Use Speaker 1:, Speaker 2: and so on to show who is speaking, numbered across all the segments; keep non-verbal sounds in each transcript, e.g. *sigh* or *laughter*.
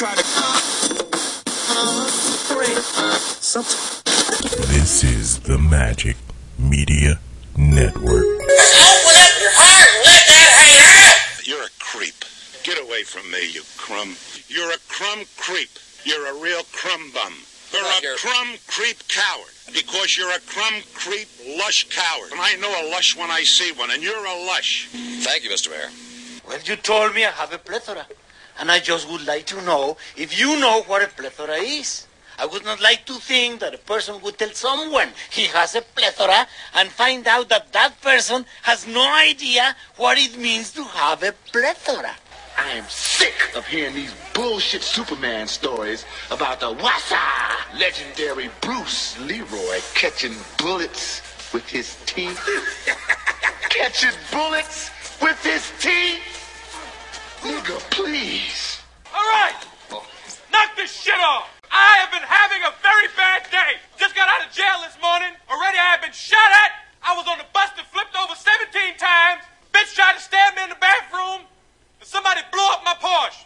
Speaker 1: try to.
Speaker 2: This is the Magic Media Network.
Speaker 3: You're a creep. Get away from me, you crumb. You're a crumb creep. You're a real crumb bum. You're
Speaker 1: Right
Speaker 3: a
Speaker 1: here.
Speaker 3: crumb creep coward because you're a crumb creep lush coward. And I know a lush when I see one, and you're a lush.
Speaker 1: Thank you, Mr. Mayor.
Speaker 4: Well, you told me I have a plethora, and I just would like to know if you know what a plethora is. I would not like to think that a person would tell someone he has a plethora and find out that that person has no idea what it means to have a plethora.
Speaker 5: I am sick of hearing these bullshit Superman stories about the Wassa legendary Bruce Leroy catching bullets with his teeth. *laughs* catching bullets with his teeth? Nigga, please.
Speaker 6: All right, knock this shit off. I have been having a very bad day. Just got out of jail this morning. Already I have been shot at. I was on the bus that flipped over 17 times. Bitch tried to stab me in the bathroom. And somebody blew up my Porsche.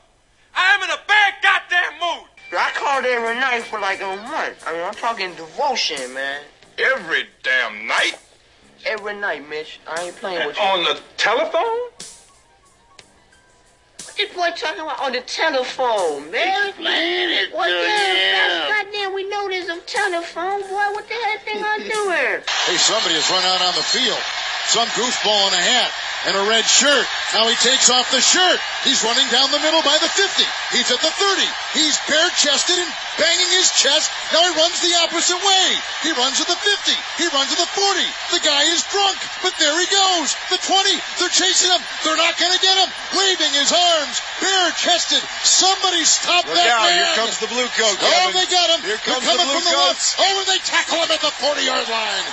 Speaker 6: I am in a bad goddamn mood.
Speaker 7: I called every night for like a month. I mean, I'm talking devotion, man.
Speaker 8: Every damn night?
Speaker 7: Every night, Mitch. I ain't playing with you.
Speaker 5: Oh.
Speaker 8: On the telephone?
Speaker 7: What this boy talking about on the telephone, man?
Speaker 5: Explain it
Speaker 7: What
Speaker 5: to
Speaker 7: the hell?
Speaker 5: him.
Speaker 7: Goddamn, we know there's a telephone, boy. What the hell thing I doing?
Speaker 9: Hey, somebody has run out on the field. Some goofball in a hat and a red shirt. Now he takes off the shirt. He's running down the middle by the 50. He's at the 30. He's bare chested and banging his chest. Now he runs the opposite way. He runs to the 50. He runs to the 40. The guy is drunk, but there he goes. The 20. They're chasing him. They're not going to get him. Waving his arms, bare chested. Somebody stop
Speaker 10: Look
Speaker 9: that
Speaker 10: out, here
Speaker 9: man.
Speaker 10: comes the blue coat,
Speaker 9: Oh,
Speaker 10: Kevin.
Speaker 9: they got him.
Speaker 10: Here comes
Speaker 9: They're
Speaker 10: the
Speaker 9: coming
Speaker 10: blue
Speaker 9: from the
Speaker 10: coats.
Speaker 9: left. Oh, and they tackle him at the 40-yard line.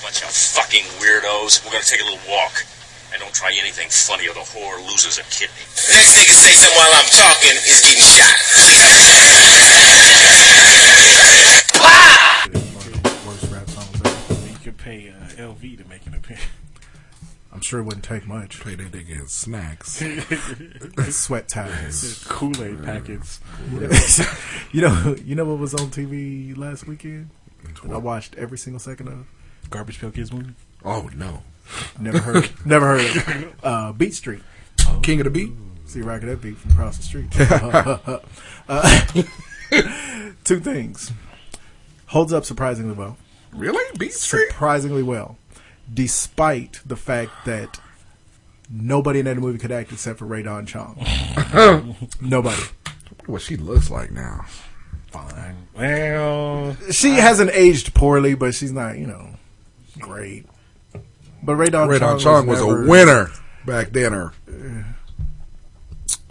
Speaker 1: Bunch of fucking weirdos. We're gonna take a little walk. And don't try anything funny or the whore loses a kidney. Next thing say something while I'm talking is getting shot.
Speaker 11: Worst rap songs ever. You could pay uh, LV to make an appearance.
Speaker 2: I'm sure it wouldn't take much. Pay that nigga his
Speaker 11: *laughs*
Speaker 2: snacks, sweat ties,
Speaker 11: Kool Aid packets.
Speaker 2: you know, *laughs* you know what was on TV last weekend? that I watched every single second of
Speaker 11: Garbage Pail Kids movie.
Speaker 2: Oh no, never heard, never heard. Of it. *laughs* Uh, Beat Street, King of the Beat. See, rocking that beat from across the street. *laughs* Uh, *laughs* two things holds up surprisingly well.
Speaker 10: Really? Beat
Speaker 2: Street surprisingly well, despite the fact that nobody in that movie could act except for
Speaker 12: *laughs*
Speaker 2: Radon Chong. Nobody.
Speaker 12: What she looks like now?
Speaker 2: Fine.
Speaker 11: Well,
Speaker 2: She hasn't aged poorly, but she's not, you know, great. But Radon,
Speaker 12: Red
Speaker 2: Chong,
Speaker 12: on Chong was,
Speaker 2: never-
Speaker 12: a winner back then. Or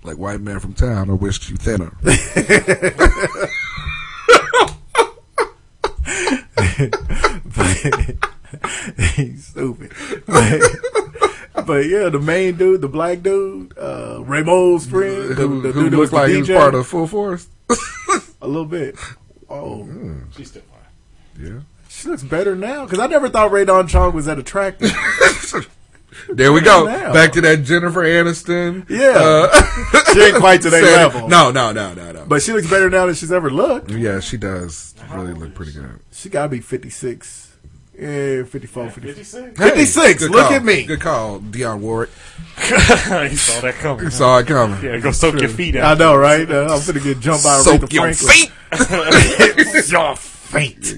Speaker 12: like white man from town, I wished you thinner.
Speaker 2: He's stupid. But, *laughs* but yeah, the main dude, the black dude, uh, Raymond's friend, the,
Speaker 12: Who-
Speaker 2: the
Speaker 12: who
Speaker 2: dude that
Speaker 12: looked
Speaker 2: was the
Speaker 12: like he was
Speaker 2: DJ,
Speaker 12: part of Full Force?
Speaker 2: *laughs* a little bit. Oh,
Speaker 11: she's still fine.
Speaker 12: Yeah.
Speaker 2: She looks better now because I never thought Radon Chong was that attractive.
Speaker 12: There *laughs* we go.
Speaker 2: Now.
Speaker 12: Oh, Back to that Jennifer Aniston.
Speaker 2: Yeah. *laughs* She ain't
Speaker 12: *laughs*
Speaker 2: quite to that
Speaker 12: Sandy-
Speaker 2: level.
Speaker 12: No, no, no, no, no.
Speaker 2: But she looks better now than she's ever looked.
Speaker 12: Yeah, she does really look pretty good.
Speaker 2: She gotta be 56. Yeah, 54, 56.
Speaker 12: Hey,
Speaker 2: 56,
Speaker 12: good
Speaker 2: look
Speaker 12: call.
Speaker 2: at me.
Speaker 12: Good call, Dionne Warwick.
Speaker 11: you saw that coming.
Speaker 12: You saw it coming.
Speaker 11: Yeah, go
Speaker 12: *laughs*
Speaker 11: soak your feet
Speaker 2: I
Speaker 11: out.
Speaker 2: know, right? Uh, I'm gonna get jumped by
Speaker 12: Soak
Speaker 2: Aretha
Speaker 12: your
Speaker 2: Franklin.
Speaker 12: feet.
Speaker 2: your feet.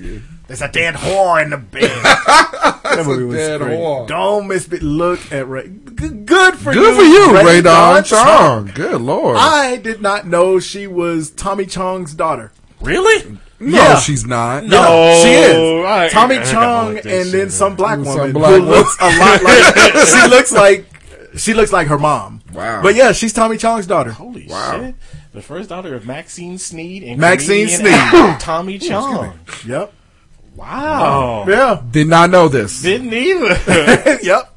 Speaker 2: There's a dead whore in
Speaker 12: *laughs*
Speaker 2: the bed. that movie was
Speaker 12: dead
Speaker 2: great.
Speaker 12: whore.
Speaker 2: Don't miss me. Look at Ray. Good, good for
Speaker 12: Good for
Speaker 2: you,
Speaker 12: you, Ray Don
Speaker 2: Radon
Speaker 12: Chong. Good lord.
Speaker 2: I did not know she was Tommy Chong's daughter.
Speaker 11: Really?
Speaker 12: no,
Speaker 2: Yeah.
Speaker 12: she's not.
Speaker 2: No, she is.
Speaker 11: I ain't-
Speaker 2: Tommy
Speaker 11: I ain't gonna
Speaker 2: Chong
Speaker 11: look
Speaker 2: and
Speaker 11: that shit
Speaker 2: then some black
Speaker 12: Some
Speaker 2: woman who
Speaker 12: black woman.
Speaker 2: looks a lot like she looks like she looks like her mom.
Speaker 12: Wow.
Speaker 2: But yeah, she's Tommy Chong's daughter.
Speaker 11: Holy shit. The first daughter of Maxine Sneed and
Speaker 2: Maxine
Speaker 11: comedian
Speaker 2: Sneed.
Speaker 11: actor Tommy Chong.
Speaker 2: Yep. Oh.
Speaker 11: Wow.
Speaker 2: Yeah. *laughs*
Speaker 12: Did not know this.
Speaker 11: Didn't either.
Speaker 2: yep.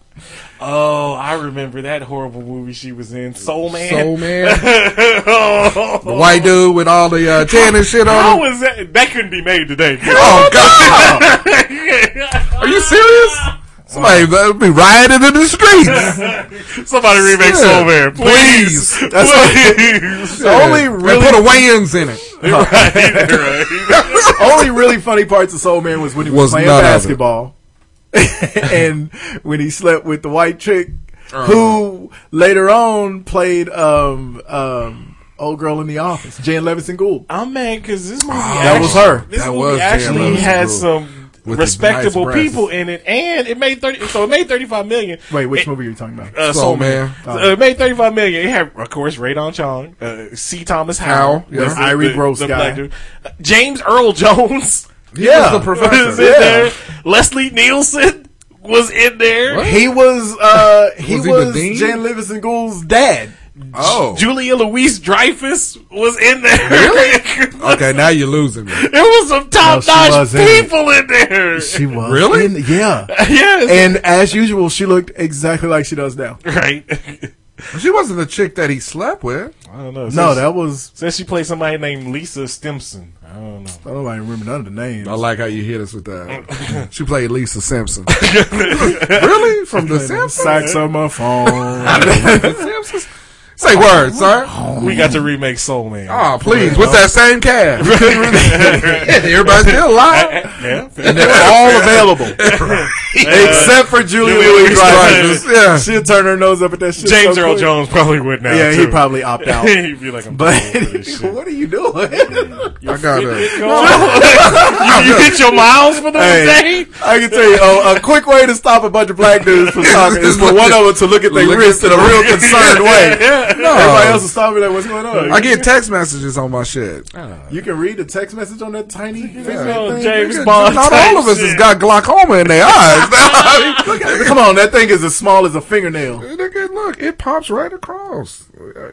Speaker 11: oh, I remember that horrible movie she was in, Soul Man. Oh. *laughs*
Speaker 12: So man, the white dude with all the uh, tan and shit
Speaker 11: How
Speaker 12: on him.
Speaker 11: was that? That couldn't be made today.
Speaker 12: Oh god! Are you serious? Somebody better be rioting in the streets.
Speaker 13: Somebody remake
Speaker 12: Yeah,
Speaker 13: Soul Man, please.
Speaker 11: *laughs*
Speaker 12: That's
Speaker 13: please.
Speaker 12: the *laughs* only really put a weigh-ins in it.
Speaker 2: *laughs* Only really funny parts of Soul Man was when he
Speaker 12: Was
Speaker 2: was, playing
Speaker 12: none of it.
Speaker 2: basketball, *laughs* and when he slept with the white chick, who
Speaker 12: Uh-huh.
Speaker 2: later on played um um old girl in the office, Jan Levinson Gould.
Speaker 11: I'm mad because this movie
Speaker 2: Ah, that was her.
Speaker 11: This
Speaker 2: That
Speaker 11: movie
Speaker 2: was Jan
Speaker 11: actually
Speaker 2: Levinson
Speaker 11: had
Speaker 2: Gould.
Speaker 11: some
Speaker 2: With the
Speaker 11: respectable
Speaker 2: nice breasts.
Speaker 11: people in it, and it made thirty. So it made thirty five million.
Speaker 2: Wait, which
Speaker 11: It-
Speaker 2: movie are you talking about?
Speaker 11: Uh, Soul, Man.
Speaker 2: Oh.
Speaker 11: Uh, it made thirty five million. It had, of course, Radon Chong, uh, C. Thomas Howell,
Speaker 2: Howell, yeah. Irie Gross guy.
Speaker 11: dude. Uh, James Earl Jones. *laughs*
Speaker 2: He Yeah. was the professor.
Speaker 11: was in
Speaker 2: Yeah.
Speaker 11: there. Leslie Nielsen was in there.
Speaker 2: He was uh he
Speaker 11: Was
Speaker 2: was,
Speaker 11: he the dean?
Speaker 2: Jan Levinson Gould's dad.
Speaker 12: Oh.
Speaker 11: Julia Louise Dreyfus was in there. *laughs*
Speaker 12: Okay, now you're losing me.
Speaker 11: There was some top
Speaker 2: No,
Speaker 11: notch
Speaker 2: she was in it.
Speaker 11: people in there.
Speaker 2: She was
Speaker 12: Really?
Speaker 2: in- yeah,
Speaker 11: *laughs* yes.
Speaker 2: *laughs* And as usual, she looked exactly like she does now.
Speaker 11: Right? *laughs*
Speaker 12: She wasn't the chick that he slept with.
Speaker 11: I don't know.
Speaker 2: No, that was.
Speaker 11: Says she played somebody named Lisa Stimson. I don't know.
Speaker 2: I don't even remember none of the names.
Speaker 12: I like how you hit us with
Speaker 1: *laughs*
Speaker 12: that. she played Lisa Simpson. really? From the Simpsons?
Speaker 2: Sax on my *laughs* phone.
Speaker 12: The Simpsons? Say words, sir.
Speaker 11: We got to remake Soul Man.
Speaker 12: Oh, please, with that same cast. Everybody's still alive.
Speaker 11: Yeah.
Speaker 12: And they're all
Speaker 2: available. *laughs* Except for Julia Louis Dreyfus.
Speaker 12: Yeah.
Speaker 2: She'll turn her nose up at that shit.
Speaker 11: James
Speaker 2: so
Speaker 11: Earl
Speaker 2: quick.
Speaker 11: Jones probably would now.
Speaker 2: Yeah, he'd
Speaker 11: too. *laughs*
Speaker 2: probably opt out.
Speaker 11: he'd be like, I'm
Speaker 2: But
Speaker 11: too old for
Speaker 12: *laughs*
Speaker 11: this shit.
Speaker 2: *laughs* what are you doing?
Speaker 12: I got it.
Speaker 11: *laughs* you, you hit your miles for those
Speaker 2: Hey,
Speaker 11: days?
Speaker 2: I can tell you oh, a quick way to stop a bunch of black dudes from
Speaker 12: *laughs*
Speaker 2: talking is for one of them to look at their
Speaker 12: Look at
Speaker 2: wrist in a
Speaker 12: the- *laughs*
Speaker 2: real
Speaker 11: *laughs*
Speaker 2: concerned way.
Speaker 12: No.
Speaker 2: Everybody else will stop me like, what's going on?
Speaker 12: I get text messages on my shit.
Speaker 2: You can read the text message on that tiny
Speaker 11: know,
Speaker 12: *laughs*
Speaker 2: thing.
Speaker 11: James
Speaker 2: Look at-
Speaker 11: Bond
Speaker 12: Not
Speaker 11: type
Speaker 12: all of us
Speaker 11: shit.
Speaker 12: has got glaucoma in their eyes.
Speaker 2: Look at- Come on, that thing is as small as a fingernail.
Speaker 12: Nigga, look, it pops right across.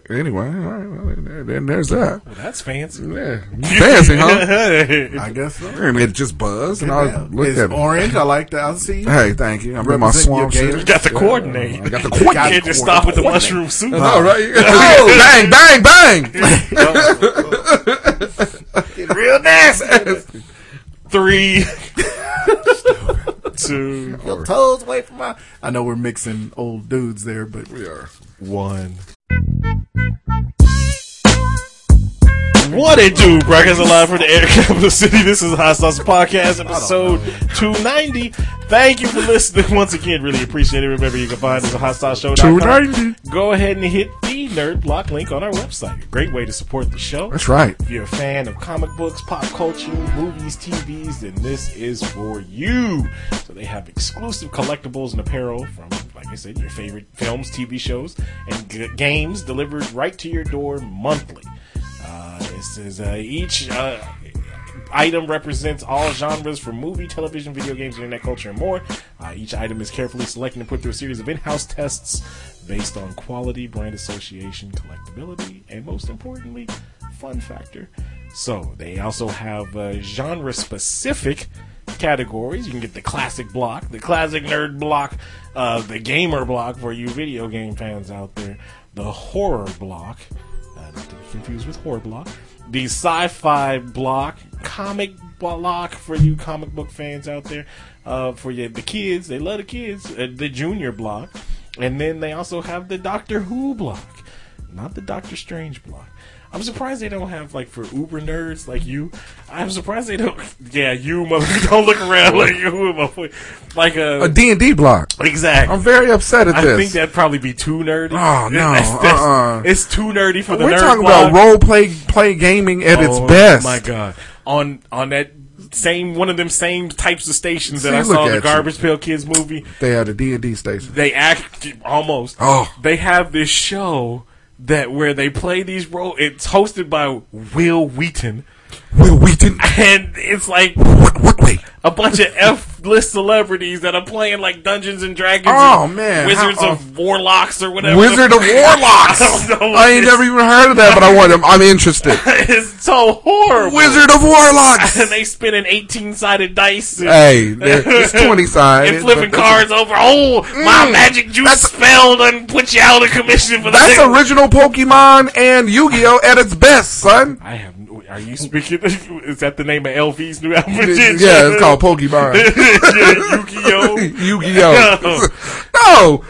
Speaker 12: Anyway, all right, well, then- then there's that.
Speaker 11: Well, that's fancy.
Speaker 12: Yeah, fancy,
Speaker 11: *laughs*
Speaker 12: huh?
Speaker 2: I guess so.
Speaker 12: And it just buzzed, and I looked
Speaker 2: It's
Speaker 12: at it.
Speaker 2: orange. I like that. I see you.
Speaker 12: Hey, thank you. I'm in my
Speaker 2: Represent
Speaker 12: swamp
Speaker 2: your gator.
Speaker 12: shit.
Speaker 11: got to coordinate.
Speaker 12: I got the
Speaker 11: You
Speaker 12: quick.
Speaker 11: can't just stop with the mushroom soup.
Speaker 12: All right. Oh, bang, bang, bang.
Speaker 11: Real nasty.
Speaker 12: *laughs*
Speaker 11: Three, *laughs* two,
Speaker 2: Your toes away from my. I know we're mixing old dudes there, but
Speaker 12: We are.
Speaker 11: one. What it do, broadcast live from the air capital city. This is Hot Sauce Podcast, episode 290. Thank you for listening *laughs* once again. Really appreciate it. Remember, you can find us at hotsauseshow.com.
Speaker 12: 290.
Speaker 11: Go ahead and hit the Nerd Block link on our website. Great way to support the show.
Speaker 12: That's right.
Speaker 11: If you're a fan of comic books, pop culture, movies, TVs, then this is for you. So they have exclusive collectibles and apparel from, like I said, your favorite films, TV shows, and g- games delivered right to your door monthly. Uh, this is uh, each uh, item represents all genres from movie, television, video games, internet culture, and more. Uh, each item is carefully selected and put through a series of in-house tests based on quality, brand association, collectability, and most importantly, fun factor. So they also have uh, genre-specific categories. You can get the classic block, the classic nerd block, uh, the gamer block for you video game fans out there, the horror block, uh, not to be confused with horror block, the sci-fi block, comic block for you comic book fans out there, uh, for you, the kids, they love the kids, uh, the junior block, and then they also have the Doctor Who block, not the Doctor Strange block. I'm surprised they don't have like for Uber nerds like you. I'm surprised they don't. Yeah, you motherfucker, *laughs* don't look around like you, motherfucker. Like a,
Speaker 12: A D&D block.
Speaker 11: exactly.
Speaker 12: I'm very upset at
Speaker 11: I
Speaker 12: this.
Speaker 11: think that'd probably be too nerdy.
Speaker 12: Oh, no, uh-uh.
Speaker 11: *laughs* It's too nerdy for the
Speaker 12: We're
Speaker 11: nerd
Speaker 12: talking
Speaker 11: block.
Speaker 12: about role play play gaming at its
Speaker 11: Oh,
Speaker 12: best.
Speaker 11: My God, on on that same one of them same types of stations that
Speaker 12: See,
Speaker 11: I saw
Speaker 12: look
Speaker 11: in the
Speaker 12: at
Speaker 11: Garbage Pail Kids movie.
Speaker 12: They had a D&D station.
Speaker 11: They act almost.
Speaker 12: Oh.
Speaker 11: They have this show that where they play these role. It's hosted by Will Wheaton,
Speaker 12: Will Wheaton.
Speaker 11: and it's like
Speaker 12: What, what, wait.
Speaker 11: a bunch of F list celebrities that are playing like Dungeons and Dragons.
Speaker 12: Oh,
Speaker 11: and
Speaker 12: man,
Speaker 11: Wizards
Speaker 12: how-
Speaker 11: of Warlocks or whatever.
Speaker 12: Wizard
Speaker 11: *laughs*
Speaker 12: of Warlocks.
Speaker 11: I
Speaker 12: I,
Speaker 11: don't know.
Speaker 12: ain't never even heard of that, but I want them. I'm interested.
Speaker 11: *laughs* It's so horrible.
Speaker 12: Wizard
Speaker 11: *laughs*
Speaker 12: of
Speaker 11: and
Speaker 12: Warlocks.
Speaker 11: they spinning eighteen sided dice. And,
Speaker 12: hey, there- it's 20 sides.
Speaker 11: and flipping cards over. Oh,
Speaker 12: Mm.
Speaker 11: my magic juice spell done put you out of commission for the
Speaker 12: That's
Speaker 11: next- *laughs*
Speaker 12: original Pokemon and Yu-Gi-Oh at its best, son.
Speaker 11: I have. no- Are you speaking? *laughs* Is that the name of LV's new album? *laughs*
Speaker 12: Yeah, it's called Pokemon.
Speaker 11: Yu-Gi-Oh.
Speaker 12: Yu-Gi-Oh. *laughs* no,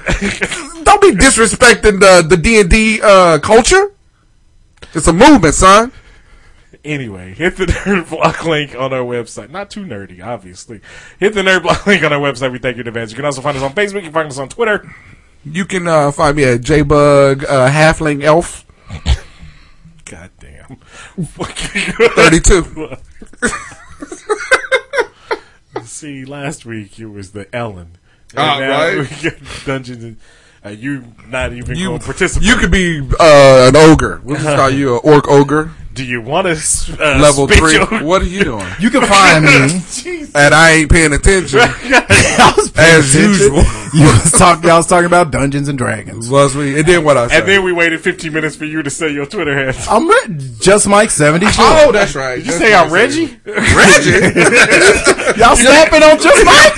Speaker 12: don't be disrespecting the the D and D uh, culture. It's a movement, son.
Speaker 11: Anyway, hit the *laughs* nerd block link on our website. Not too nerdy, obviously. Hit the nerd block *laughs* link on our website. We thank you in advance. You can also find us on Facebook. You can find us on Twitter.
Speaker 12: You can uh, find me at JBug uh, Halfling Elf.
Speaker 11: God damn.
Speaker 12: Thirty-two.
Speaker 11: *laughs* See, last week it was the Ellen.
Speaker 12: Ah,
Speaker 11: And now
Speaker 12: right.
Speaker 11: we got Dungeons. And, uh, you not even
Speaker 12: You-
Speaker 11: going to participate.
Speaker 12: You could be uh, an ogre. We'll just call you an orc ogre.
Speaker 11: Do you want to uh,
Speaker 12: Level
Speaker 11: spit
Speaker 12: three.
Speaker 11: your- *laughs*
Speaker 12: What are you doing?
Speaker 2: You can find *laughs* me
Speaker 12: and I ain't paying attention. as usual.
Speaker 2: *laughs* You was talk, y'all was talking about Dungeons and Dragons.
Speaker 12: Was we? And then what I
Speaker 11: And then we waited 15 minutes for you to say your Twitter handle.
Speaker 2: I'm re- just Mike seventy two.
Speaker 12: Oh, that's right.
Speaker 11: Did you say I'm Reggie?
Speaker 2: y'all snapping on *laughs* just Mike?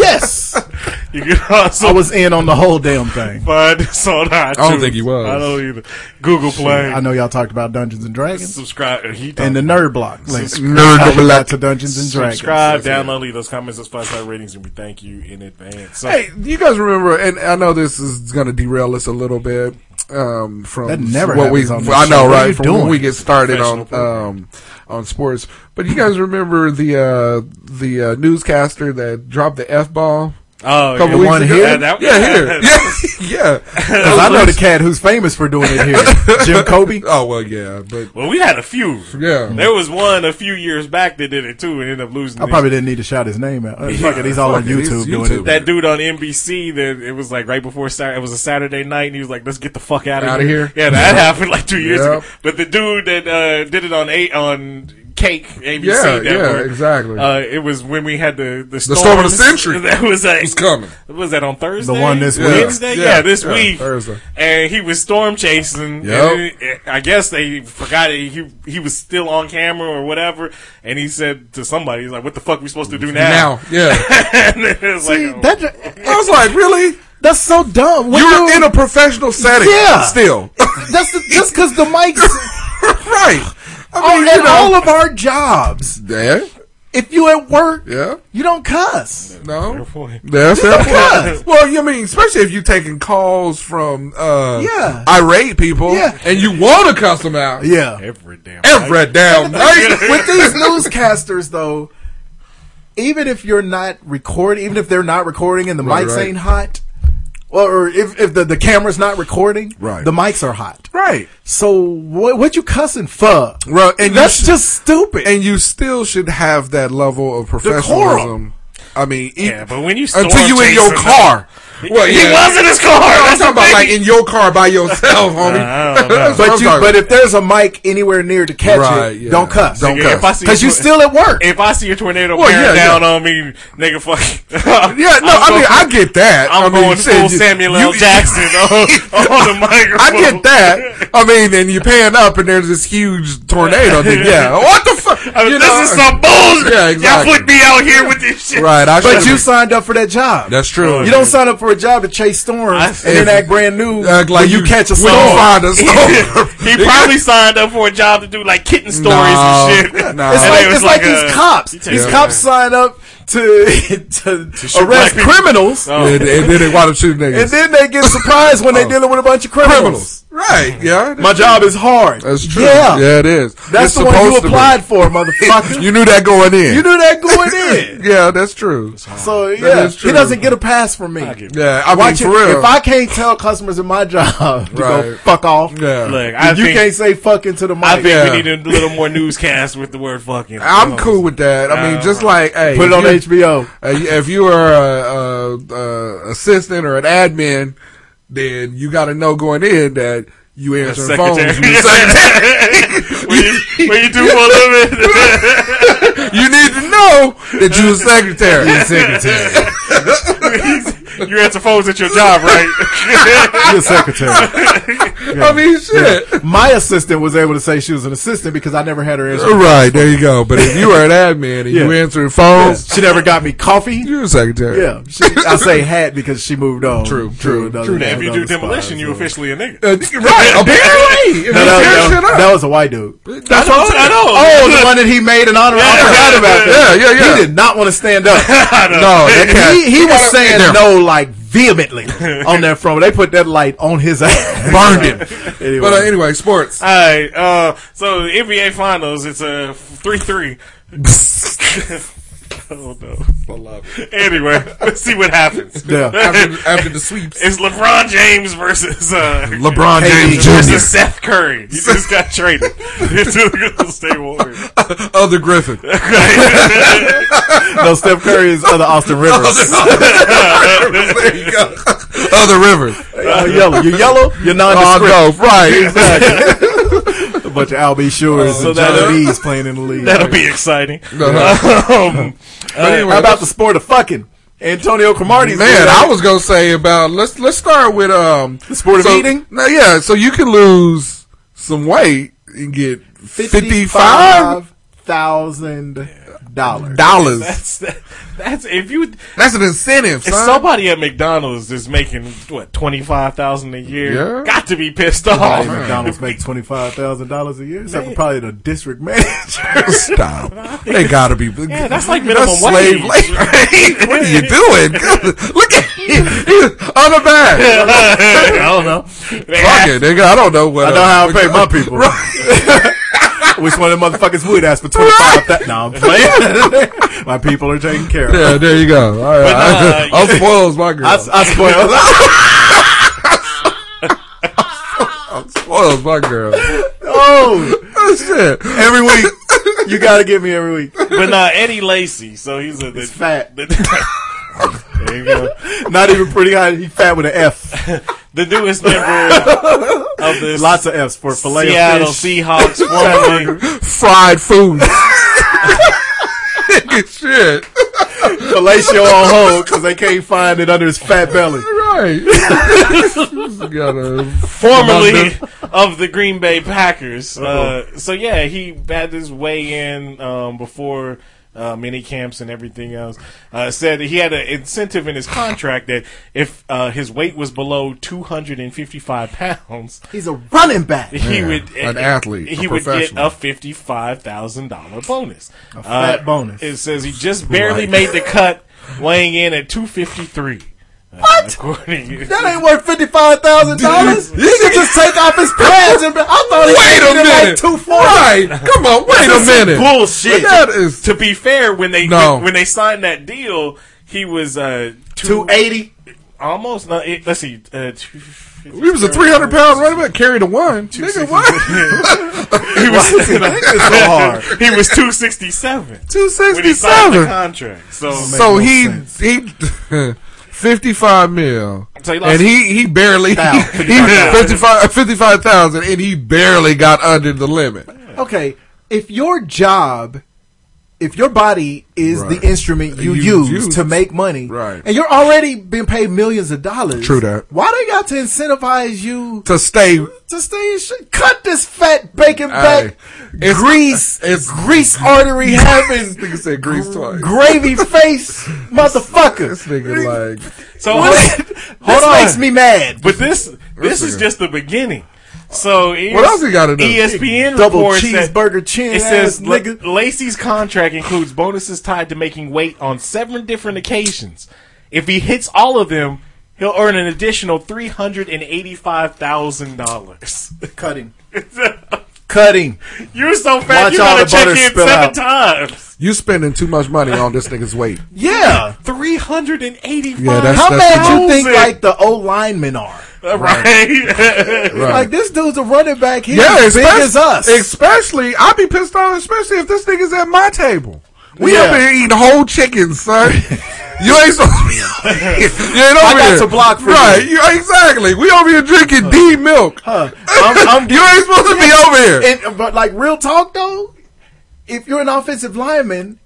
Speaker 2: yes.
Speaker 11: *laughs* You can also
Speaker 2: I was in on the whole damn
Speaker 11: *laughs*
Speaker 2: thing.
Speaker 11: find us on iTunes.
Speaker 2: don't think he was.
Speaker 11: I don't either. Google Play.
Speaker 2: I know y'all talked about Dungeons and Dragons
Speaker 11: Subscribe. He
Speaker 2: and the Nerd Block. Link.
Speaker 11: Subscribe.
Speaker 2: Shout out to Dungeons and Dragons.
Speaker 11: Subscribe, download, leave those comments, those five star ratings, and we thank you in advance. So,
Speaker 12: Hey, you guys remember? And I know this is going to derail us a little bit um, from
Speaker 2: That never
Speaker 12: what we.
Speaker 2: happens on this
Speaker 12: I
Speaker 2: show.
Speaker 12: know,
Speaker 2: What are you
Speaker 12: right? From
Speaker 2: doing?
Speaker 12: when we get started on
Speaker 2: Professional
Speaker 12: um, on sports. But you guys remember the uh, the uh, newscaster that dropped the f ball?
Speaker 11: Oh,
Speaker 12: couple
Speaker 2: yeah. The
Speaker 12: weeks
Speaker 2: one
Speaker 12: ago?
Speaker 2: here?
Speaker 12: Yeah,
Speaker 2: That-
Speaker 11: *laughs*
Speaker 12: here, yeah, yeah.
Speaker 2: 'Cause I know the cat who's famous for doing it here, Jim Kobe.
Speaker 12: *laughs* Oh well, yeah, but
Speaker 11: well, we had a few.
Speaker 12: Yeah.
Speaker 11: There was one a few years back that did it too and ended up losing.
Speaker 2: I
Speaker 11: the-
Speaker 2: probably didn't need to shout his name out. Uh,
Speaker 11: Yeah,
Speaker 2: fuck it, he's all on
Speaker 12: fuck it, he's
Speaker 2: YouTube, doing
Speaker 12: YouTube.
Speaker 2: it.
Speaker 11: That dude on NBC that it was like right before Saturday, it was a Saturday night, and he was like, "Let's get the fuck out of
Speaker 12: Outta here.
Speaker 11: Yeah, that happened like two years
Speaker 12: Yep.
Speaker 11: ago. But the dude that uh, did it on eight on Cake ABC,
Speaker 12: Yeah,
Speaker 11: network,
Speaker 12: yeah, exactly.
Speaker 11: Uh, it was when we had the the storm,
Speaker 12: storm of the century.
Speaker 11: *laughs* That was like,
Speaker 12: It's coming.
Speaker 11: Was that on Thursday?
Speaker 2: one this week.
Speaker 11: Wednesday?
Speaker 12: Yeah,
Speaker 11: Yeah, this
Speaker 12: yeah,
Speaker 11: week.
Speaker 12: Thursday.
Speaker 11: And he was storm chasing.
Speaker 12: Yep.
Speaker 11: and it- it- I guess they forgot it. he he was still on camera or whatever, and he said to somebody, "He's like, what the fuck we supposed to do now?" *laughs*
Speaker 12: Now, yeah.
Speaker 11: and it was like, oh.
Speaker 2: That ju-
Speaker 12: I was like, really?
Speaker 2: that's so dumb. What
Speaker 12: You're
Speaker 2: do-
Speaker 12: in a professional setting,
Speaker 2: Yeah.
Speaker 12: *laughs* still,
Speaker 2: *laughs* that's the, just because the mics
Speaker 12: right?
Speaker 2: on
Speaker 12: you
Speaker 2: at
Speaker 12: know.
Speaker 2: Oh, all of our jobs.
Speaker 12: Yeah,
Speaker 2: If you at work,
Speaker 12: yeah.
Speaker 2: you
Speaker 12: *laughs*
Speaker 2: don't cuss.
Speaker 12: No,
Speaker 11: point.
Speaker 12: That's fair
Speaker 2: Because-
Speaker 12: point. Well, you mean, especially if you're taking calls from uh,
Speaker 2: Yeah.
Speaker 12: irate people,
Speaker 2: Yeah.
Speaker 12: and you want to cuss them out
Speaker 2: Yeah.
Speaker 11: Every damn
Speaker 12: every damn night. *laughs*
Speaker 2: With these newscasters, though, even if you're not recording, even if they're not recording and the
Speaker 12: Right,
Speaker 2: mics
Speaker 12: right.
Speaker 2: ain't hot, or, or if, if the, the camera's not recording,
Speaker 12: Right.
Speaker 2: the mics are hot.
Speaker 12: right,
Speaker 2: So what, what you cussing for?
Speaker 12: right, and you
Speaker 2: That's
Speaker 12: should-
Speaker 2: just stupid.
Speaker 12: and you still should have that level of professionalism. I mean, e-
Speaker 11: Yeah, but when you
Speaker 12: until you in your car. Well,
Speaker 11: He was in his car.
Speaker 12: I'm
Speaker 11: That's the
Speaker 12: talking about
Speaker 11: thing.
Speaker 12: like in your car by
Speaker 11: *laughs*
Speaker 12: yourself, homie.
Speaker 11: I
Speaker 12: *laughs*
Speaker 11: don't know.
Speaker 12: That's what
Speaker 2: but
Speaker 12: I'm
Speaker 2: you,
Speaker 12: talking
Speaker 2: but
Speaker 12: about.
Speaker 2: if there's a mic anywhere near to catch
Speaker 12: Right,
Speaker 2: it,
Speaker 12: yeah.
Speaker 2: don't cuss.
Speaker 12: Don't
Speaker 11: Nigga, if I
Speaker 12: cuss.
Speaker 11: see
Speaker 2: Because
Speaker 11: a
Speaker 2: you
Speaker 11: tor-
Speaker 2: still at work.
Speaker 11: If I see a tornado
Speaker 12: Well,
Speaker 11: bearing
Speaker 12: yeah,
Speaker 11: down
Speaker 12: yeah.
Speaker 11: on me, nigga, fuck.
Speaker 12: *laughs* yeah, no, I mean, I get that.
Speaker 11: I'm
Speaker 12: I mean,
Speaker 11: going
Speaker 12: shit,
Speaker 11: full
Speaker 12: you-
Speaker 11: Samuel L.
Speaker 12: you-
Speaker 11: Jackson on, on the microphone.
Speaker 12: *laughs* I get that. I mean, and you're paying up, and there's this huge tornado. Then,
Speaker 11: *laughs*
Speaker 12: yeah, what the fuck?
Speaker 11: I mean,
Speaker 12: You
Speaker 11: Uh, this
Speaker 12: know?
Speaker 11: is some bullshit.
Speaker 12: Yeah,
Speaker 11: Y'all
Speaker 12: exactly.
Speaker 11: put me out here with this shit.
Speaker 12: Right, I
Speaker 2: but
Speaker 12: should've
Speaker 2: you
Speaker 12: been-
Speaker 2: signed up for that job.
Speaker 12: That's true.
Speaker 2: You don't sign up for a job to chase storms
Speaker 11: I-
Speaker 2: and then act brand new
Speaker 12: act like
Speaker 2: when you,
Speaker 12: you-
Speaker 2: catch a
Speaker 12: we
Speaker 2: storm.
Speaker 12: don't *laughs* find a storm.
Speaker 11: *laughs* *laughs* he probably signed up for a job to do like kitten stories
Speaker 12: No. *laughs*
Speaker 11: and shit.
Speaker 12: No.
Speaker 2: It's
Speaker 12: And
Speaker 2: like
Speaker 11: it was
Speaker 2: it's like,
Speaker 11: like, uh,
Speaker 2: these cops.
Speaker 11: you take
Speaker 2: These
Speaker 11: it.
Speaker 2: cops sign up to *laughs* to,
Speaker 11: shoot black
Speaker 2: arrest
Speaker 11: people.
Speaker 2: criminals,
Speaker 11: Oh.
Speaker 12: and, and then they want to shoot
Speaker 2: and
Speaker 12: niggas.
Speaker 2: then they get surprised when they're dealing with a bunch of criminals.
Speaker 12: Criminals, right? Yeah,
Speaker 2: My job is hard.
Speaker 12: That's true.
Speaker 2: Yeah,
Speaker 12: Yeah, it is.
Speaker 2: that's
Speaker 12: It's
Speaker 2: the one you
Speaker 12: supposed to be. *laughs*
Speaker 2: applied for, motherfucker.
Speaker 12: You knew that going in.
Speaker 2: you knew
Speaker 12: *laughs*
Speaker 2: that going in.
Speaker 12: Yeah, that's true.
Speaker 2: So yeah,
Speaker 12: is true.
Speaker 2: he doesn't get a pass from me.
Speaker 12: Yeah, I mean,
Speaker 2: Watch
Speaker 12: for
Speaker 2: it.
Speaker 12: real.
Speaker 2: If I can't tell customers in my job *laughs* to go
Speaker 12: Right.
Speaker 2: fuck off,
Speaker 12: yeah.
Speaker 11: Look, I
Speaker 2: then you
Speaker 11: think-
Speaker 2: can't say fuck into the mic.
Speaker 11: I think
Speaker 12: Yeah.
Speaker 11: we need a little more newscast with the word fucking.
Speaker 12: I'm cool with that. I mean, just like hey,
Speaker 2: oh. Put it on
Speaker 12: you-
Speaker 2: HBO.
Speaker 12: Uh, if you are a, a, a assistant or an admin, then you got to know going in that you answering *laughs* phones.
Speaker 11: Secretary.
Speaker 12: You, secretary.
Speaker 11: What you, what you do for a living? *laughs*
Speaker 12: You need to know that you a
Speaker 2: *laughs*
Speaker 12: secretary. secretary.
Speaker 11: you answer phones at your job, right?
Speaker 2: Your secretary.
Speaker 12: *laughs* I mean, shit.
Speaker 2: *laughs* my assistant was able to say she was an assistant because I never had her answer.
Speaker 12: Right there you go. But if you are an admin and you
Speaker 2: Yeah.
Speaker 12: answering phones,
Speaker 2: She never got me coffee.
Speaker 12: you're a secretary.
Speaker 2: Yeah, she, I say hat because she moved on.
Speaker 12: True,
Speaker 2: to
Speaker 12: true,
Speaker 2: another-
Speaker 12: true.
Speaker 11: if you do
Speaker 2: another spot,
Speaker 11: demolition, you
Speaker 2: so.
Speaker 12: *laughs*
Speaker 11: officially a nigga. *laughs*
Speaker 12: Uh, right, apparently. If
Speaker 2: *laughs* No,
Speaker 12: you
Speaker 2: that,
Speaker 12: tear
Speaker 2: that-
Speaker 12: shit up.
Speaker 2: that was a white dude.
Speaker 12: That's what I'm saying. I know.
Speaker 2: Oh, the one that he made an honor. I forgot about that.
Speaker 12: Yeah, yeah, yeah.
Speaker 2: He did not want to stand
Speaker 12: *laughs*
Speaker 2: up.
Speaker 12: No, that cat-
Speaker 2: he, he
Speaker 12: he
Speaker 2: was
Speaker 12: gotta-
Speaker 2: saying
Speaker 12: Yeah.
Speaker 2: no like vehemently on their front. They put that light on his ass, burned him. *laughs* Anyway.
Speaker 12: But uh, anyway,
Speaker 2: *laughs*
Speaker 12: sports.
Speaker 11: All right. Uh, so the NBA Finals, it's a three three. *laughs* oh no!
Speaker 12: I love it.
Speaker 11: Anyway, let's see what happens.
Speaker 12: *laughs* Yeah. After- after the
Speaker 11: *laughs*
Speaker 12: sweeps.
Speaker 11: it's LeBron James versus uh,
Speaker 12: LeBron James
Speaker 11: versus
Speaker 12: Jr..
Speaker 11: Seth Curry. He just got traded *laughs* to the Golden State Warriors.
Speaker 12: *laughs* Other Griffin.
Speaker 2: no, Steph Curry is *laughs*
Speaker 12: *laughs*
Speaker 2: other Austin Rivers.
Speaker 12: there you
Speaker 2: *laughs*
Speaker 12: go. Other Rivers.
Speaker 2: Uh, yellow, you're yellow. You're nondescript.
Speaker 12: Oh, no,
Speaker 2: *laughs*
Speaker 12: right.
Speaker 2: exactly. A bunch of Albie
Speaker 12: Oh,
Speaker 2: Shures
Speaker 11: So
Speaker 2: and Johnny
Speaker 11: that'll-
Speaker 12: uh,
Speaker 2: B's playing in the league.
Speaker 11: That'll be exciting.
Speaker 12: Uh-huh.
Speaker 11: Um,
Speaker 2: But anyway, how about the sport of fucking? Antonio Cromartie.
Speaker 12: Man, I was gonna say about let's let's start with um the
Speaker 2: sport of
Speaker 12: so,
Speaker 2: eating?
Speaker 12: No, yeah, so you can lose some weight and get fifty five
Speaker 2: fifty-five thousand dollars.
Speaker 11: *laughs*
Speaker 12: dollars.
Speaker 11: That's that's if you
Speaker 12: That's an incentive,
Speaker 11: if
Speaker 12: son.
Speaker 11: somebody at McDonald's is making what twenty five thousand a year,
Speaker 2: Yeah.
Speaker 11: got to be pissed off.
Speaker 2: McDonald's make twenty five thousand dollars a year. Except for probably the district *laughs*
Speaker 12: *laughs*
Speaker 2: manager.
Speaker 12: Stop. They gotta be.
Speaker 11: Yeah, that's
Speaker 2: *laughs*
Speaker 11: like minimum
Speaker 12: slave
Speaker 11: wage.
Speaker 12: labor. *laughs* what are you doing? *laughs* Good. Look at he's unabashed.
Speaker 2: I don't know.
Speaker 12: Fuck it, nigga. I don't know what.
Speaker 2: I know
Speaker 12: uh,
Speaker 2: how I pay my people. Which one of the motherfuckers would ask for twenty five thousand? No,
Speaker 12: *laughs*
Speaker 2: I'm playing. my people are taken care of.
Speaker 12: Yeah, there you go. All *laughs* right, I, I spoils my girl.
Speaker 2: uh, I, I spoil.
Speaker 12: spoils my girl.
Speaker 2: *laughs* oh
Speaker 12: shit!
Speaker 2: Every week, you gotta get me every week.
Speaker 11: but nah, Eddie Lacy. So he's a the, *laughs*
Speaker 2: fat.
Speaker 11: there you go.
Speaker 2: Not even pretty high. He fat with an F.
Speaker 11: *laughs* The newest member of the
Speaker 2: *laughs* Lots of Fs for filet
Speaker 11: Seattle
Speaker 2: of fish.
Speaker 11: Seahawks formerly
Speaker 2: *laughs*
Speaker 12: Fried food. *laughs* shit.
Speaker 2: Fellatio on hold because they can't find it under his fat belly.
Speaker 12: *laughs* Right. got a
Speaker 11: formerly *laughs* of the Green Bay Packers. Uh, so yeah, he had his weigh in um, before uh, mini camps and everything else. Uh, said that he had an incentive in his contract that if uh, his weight was below 255 pounds,
Speaker 2: He's a running back.
Speaker 11: he
Speaker 12: Yeah,
Speaker 11: would uh,
Speaker 12: an athlete, a
Speaker 11: He would get
Speaker 12: professional.
Speaker 11: a fifty-five thousand dollar bonus. A
Speaker 2: fat bonus.
Speaker 11: It says he just barely
Speaker 2: Right.
Speaker 11: made the cut, weighing in at two fifty-three. What? According
Speaker 2: That ain't worth fifty five thousand dollars. He should just take off his pads and be- I thought he
Speaker 12: Wait a
Speaker 2: was getting
Speaker 12: minute.
Speaker 2: like two forty.
Speaker 12: Right. Come on. Wait a
Speaker 11: This is
Speaker 12: minute.
Speaker 11: bullshit.
Speaker 12: That is
Speaker 11: to be fair, when they
Speaker 12: No.
Speaker 11: when, when they signed that deal, he was uh,
Speaker 2: Two *laughs* eighty.
Speaker 11: almost. Not, it, let's see, uh, two,
Speaker 12: He was a
Speaker 11: *laughs*
Speaker 12: 300 pound running back, carried a one. Nigga, what?
Speaker 11: He was,
Speaker 2: so hard.
Speaker 11: he was two sixty seven when he signed the
Speaker 12: 267.
Speaker 11: contract. So,
Speaker 12: So
Speaker 2: no
Speaker 12: he,
Speaker 2: sense.
Speaker 12: he, *laughs* 55 mil.
Speaker 11: So he lost-
Speaker 12: and he, he barely, *laughs* he,
Speaker 2: Thousand.
Speaker 12: 55 55,000 and he barely got under the limit.
Speaker 2: Okay, if your job, if your body is
Speaker 12: Right.
Speaker 2: the instrument you,
Speaker 12: You
Speaker 2: use,
Speaker 12: use.
Speaker 2: to make money,
Speaker 12: Right.
Speaker 2: and you're already being paid millions of dollars,
Speaker 12: True that.
Speaker 2: Why they got to incentivize you
Speaker 12: To stay,
Speaker 2: to stay in shape? Cut this fat bacon
Speaker 12: Aye.
Speaker 2: back, grease,
Speaker 12: it's-
Speaker 2: grease artery
Speaker 12: *laughs*
Speaker 2: having.
Speaker 12: this nigga said grease twice.
Speaker 2: Gravy face,
Speaker 12: This
Speaker 2: motherfucker.
Speaker 12: nigga like,
Speaker 11: so
Speaker 2: What? this
Speaker 11: on.
Speaker 2: makes me mad.
Speaker 11: But this this is
Speaker 12: nigga.
Speaker 11: just the beginning. So E ES-
Speaker 12: What else he gotta do?
Speaker 11: ESPN
Speaker 2: Double
Speaker 11: reports that
Speaker 2: cheeseburger chin
Speaker 11: It says
Speaker 2: ass
Speaker 11: La-
Speaker 2: nigga.
Speaker 11: Lacey's contract includes bonuses tied to making weight on seven different occasions. If he hits all of them, he'll earn an additional three hundred and eighty-five thousand dollars. *laughs*
Speaker 2: Cutting. Cutting.
Speaker 11: You're so fat,
Speaker 2: Watch
Speaker 11: you
Speaker 2: all
Speaker 11: gotta
Speaker 2: the
Speaker 11: check
Speaker 2: butter
Speaker 11: in
Speaker 2: spill
Speaker 11: seven
Speaker 2: out.
Speaker 11: times.
Speaker 12: you spending too much money on this nigga's
Speaker 2: *laughs*
Speaker 12: weight.
Speaker 2: Yeah.
Speaker 11: Three hundred and eighty-five.
Speaker 12: Yeah, that's-
Speaker 2: How mad you think
Speaker 11: thousand.
Speaker 2: like the old linemen are?
Speaker 11: *laughs* right.
Speaker 12: Right.
Speaker 2: Like this dude's a running back. He's
Speaker 12: Yeah,
Speaker 2: as big
Speaker 12: espec-
Speaker 2: as us.
Speaker 12: Especially, I'd be pissed off, especially if this nigga's at my table. We
Speaker 2: Yeah.
Speaker 12: up here eating whole chickens,
Speaker 2: *laughs*
Speaker 12: son. you ain't supposed to be over here. You ain't over
Speaker 2: I got
Speaker 12: here.
Speaker 2: to block for
Speaker 12: right,
Speaker 2: you.
Speaker 12: exactly. We over here drinking D milk.
Speaker 2: Huh.
Speaker 12: *laughs*
Speaker 2: I'm- I'm-
Speaker 12: you ain't supposed to be over here.
Speaker 2: And, *laughs* but like real talk though, if you're an offensive lineman,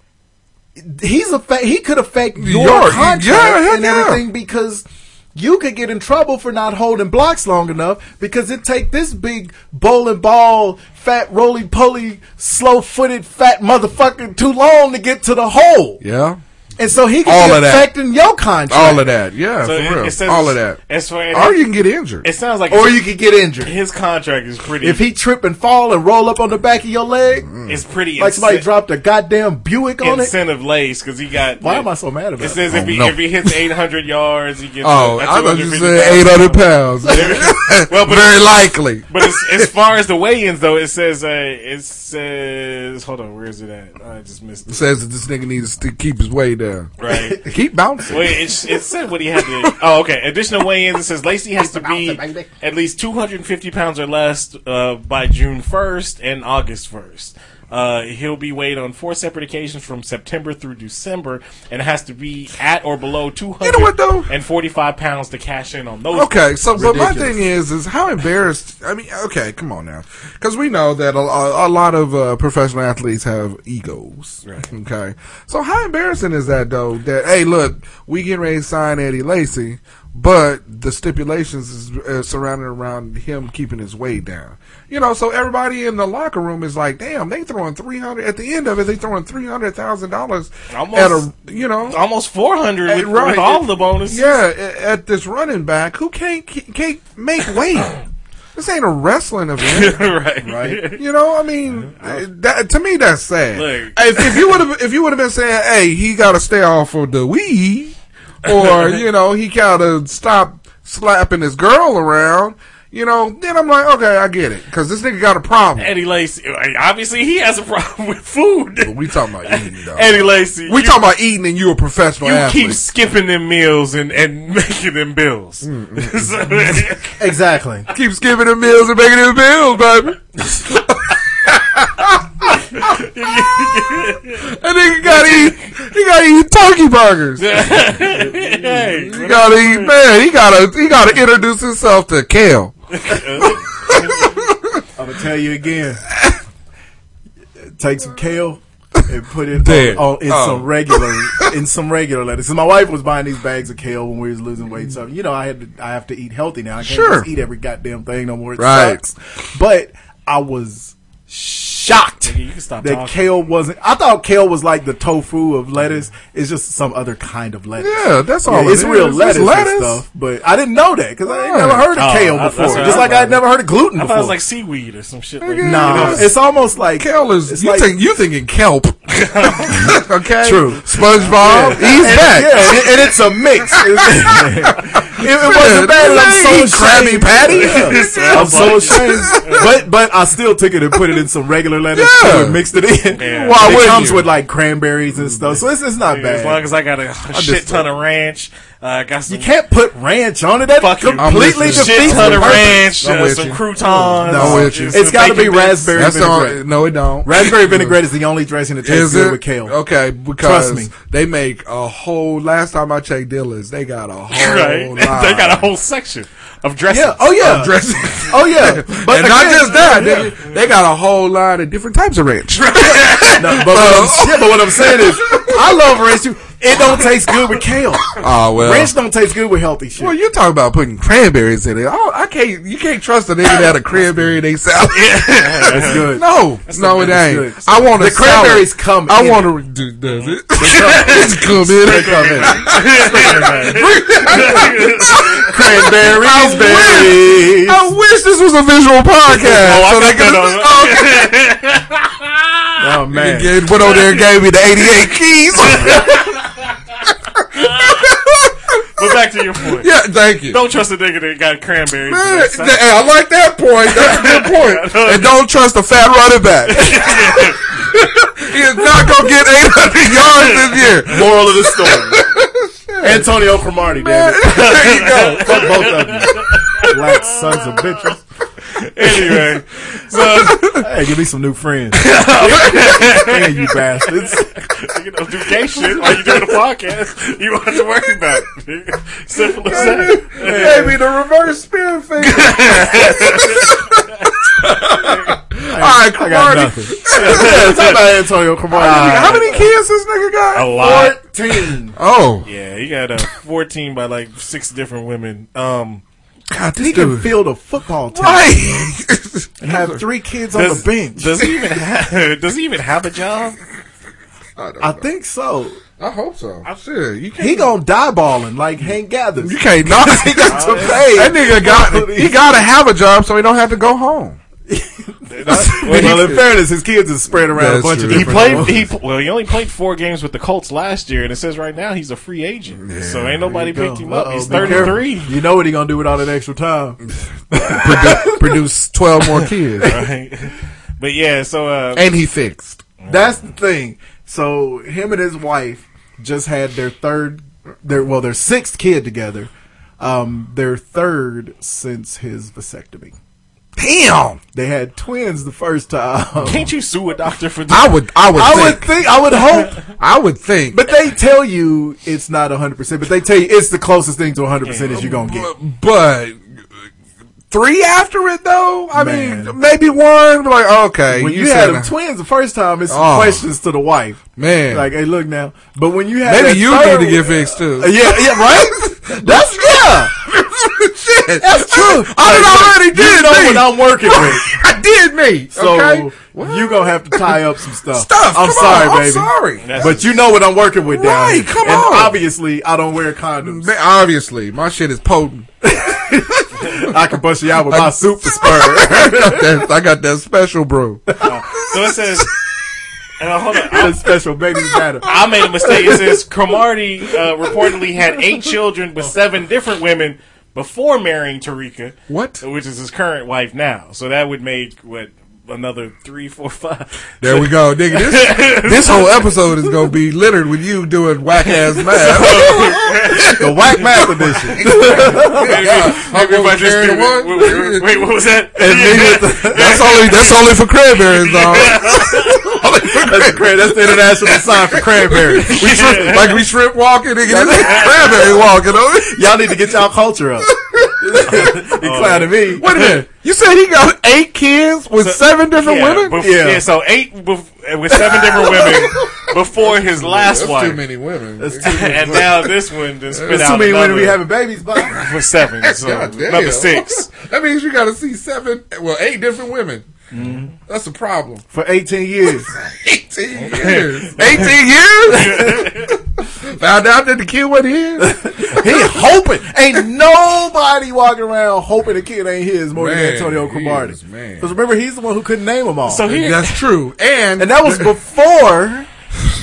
Speaker 2: he's affect he could affect your,
Speaker 12: Your-
Speaker 2: contract
Speaker 12: yeah, heck
Speaker 2: and
Speaker 12: yeah.
Speaker 2: everything because you could get in trouble for not holding blocks long enough because it take this big bowling ball, fat roly poly, slow footed fat motherfucker too long to get to the hole.
Speaker 12: yeah.
Speaker 2: and so he could
Speaker 12: All
Speaker 2: be
Speaker 12: of that.
Speaker 2: affecting your contract.
Speaker 12: All of that, yeah,
Speaker 11: So
Speaker 12: for
Speaker 11: it-
Speaker 12: real,
Speaker 11: it says-
Speaker 12: all of that.
Speaker 11: it's for-
Speaker 12: or you can get injured.
Speaker 11: It sounds like,
Speaker 2: Or you could get injured.
Speaker 11: His contract is pretty.
Speaker 2: If he trip and fall and roll up on the back of your leg,
Speaker 11: It's pretty
Speaker 2: like somebody
Speaker 11: incen-
Speaker 2: dropped a goddamn Buick on it.
Speaker 11: incentive lace because he got.
Speaker 2: Why am I so mad about
Speaker 11: It
Speaker 2: it?
Speaker 11: says if he
Speaker 2: Oh, no.
Speaker 11: if he hits 800 yards, he gets.
Speaker 12: Oh,
Speaker 11: a- a
Speaker 12: I thought you
Speaker 11: 250
Speaker 12: said eight hundred pounds.
Speaker 11: *laughs*
Speaker 12: well, very
Speaker 11: it's-
Speaker 12: likely.
Speaker 11: But as, as far as the weigh-ins, though, it says uh, it says hold on, where is it at? I just missed
Speaker 12: It
Speaker 2: *laughs*
Speaker 11: it.
Speaker 12: says that this nigga needs to keep his weight down.
Speaker 11: Right.
Speaker 12: keep bouncing.
Speaker 11: Well, it, it said what he had to. Oh, okay. Additional weigh-ins. It says Lacey has to be at least 250 pounds or less uh, by June 1st and August 1st. Uh, he'll be weighed on four separate occasions from September through December, and has to be at or below 245 pounds to cash in on those.
Speaker 12: Okay, so but my
Speaker 11: Ridiculous.
Speaker 12: thing is, is how embarrassed? I mean, okay, come on now, because we know that a, a, a lot of uh, professional athletes have egos. Right. Okay, so how embarrassing is that though? That hey, look, we getting ready to sign Eddie Lacy, but the stipulations is uh, surrounding around him keeping his weight down. You know, so everybody in the locker room is like, damn, they throwing three hundred at the end of it, they throwing three hundred thousand dollars at a
Speaker 11: Almost-
Speaker 12: you know
Speaker 11: almost four hundred with,
Speaker 12: Right.
Speaker 11: with all the bonuses.
Speaker 12: Yeah, a- at this running back who can't can't
Speaker 11: *coughs*
Speaker 12: make weight. This ain't a wrestling
Speaker 11: *laughs* *laughs*
Speaker 12: event,
Speaker 11: right?
Speaker 12: Right? You know, I mean, uh, that, to me that's sad.
Speaker 11: Look.
Speaker 12: If, if you would have if you would have been saying, "Hey, he got to stay off of the weed,"
Speaker 11: *laughs*
Speaker 12: or you know, he got to stop slapping his girl around, you know, then I'm like, okay, I get it, because this nigga got a problem.
Speaker 11: Eddie Lacy, obviously he has a problem *laughs* with food.
Speaker 12: But we talking about eating, though.
Speaker 11: Eddie Lacy,
Speaker 12: we
Speaker 11: you-
Speaker 12: talking about eating, and you a professional
Speaker 11: You
Speaker 12: athlete.
Speaker 11: keep skipping them meals and, and *laughs* making them bills.
Speaker 2: Mm,
Speaker 11: *laughs* So-
Speaker 2: *laughs* Exactly.
Speaker 12: keep skipping the meals and making them bills, baby. *laughs* That nigga gotta eat. He gotta eat turkey
Speaker 2: *laughs*
Speaker 12: burgers.
Speaker 11: Hey,
Speaker 12: He gotta eat. Man, he gotta. He gotta introduce himself to kale.
Speaker 2: I'm gonna tell you again. *coughs* Take some kale and put it
Speaker 12: There.
Speaker 2: on, on- in
Speaker 12: Oh.
Speaker 2: some *laughs* regular in some regular lettuce. 'Cause my wife was buying these bags of kale when we was losing weight. So you know, I had to I have to eat healthy now. I can't
Speaker 12: Sure.
Speaker 2: just eat every goddamn thing no more. It
Speaker 12: Right.
Speaker 2: sucks. But I was shocked
Speaker 11: Nigga, you can stop
Speaker 2: that
Speaker 11: talking.
Speaker 2: kale wasn't. I thought kale was like the tofu of lettuce. It's just some other kind of lettuce.
Speaker 12: Yeah, that's all it
Speaker 2: it's
Speaker 12: is.
Speaker 2: real
Speaker 12: It's
Speaker 2: lettuce,
Speaker 12: lettuce.
Speaker 2: And stuff. But I didn't know that because I ain't never
Speaker 12: Right.
Speaker 2: heard of
Speaker 11: Oh,
Speaker 2: kale
Speaker 11: I- that's
Speaker 2: before.
Speaker 11: what I
Speaker 2: Just like I
Speaker 11: thought.
Speaker 2: had never heard of gluten
Speaker 11: I
Speaker 2: before.
Speaker 11: thought it was like seaweed or some shit. Like that.
Speaker 2: Nah, it's almost like
Speaker 12: Kale is.
Speaker 2: It's
Speaker 12: You
Speaker 2: like-
Speaker 12: think you thinking kelp? okay.
Speaker 2: True.
Speaker 12: SpongeBob. He's
Speaker 2: and,
Speaker 12: back.
Speaker 2: *laughs* Yeah, and, and it's *laughs* a mix. it, it wasn't bad. and I'm so
Speaker 12: Krabby *laughs*
Speaker 2: ashamed.
Speaker 12: Patty.
Speaker 2: *laughs* Yeah. I'm so ashamed, but but I still took it and put it in some regular lettuce
Speaker 12: Yeah.
Speaker 2: too and mixed it in.
Speaker 11: Yeah.
Speaker 2: But
Speaker 12: Why
Speaker 2: it
Speaker 12: wouldn't
Speaker 2: comes
Speaker 12: you?
Speaker 2: with like cranberries and stuff, so it's, it's not
Speaker 11: As long
Speaker 2: bad.
Speaker 11: as I got a shit ton of ranch, uh, I got some
Speaker 2: You can't put ranch on it. That
Speaker 11: Fuck you.
Speaker 2: completely
Speaker 12: I'm with you.
Speaker 11: shit
Speaker 2: defeats
Speaker 11: ton
Speaker 2: the
Speaker 11: of
Speaker 2: purpose.
Speaker 11: ranch,
Speaker 12: I'm
Speaker 11: uh,
Speaker 12: with
Speaker 11: some
Speaker 12: you.
Speaker 11: croutons.
Speaker 12: No, I'm with you.
Speaker 2: It's got to be
Speaker 11: bacon bits.
Speaker 2: raspberry
Speaker 12: That's all.
Speaker 2: vinaigrette.
Speaker 12: No, it don't. *laughs*
Speaker 2: Raspberry vinaigrette is the only dressing that tastes
Speaker 12: Is
Speaker 2: good
Speaker 12: it Oh.
Speaker 2: with kale. *laughs*
Speaker 12: Okay, because
Speaker 2: me.
Speaker 12: they make a whole. Last time I checked, Dillard's, they
Speaker 2: *laughs*
Speaker 12: got a whole.
Speaker 11: *laughs* Right?
Speaker 12: line.
Speaker 11: they got a whole section of dressing.
Speaker 2: Oh, Yeah. Oh yeah.
Speaker 12: of *laughs* dressing.
Speaker 2: Oh yeah.
Speaker 12: But Uh, and not
Speaker 2: again-
Speaker 12: just that, nigga, they got a whole line of different types of *laughs* ranch.
Speaker 2: No,
Speaker 12: *laughs*
Speaker 2: but, what I'm, yeah, Oh, but what I'm saying is, I love ranch too. It don't taste good with kale.
Speaker 12: Oh well.
Speaker 2: Ranch don't taste good with healthy shit.
Speaker 12: Well, you talking about putting cranberries in it? Oh, I can't. You can't trust a nigga that had a cranberry in their salad.
Speaker 2: That's
Speaker 12: *laughs*
Speaker 2: good.
Speaker 12: No, no, it
Speaker 2: That's
Speaker 12: ain't.
Speaker 2: good.
Speaker 12: I want a
Speaker 2: The *laughs* cranberries
Speaker 12: salad.
Speaker 2: come
Speaker 12: I
Speaker 2: in
Speaker 12: want to do does it? *laughs* It's come in. It come in.
Speaker 2: Cranberries, berries.
Speaker 12: I wish this was a visual podcast.
Speaker 11: Oh, I
Speaker 12: so they
Speaker 11: got
Speaker 12: could-
Speaker 11: that on.
Speaker 12: Okay.
Speaker 2: Oh man.
Speaker 12: Yeah, went over there and gave me the 88 keys. *laughs*
Speaker 11: But back to your point.
Speaker 12: yeah, thank you.
Speaker 11: Don't trust a nigga that got cranberries. in
Speaker 12: Man,
Speaker 11: their salad.
Speaker 12: th- hey, I like that point. That's a good point. And don't trust a fat running back. *laughs* He's not going to get 800 yards this year.
Speaker 11: *laughs*
Speaker 2: Moral of the *laughs* story. Antonio Cromartie,
Speaker 12: *laughs*
Speaker 2: damn it.
Speaker 12: there you go.
Speaker 2: Fuck both of you. Black sons of bitches.
Speaker 11: Anyway, so
Speaker 2: Hey, give me some new friends. Hey, you bastards.
Speaker 11: you know, do gay shit while you doing a podcast. You don't have to worry about it. Simple as that.
Speaker 12: Gave me the reverse spear
Speaker 2: *laughs*
Speaker 12: finger. All right,
Speaker 2: I got
Speaker 12: Cromartie.
Speaker 2: nothing. Uh, Yeah, talk about Antonio
Speaker 12: How
Speaker 2: Cromartie.
Speaker 12: many kids this nigga got?
Speaker 11: A lot.
Speaker 2: 14.
Speaker 12: Oh,
Speaker 11: Yeah, he got uh, 14 by like six different women. Um,
Speaker 12: God, this
Speaker 2: He can
Speaker 12: dude.
Speaker 2: field a football team
Speaker 12: Right.
Speaker 2: and have three kids on
Speaker 11: does,
Speaker 2: the
Speaker 11: *laughs*
Speaker 2: bench.
Speaker 11: does he even have, does he even have a job?
Speaker 2: I think so.
Speaker 12: *laughs* I hope so. Shit, you can't.
Speaker 2: He gonna die balling like Hank Gathers.
Speaker 12: You can't *laughs* not. He got to pay. That nigga got. He gotta have a job so he don't have to go home.
Speaker 11: *laughs*
Speaker 2: well, in fairness, his kids is spread around a
Speaker 12: That's
Speaker 2: bunch of
Speaker 12: true.
Speaker 11: He
Speaker 2: different.
Speaker 11: played. He well, he only played four games with the Colts last year, and it says right now he's a free agent. so ain't nobody
Speaker 2: There you
Speaker 11: picked
Speaker 2: go.
Speaker 11: him up.
Speaker 2: Uh-oh,
Speaker 11: He's
Speaker 2: be careful.
Speaker 11: thirty three.
Speaker 2: You know what he gonna do with all that extra
Speaker 12: *laughs*
Speaker 2: time?
Speaker 12: Produ- produce twelve more kids,
Speaker 11: Right. But yeah, so uh,
Speaker 12: and he fixed.
Speaker 2: That's the thing. So him and his wife just had their third, their well, their sixth kid together. Um, their third since his vasectomy.
Speaker 12: Damn,
Speaker 2: they had twins the
Speaker 12: *laughs*
Speaker 2: first time.
Speaker 11: Can't you sue a doctor for
Speaker 12: I would. I would.
Speaker 2: *laughs* I
Speaker 12: think.
Speaker 2: would think. I would hope.
Speaker 12: I would think.
Speaker 2: But they tell you it's not 100%, but they tell you it's the closest thing to 100% as you're going to get.
Speaker 12: But three after it though. I
Speaker 2: Man.
Speaker 12: mean, maybe one. but Like okay,
Speaker 2: When you, had
Speaker 12: said
Speaker 2: them
Speaker 12: that.
Speaker 2: twins the first time, it's
Speaker 12: Oh.
Speaker 2: some questions to the wife.
Speaker 12: Man.
Speaker 2: Like, hey, look now. But when you had that
Speaker 12: Maybe you
Speaker 2: third
Speaker 12: need to get fixed too. *laughs*
Speaker 2: Uh, Yeah, yeah, right? That's, yeah.
Speaker 12: Shit.
Speaker 2: That's true.
Speaker 12: I done already did
Speaker 2: You know
Speaker 12: me.
Speaker 2: what I'm
Speaker 12: *laughs*
Speaker 2: working with.
Speaker 12: I did me.
Speaker 2: So
Speaker 12: okay.
Speaker 2: you gonna have to tie up some stuff.
Speaker 12: Stuff,
Speaker 2: I'm
Speaker 12: come
Speaker 2: sorry,
Speaker 12: on, I'm
Speaker 2: baby.
Speaker 12: sorry.
Speaker 2: But you know what I'm working with, down
Speaker 12: Right,
Speaker 2: here.
Speaker 12: come
Speaker 2: And
Speaker 12: on.
Speaker 2: Obviously, I don't wear condoms.
Speaker 12: Man, obviously, my shit is potent. *laughs*
Speaker 2: I can bust you out with my super spur.
Speaker 12: I got that, I got that special brew.
Speaker 11: *laughs* So it says. And uh, hold on. I,
Speaker 2: special baby matter.
Speaker 11: I made a mistake. It says Cromartie uh, reportedly had eight children with seven different women before marrying Tarika.
Speaker 12: What?
Speaker 11: Which is his current wife now. So that would make what another three, four, five.
Speaker 12: There we go, nigga. This, this whole episode is gonna be littered with you doing whack ass math.
Speaker 2: the whack math edition.
Speaker 12: Everybody
Speaker 11: Everybody's
Speaker 12: carrying
Speaker 11: doing-
Speaker 12: one.
Speaker 11: wait, wait, what was that?
Speaker 12: *laughs* And nigga, that's only that's only for cranberries, dog. *laughs* only for cranberries.
Speaker 2: That's, cra- that's the international sign for cranberry.
Speaker 12: We shrimp, like we shrimp walking, nigga. This is cranberry walking. Over.
Speaker 2: Y'all need to get y'all culture
Speaker 12: *laughs*
Speaker 2: up. *laughs* you clowning me.
Speaker 12: Wait a minute. You said he got eight kids with seven different
Speaker 11: yeah,
Speaker 12: women.
Speaker 11: bef- yeah. so eight bef- uh, with seven different women before his last
Speaker 12: that's
Speaker 11: wife.
Speaker 12: too many women.
Speaker 11: and now this one just spit
Speaker 2: There's
Speaker 11: out
Speaker 2: too many
Speaker 11: another
Speaker 2: women
Speaker 11: *laughs*
Speaker 2: we having
Speaker 12: *laughs*
Speaker 2: babies by.
Speaker 11: for seven.
Speaker 2: Oh,
Speaker 11: So
Speaker 12: God damn.
Speaker 11: another six.
Speaker 12: *laughs* that means you got to see seven, well, eight different women.
Speaker 2: Mm-hmm.
Speaker 12: That's a problem.
Speaker 2: For 18 years.
Speaker 12: 18
Speaker 2: *laughs*
Speaker 12: years. 18 years? Found out that the kid wasn't here? *laughs*
Speaker 2: He hoping. Ain't nobody walking around hoping the kid ain't his more
Speaker 12: Man,
Speaker 2: than Antonio
Speaker 12: he
Speaker 2: Cromarty.
Speaker 12: is, man.
Speaker 2: Because remember, he's the one who couldn't name them all.
Speaker 11: So here,
Speaker 12: That's true. And,
Speaker 2: and that was before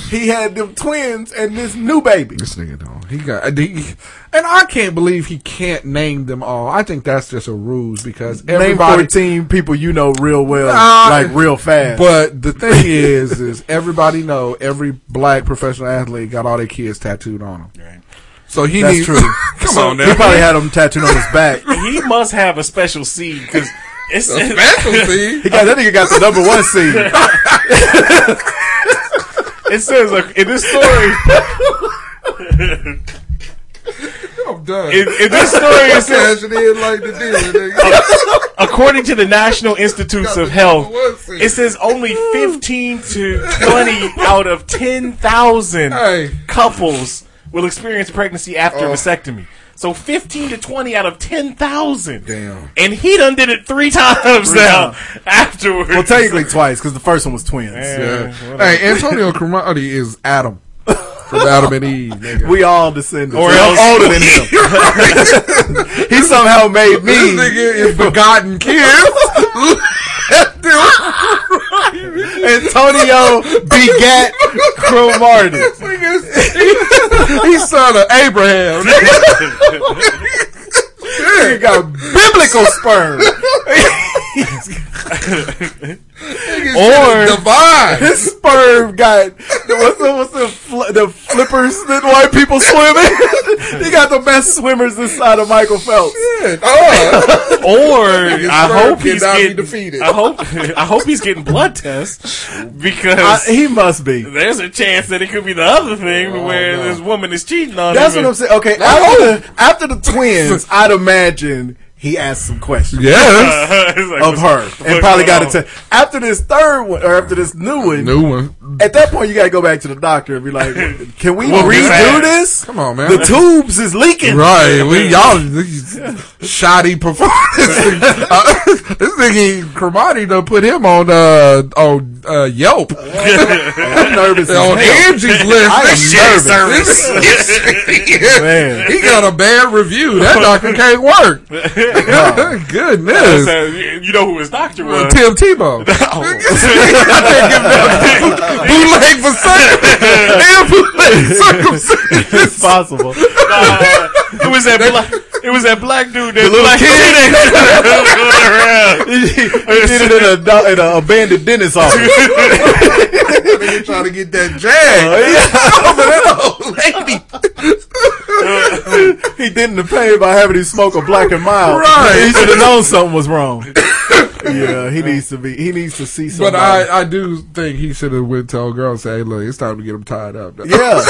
Speaker 2: he had them twins and this new baby.
Speaker 12: This nigga don't. He got. He, and I can't believe he can't name them all. I think that's just a ruse because
Speaker 2: Name
Speaker 12: everybody.
Speaker 2: 14 people you know real well,
Speaker 12: Nah.
Speaker 2: like real fast.
Speaker 12: But the thing is, is everybody know every black professional athlete got all their kids tattooed on them. So he
Speaker 2: That's
Speaker 12: needs.
Speaker 2: true.
Speaker 12: *laughs* Come
Speaker 11: So
Speaker 12: on
Speaker 2: he
Speaker 12: now.
Speaker 2: probably had them tattooed on his back.
Speaker 11: he must have a special seed because it's
Speaker 12: A special seed.
Speaker 2: *laughs* He got that nigga got the number one seed.
Speaker 12: *laughs*
Speaker 11: it says uh, in this story
Speaker 12: I'm done.
Speaker 11: in, in this story it says
Speaker 12: Cash it in like the *laughs* dealer, nigga.
Speaker 11: according to the National Institutes of Health,
Speaker 12: What's it?
Speaker 11: it says only fifteen to twenty out of ten thousand
Speaker 12: Hey.
Speaker 11: couples will experience pregnancy after
Speaker 12: Oh.
Speaker 11: vasectomy. So fifteen to twenty out of ten thousand.
Speaker 12: Damn.
Speaker 11: And he done did it three times now afterwards.
Speaker 2: Well, technically twice, because the first one was twins.
Speaker 12: Yeah. Hey, Antonio Cromartie is Adam from *laughs* Adam and Eve. Nigga.
Speaker 2: We all descendants.
Speaker 11: Or
Speaker 2: We're
Speaker 11: else-
Speaker 2: older than him. he somehow made me.
Speaker 12: This nigga is *laughs* begotten kids.
Speaker 2: Antonio begat Cromartie.
Speaker 12: *laughs* He's son of Abraham. nigga. *laughs*
Speaker 2: He got biblical sperm.
Speaker 12: Nigga, shit is
Speaker 2: *laughs*
Speaker 12: divine.
Speaker 2: His sperm got what's the, what's the, fl- the flippers that white people swim in. *laughs* he got the best swimmers this side of Michael Phelps.
Speaker 12: Shit. Oh,
Speaker 11: or
Speaker 12: *laughs* His
Speaker 11: I
Speaker 12: sperm
Speaker 11: hope he's
Speaker 12: cannot be
Speaker 11: getting
Speaker 12: defeated.
Speaker 11: I hope *laughs* I hope he's getting blood tests
Speaker 12: *laughs*
Speaker 11: because
Speaker 2: I, he must be.
Speaker 11: there's a chance that it could be the other thing where
Speaker 12: no.
Speaker 11: this woman is cheating on
Speaker 2: Oh, That's
Speaker 11: him.
Speaker 2: what I'm saying. Okay, after the, after the twins, I'd imagine he asked some questions.
Speaker 12: Yes.
Speaker 11: *laughs* It's like, what's-
Speaker 2: of her,
Speaker 11: what's
Speaker 2: and probably
Speaker 11: going
Speaker 2: got
Speaker 11: on?
Speaker 2: it. To, after this third one, or after this new one,
Speaker 12: New one.
Speaker 2: At that point, you got to go back to the doctor and be *laughs* like, "Can we
Speaker 12: Well,
Speaker 2: redo
Speaker 12: man.
Speaker 2: this?
Speaker 12: Come on, man.
Speaker 2: The tubes is *laughs* leaking.
Speaker 12: Right, we y'all shoddy performance. Uh, this nigga Cromartie done put him on uh on uh, Yelp.
Speaker 2: *laughs* I'm nervous. as
Speaker 12: on
Speaker 2: hell.
Speaker 12: Angie's list.
Speaker 2: I am
Speaker 12: This *laughs*
Speaker 2: *laughs* nervous.
Speaker 12: shit-
Speaker 2: Man.
Speaker 12: he got a bad review. That doctor can't work.
Speaker 2: *laughs*
Speaker 12: *laughs* Goodness.
Speaker 11: So, you you know who his doctor
Speaker 2: *laughs*
Speaker 11: was? *laughs*
Speaker 12: Tim Tebow. bootleg for
Speaker 2: *laughs*
Speaker 12: circumcision. And bootleg circumcision.
Speaker 2: It's possible.
Speaker 11: it was that black. It was that black dude. That
Speaker 2: The little
Speaker 11: black
Speaker 2: kid. *laughs*
Speaker 11: kid. *laughs*
Speaker 2: he did it in a, do- in a abandoned dentist office.
Speaker 12: Nigga trying to get that jag over that old lady.
Speaker 2: he did not the pain by having him smoke a black and mild.
Speaker 12: Right.
Speaker 2: He should have known something was wrong. yeah, he needs to be. He needs to see
Speaker 12: But
Speaker 2: somebody.
Speaker 12: I, I do think he should have went to a girl and say, hey, look, it's time to get him tied up.
Speaker 2: yeah,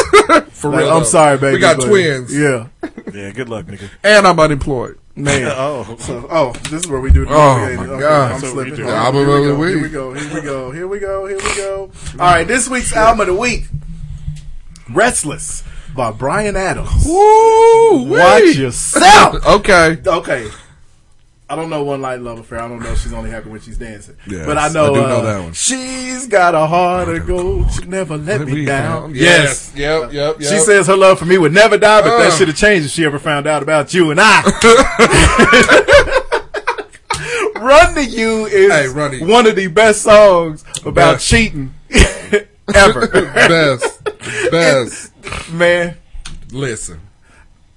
Speaker 12: For
Speaker 2: Like,
Speaker 12: real.
Speaker 2: I'm
Speaker 12: though.
Speaker 2: sorry, baby.
Speaker 12: We got
Speaker 2: but-
Speaker 12: twins.
Speaker 2: Yeah,
Speaker 11: Yeah, good luck, nigga.
Speaker 12: And I'm unemployed.
Speaker 2: man.
Speaker 11: *laughs* Oh.
Speaker 2: So, oh, this is where we do. The
Speaker 12: Oh,
Speaker 2: okay,
Speaker 12: my
Speaker 2: okay,
Speaker 12: God.
Speaker 2: I'm
Speaker 12: So we
Speaker 2: slipping.
Speaker 12: do
Speaker 2: Hold
Speaker 12: the
Speaker 2: on.
Speaker 12: album of the
Speaker 2: Here we go. Here we go. Here we go. Here we go. Here we go. All right, this week's album of the week, "Restless" by Brian Adams.
Speaker 12: Woo!
Speaker 2: Watch yourself.
Speaker 12: Okay.
Speaker 2: Okay. I don't know one light love affair. I don't know if she's only happy when she's dancing.
Speaker 12: Yes,
Speaker 2: but I know,
Speaker 12: I do know
Speaker 2: uh,
Speaker 12: that one.
Speaker 2: she's got a heart of gold. She never let, me down.
Speaker 12: Yes. Yep, yep, yep.
Speaker 2: She says her love for me would never die, but that
Speaker 12: Uh.
Speaker 2: should have changed if she ever found out about you and
Speaker 12: *laughs*
Speaker 2: I. Run to You is
Speaker 12: Hey, Run to You.
Speaker 2: one of the best songs about
Speaker 12: Best.
Speaker 2: cheating *laughs* ever. *laughs*
Speaker 12: best. Best.
Speaker 2: Man,
Speaker 12: Listen.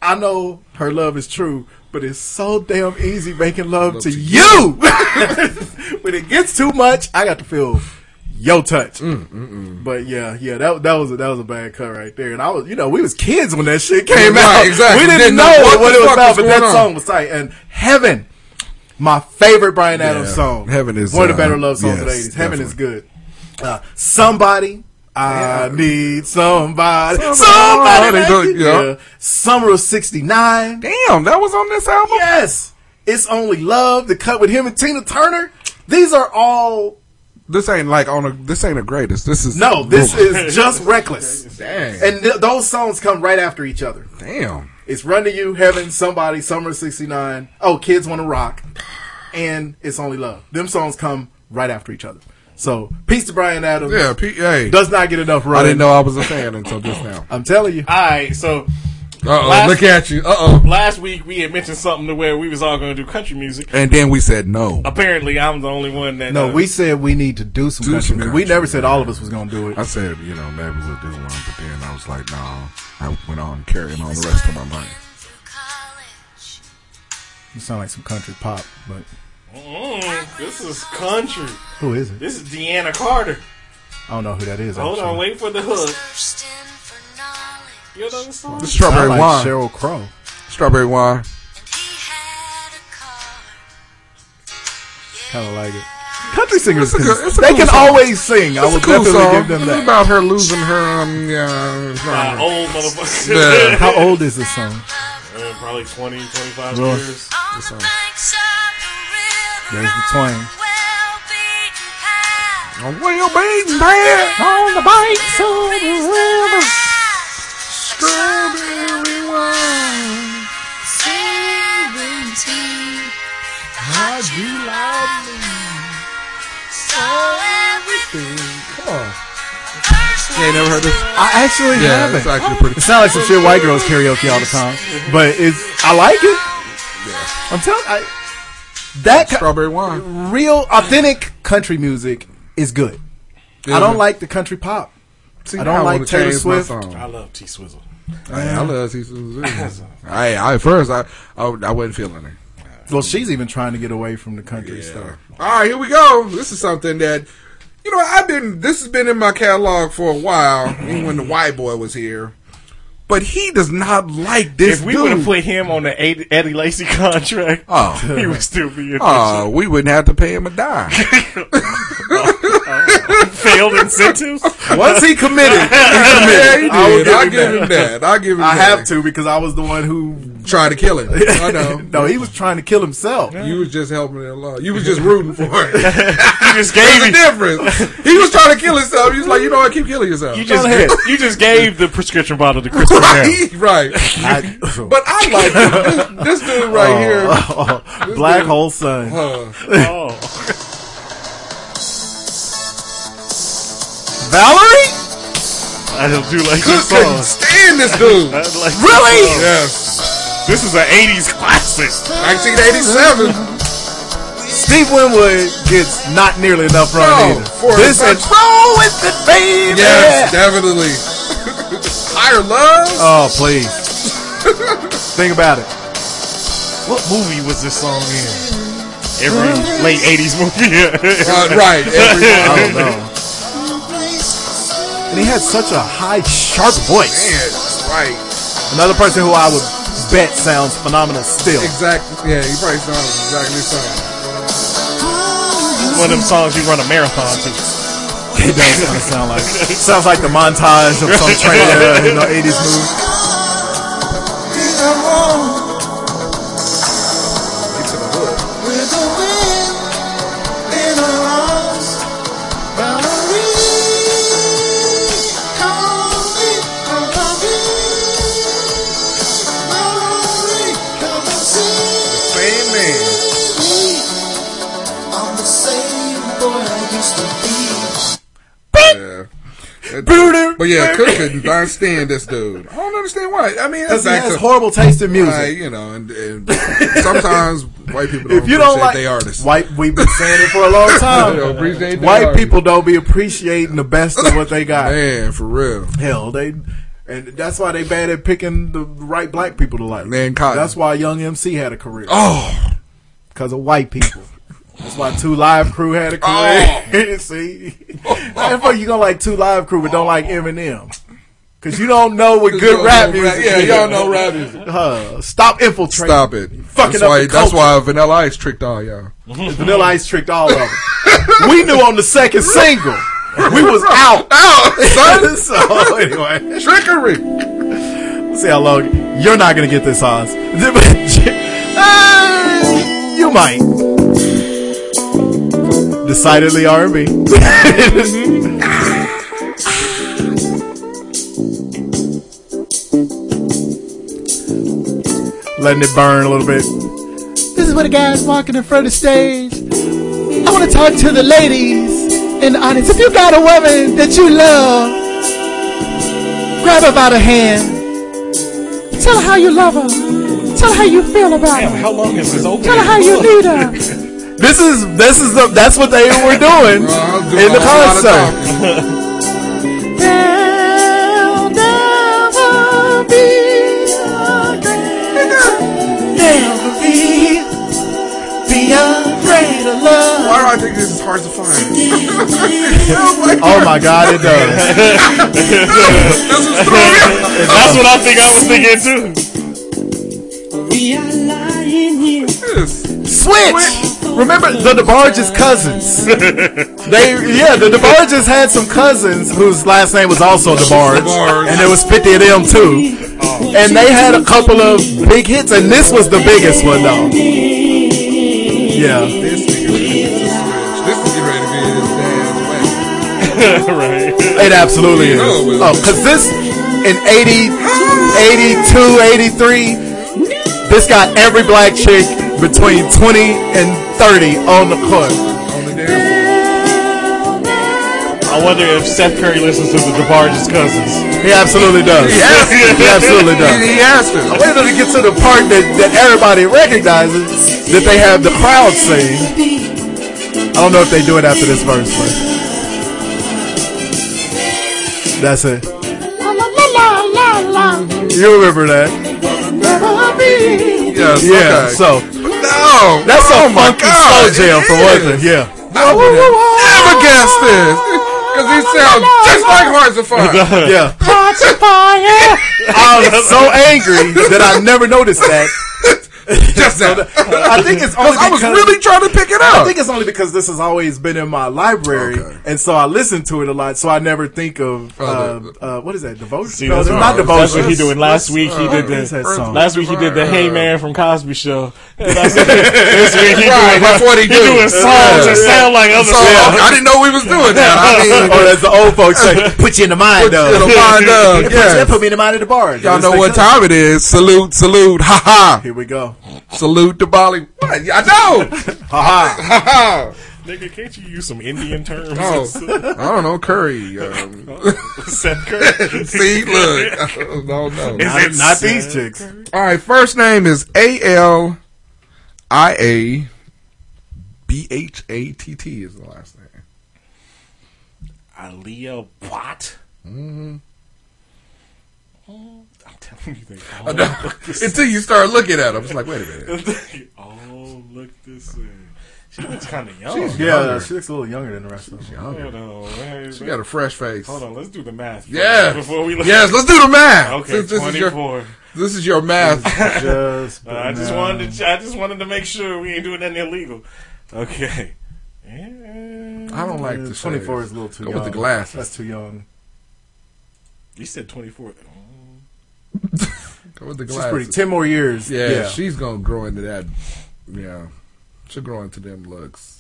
Speaker 2: I know her love is true, but it's so damn easy making love,
Speaker 12: Love
Speaker 2: to,
Speaker 12: to
Speaker 2: you. *laughs* when it gets too much, I got to feel your touch.
Speaker 12: Mm,
Speaker 2: But yeah, yeah, that that was a, that was a bad cut right there. And I was, you know, we was kids when that shit came
Speaker 12: Right,
Speaker 2: out.
Speaker 12: exactly.
Speaker 2: We didn't,
Speaker 12: Didn't
Speaker 2: know
Speaker 12: know
Speaker 2: what,
Speaker 12: what the
Speaker 2: it was
Speaker 12: fuck
Speaker 2: about,
Speaker 12: was
Speaker 2: but that
Speaker 12: going on.
Speaker 2: song was tight. And Heaven, my favorite Brian Adams
Speaker 12: Yeah,
Speaker 2: song.
Speaker 12: Heaven is,
Speaker 2: one of the
Speaker 12: uh,
Speaker 2: better love songs of the
Speaker 12: yes,
Speaker 2: eighties. Heaven is good. Uh, somebody. I need somebody, somebody, like
Speaker 12: Somebody,
Speaker 2: you.
Speaker 12: yeah.
Speaker 2: Yeah. Summer of '69.
Speaker 12: Damn, that was on this album?
Speaker 2: Yes, it's only love. The cut with him and Tina Turner. These are all
Speaker 12: This ain't like on a, this ain't the greatest. This is.
Speaker 2: no. This *laughs* is just reckless.
Speaker 12: Dang.
Speaker 2: And th- those songs come right after each other.
Speaker 12: Damn.
Speaker 2: It's Run to You, Heaven, Somebody, Summer of '69. Oh, Kids Want to Rock, and It's Only Love. Them songs come right after each other. So, peace to Brian Adams.
Speaker 12: Yeah, P- hey.
Speaker 2: Does not get enough run.
Speaker 12: I didn't know I was a fan until just
Speaker 2: *laughs*
Speaker 12: now.
Speaker 2: I'm telling you.
Speaker 11: All right, so
Speaker 12: Uh oh,
Speaker 11: Last-
Speaker 12: look at you. Uh oh.
Speaker 11: last week we had mentioned something to where we was all going to do country music.
Speaker 12: And then we said no.
Speaker 11: Apparently, I'm the only one that.
Speaker 2: No,
Speaker 11: uh,
Speaker 2: we said we need to do some
Speaker 12: Do
Speaker 2: country.
Speaker 12: some
Speaker 2: music. we
Speaker 12: country,
Speaker 2: never said all of us was gonna do it.
Speaker 12: I said, you know, maybe we'll do one, but then I was like, no. I went on carrying on the rest of my life.
Speaker 2: You sound like some country pop, but
Speaker 11: Mm, this is country.
Speaker 2: who is it?
Speaker 11: This is Deanna Carter.
Speaker 2: I don't know who that is.
Speaker 11: Hold
Speaker 2: actually.
Speaker 11: on, wait for the hook. You know the song?
Speaker 12: This is strawberry
Speaker 2: Sound like
Speaker 12: wine.
Speaker 2: Cheryl Crow.
Speaker 12: Strawberry wine.
Speaker 2: Kind of like it. Country singers,
Speaker 12: It's a
Speaker 2: can-
Speaker 12: good- it's a
Speaker 2: they
Speaker 12: cool
Speaker 2: can
Speaker 12: song.
Speaker 2: always sing. I
Speaker 12: It's
Speaker 2: will
Speaker 12: a cool
Speaker 2: definitely
Speaker 12: song.
Speaker 2: give them
Speaker 12: It's
Speaker 2: that.
Speaker 12: about her losing her, um, yeah.
Speaker 11: Nah,
Speaker 12: genre.
Speaker 11: old motherfucker.
Speaker 12: Yeah.
Speaker 2: How old is this song?
Speaker 11: Uh, probably 20, 25
Speaker 2: Really?
Speaker 11: years.
Speaker 12: Good song.
Speaker 2: There's the twang.
Speaker 12: On
Speaker 2: *laughs*
Speaker 12: your beating path, on the banks of the river. Strawberry wine. How'd you love me? Come on. You ain't never heard this?
Speaker 2: I actually
Speaker 12: Yeah,
Speaker 2: haven't.
Speaker 12: it's actually pretty. *laughs*
Speaker 2: It sounds like some shit white girls karaoke all the time, but it's I like it. I'm telling I that co-
Speaker 12: Strawberry wine.
Speaker 2: real authentic country music is good. I don't like the country pop.
Speaker 12: See,
Speaker 2: I don't
Speaker 12: now
Speaker 2: like
Speaker 12: wanna
Speaker 2: Taylor
Speaker 12: change my
Speaker 2: Swift.
Speaker 12: song.
Speaker 11: I love T Swizzle.
Speaker 12: Hey, I love season two.
Speaker 2: *laughs*
Speaker 12: Hey, I at first I, I I wasn't feeling it.
Speaker 2: Well, she's even trying to get away from the country stuff.
Speaker 12: All right, here we go. This is something that you know I've been. This has been in my catalog for a while. even when the white boy was here, but he does not like this
Speaker 11: If we would
Speaker 12: dude.
Speaker 11: have put him on the Eddie Eddie Lacy contract,
Speaker 12: oh,
Speaker 11: *laughs* he would still be in
Speaker 12: oh, we wouldn't have to pay him a dime.
Speaker 11: this shit. shield incentives?
Speaker 12: Once he committed, he committed.
Speaker 2: did.
Speaker 12: I will give
Speaker 2: I
Speaker 12: him that. I give him
Speaker 2: I
Speaker 12: that.
Speaker 2: have to because I was the one who
Speaker 12: tried to kill him. I *laughs* know.
Speaker 2: no, he was trying to kill himself.
Speaker 12: You was just helping it along. You was just rooting for it.
Speaker 11: you just
Speaker 12: gave There's a difference. He was trying to kill himself. He was like, you know what? Keep killing yourself. *laughs*
Speaker 11: You just you just gave the prescription bottle to Chris Cornell.
Speaker 12: right, right. but I like this, this dude right *laughs*
Speaker 2: *laughs*
Speaker 12: here. uh, This
Speaker 2: Black
Speaker 12: dude-
Speaker 2: hole sun.
Speaker 12: Huh.
Speaker 2: Valerie?
Speaker 11: I do like
Speaker 12: Could
Speaker 11: this
Speaker 12: couldn't
Speaker 11: song.
Speaker 12: stand this dude.
Speaker 11: I like this
Speaker 12: really?
Speaker 2: Oh.
Speaker 11: song. This is an '80s classic.
Speaker 12: 1987.
Speaker 2: *laughs* Steve Winwood gets not nearly enough run
Speaker 12: No,
Speaker 2: either.
Speaker 12: for
Speaker 2: this
Speaker 12: his-
Speaker 2: and roll with it, baby.
Speaker 12: Yes, definitely. *laughs* Higher love.
Speaker 2: Oh
Speaker 12: *laughs*
Speaker 2: please, think about it.
Speaker 11: What movie was this song in? Every late '80s movie.
Speaker 12: Uh, right, *laughs* every-
Speaker 2: I don't know. And he had such a high, sharp voice.
Speaker 12: Man, right.
Speaker 2: Another person who I would bet sounds
Speaker 12: *laughs*
Speaker 2: phenomenal still.
Speaker 12: Exactly. Yeah, he probably sounds exactly the same.
Speaker 11: One of them songs you run a marathon to.
Speaker 2: It does kind of sound like *laughs* sounds like the montage of some train era, you know, 80s movie.
Speaker 12: Into the hood. Same man. Yeah. That dude- But yeah,
Speaker 2: *laughs*
Speaker 12: Cook couldn't I stand this dude. I don't understand why. I mean, that's
Speaker 2: Because he
Speaker 12: back
Speaker 2: has
Speaker 12: to
Speaker 2: horrible taste in music.
Speaker 12: Right, you know, and, and sometimes white people don't
Speaker 2: *laughs* if you don't
Speaker 12: appreciate
Speaker 2: like
Speaker 12: they artists.
Speaker 2: white, we've been saying it for a long
Speaker 12: *laughs*
Speaker 2: time.
Speaker 12: They don't appreciate they
Speaker 2: white
Speaker 12: artists.
Speaker 2: people don't be appreciating the best of what they got.
Speaker 12: Man, for real.
Speaker 2: Hell, they and that's why they bad at picking the right black people to like.
Speaker 12: Man, Cotton.
Speaker 2: That's why Young MC had a career.
Speaker 12: Oh.
Speaker 2: because of white people. That's why Two Live Crew had a
Speaker 12: Oh.
Speaker 2: career. *laughs* See, how the fuck you gonna like Two Live Crew but don't like Eminem? Because you don't know what
Speaker 12: Cause
Speaker 2: good
Speaker 12: y'all
Speaker 2: rap
Speaker 12: know
Speaker 2: music.
Speaker 12: rap- yeah,
Speaker 2: is.
Speaker 12: y'all know rap music.
Speaker 2: Huh. stop infiltrating.
Speaker 12: Stop it.
Speaker 2: Fucking
Speaker 12: that's
Speaker 2: up
Speaker 12: why,
Speaker 2: the
Speaker 12: that's
Speaker 2: culture.
Speaker 12: why Vanilla Ice tricked all y'all. *laughs*
Speaker 2: Vanilla Ice tricked all of them. we knew on the second single. We was
Speaker 12: *laughs*
Speaker 2: out.
Speaker 12: Out,
Speaker 2: *laughs* so anyway,
Speaker 12: son. Oh, Trickery.
Speaker 2: see how long you're not gonna get this, Oz. *laughs* Hey, you might. Decidedly R&B. Letting it burn a little bit.
Speaker 14: This is when the guy's walking in front of the stage. I want to talk to the ladies in the audience. If you got a woman that you love, grab her by the hand. Tell her how you love her. Tell her how you feel about her.
Speaker 11: How long is this open?
Speaker 14: Tell her how you need her.
Speaker 2: *laughs* This is this is the, that's what they were doing
Speaker 12: Uh,
Speaker 2: in the concert.
Speaker 14: There'll never be a greater- never be- be a greater love.
Speaker 12: Why do I think this is hard to find? oh my
Speaker 2: Oh my god, it does.
Speaker 12: This is
Speaker 11: That's what I
Speaker 12: throwing me
Speaker 11: think I was thinking too.
Speaker 12: Yes.
Speaker 2: Switch. Remember the DeBarges cousins? They yeah, the DeBarges had some cousins whose last name was also DeBarge,
Speaker 12: DeBarge.
Speaker 2: and there was fifty of them too. And they had a couple of big hits, and this was the biggest one though. Yeah,
Speaker 12: This nigga really is a switch. This is getting ready to be his dad's way.
Speaker 11: right.
Speaker 2: it absolutely is.
Speaker 12: No, it wasn't.
Speaker 2: Oh, because this in 80, 82, 83, this got every black chick between twenty and thirty on the court.
Speaker 12: On the dance
Speaker 11: I wonder if Seth Curry listens to the DeBarge's cousins.
Speaker 2: He absolutely does.
Speaker 12: Yes.
Speaker 2: he
Speaker 12: *laughs*
Speaker 2: absolutely
Speaker 12: floor.
Speaker 2: does.
Speaker 12: He, he asked
Speaker 2: I
Speaker 12: him.
Speaker 2: waited till to get to the part that, that everybody recognizes that they have the crowd sing. I don't know if they do it after this verse, but that's it. You remember that?
Speaker 12: Yes,
Speaker 2: Yeah.
Speaker 12: okay.
Speaker 2: So
Speaker 12: No.
Speaker 2: that's
Speaker 12: oh
Speaker 2: a
Speaker 12: my
Speaker 2: funky
Speaker 12: God,
Speaker 2: soul jam
Speaker 12: it
Speaker 2: for
Speaker 12: is.
Speaker 2: one thing. Yeah.
Speaker 12: I would have never guessed this. Because he sounds just like Hearts of
Speaker 2: *laughs*
Speaker 12: Fire.
Speaker 2: Yeah. *laughs*
Speaker 14: Hearts of fire.
Speaker 2: I was so angry that I never noticed that
Speaker 12: Just now. *laughs*
Speaker 2: I think it's only
Speaker 12: 'Cause I was
Speaker 2: because-
Speaker 12: really trying to pick it
Speaker 2: I
Speaker 12: up.
Speaker 2: think it's only because this has always been in my library, and so I listen to it a lot. So I never think of uh, uh, what is that devotion?
Speaker 11: See,
Speaker 2: no,
Speaker 11: that's,
Speaker 2: it's
Speaker 11: what-
Speaker 2: not Uh, devotion.
Speaker 11: that's what he doing. Last
Speaker 2: What's-
Speaker 11: week he did
Speaker 2: what is that
Speaker 11: the
Speaker 2: song?
Speaker 11: last week he did the Hey Man from Cosby
Speaker 12: *laughs*
Speaker 11: Show. And that's- this week he
Speaker 12: Right,
Speaker 11: doing,
Speaker 12: that's what he do.
Speaker 11: doing songs that sound like other.
Speaker 12: So, uh, I didn't know we was doing that. I mean,
Speaker 2: *laughs* or as Oh, the old folks say, put you in the mind
Speaker 12: Put you
Speaker 2: of.
Speaker 12: in the mind of,
Speaker 2: *laughs* It puts-
Speaker 12: yes.
Speaker 2: That put me in the mind of the bar.
Speaker 12: Y'all know what time it is. Salute, salute, ha ha. Here
Speaker 2: we go.
Speaker 12: Salute to Bolly. What? I know.
Speaker 2: ha
Speaker 12: ha ha.
Speaker 11: Nigga, can't you use some Indian terms?
Speaker 12: Oh, I don't know curry. Um, *laughs*
Speaker 11: *laughs* Seth Curry.
Speaker 12: See, look, *laughs* I don't know.
Speaker 11: Is it
Speaker 2: Not
Speaker 11: Seth
Speaker 2: these chicks.
Speaker 12: All right, first name is A L I A B H A T T is the last name.
Speaker 11: Aaliyah Watt.
Speaker 12: Mm-hmm.
Speaker 11: Mm, I'm telling you, they all
Speaker 12: I know.
Speaker 11: look the
Speaker 12: *laughs* Until you start looking at 'em, it's like, wait a *laughs* minute.
Speaker 11: They all look the same. She looks kind of young.
Speaker 12: She's
Speaker 2: Yeah,
Speaker 12: younger.
Speaker 2: she looks a little younger than the rest of
Speaker 12: *laughs*
Speaker 2: them.
Speaker 11: Hold on, wait,
Speaker 12: She
Speaker 11: wait.
Speaker 12: got a fresh face.
Speaker 11: Hold on, let's do the math. first
Speaker 12: Yeah.
Speaker 11: Before we look
Speaker 12: yes, let's do the math.
Speaker 11: Okay,
Speaker 12: This- this is your-
Speaker 11: 24.
Speaker 12: This is your math.
Speaker 2: Just
Speaker 11: Uh, I just wanted to. I just wanted to make sure we ain't doing nothing illegal. Okay.
Speaker 12: I don't like the
Speaker 2: Twenty four
Speaker 12: shades.
Speaker 2: is a little too.
Speaker 12: Go
Speaker 2: young.
Speaker 12: with the glasses.
Speaker 2: That's too young.
Speaker 11: You said twenty four.
Speaker 12: Go with the
Speaker 2: She's
Speaker 12: glasses.
Speaker 2: pretty- 10 more years.
Speaker 12: Yeah,
Speaker 2: Yeah.
Speaker 12: she's gonna grow into that. Yeah, she'll grow into them looks.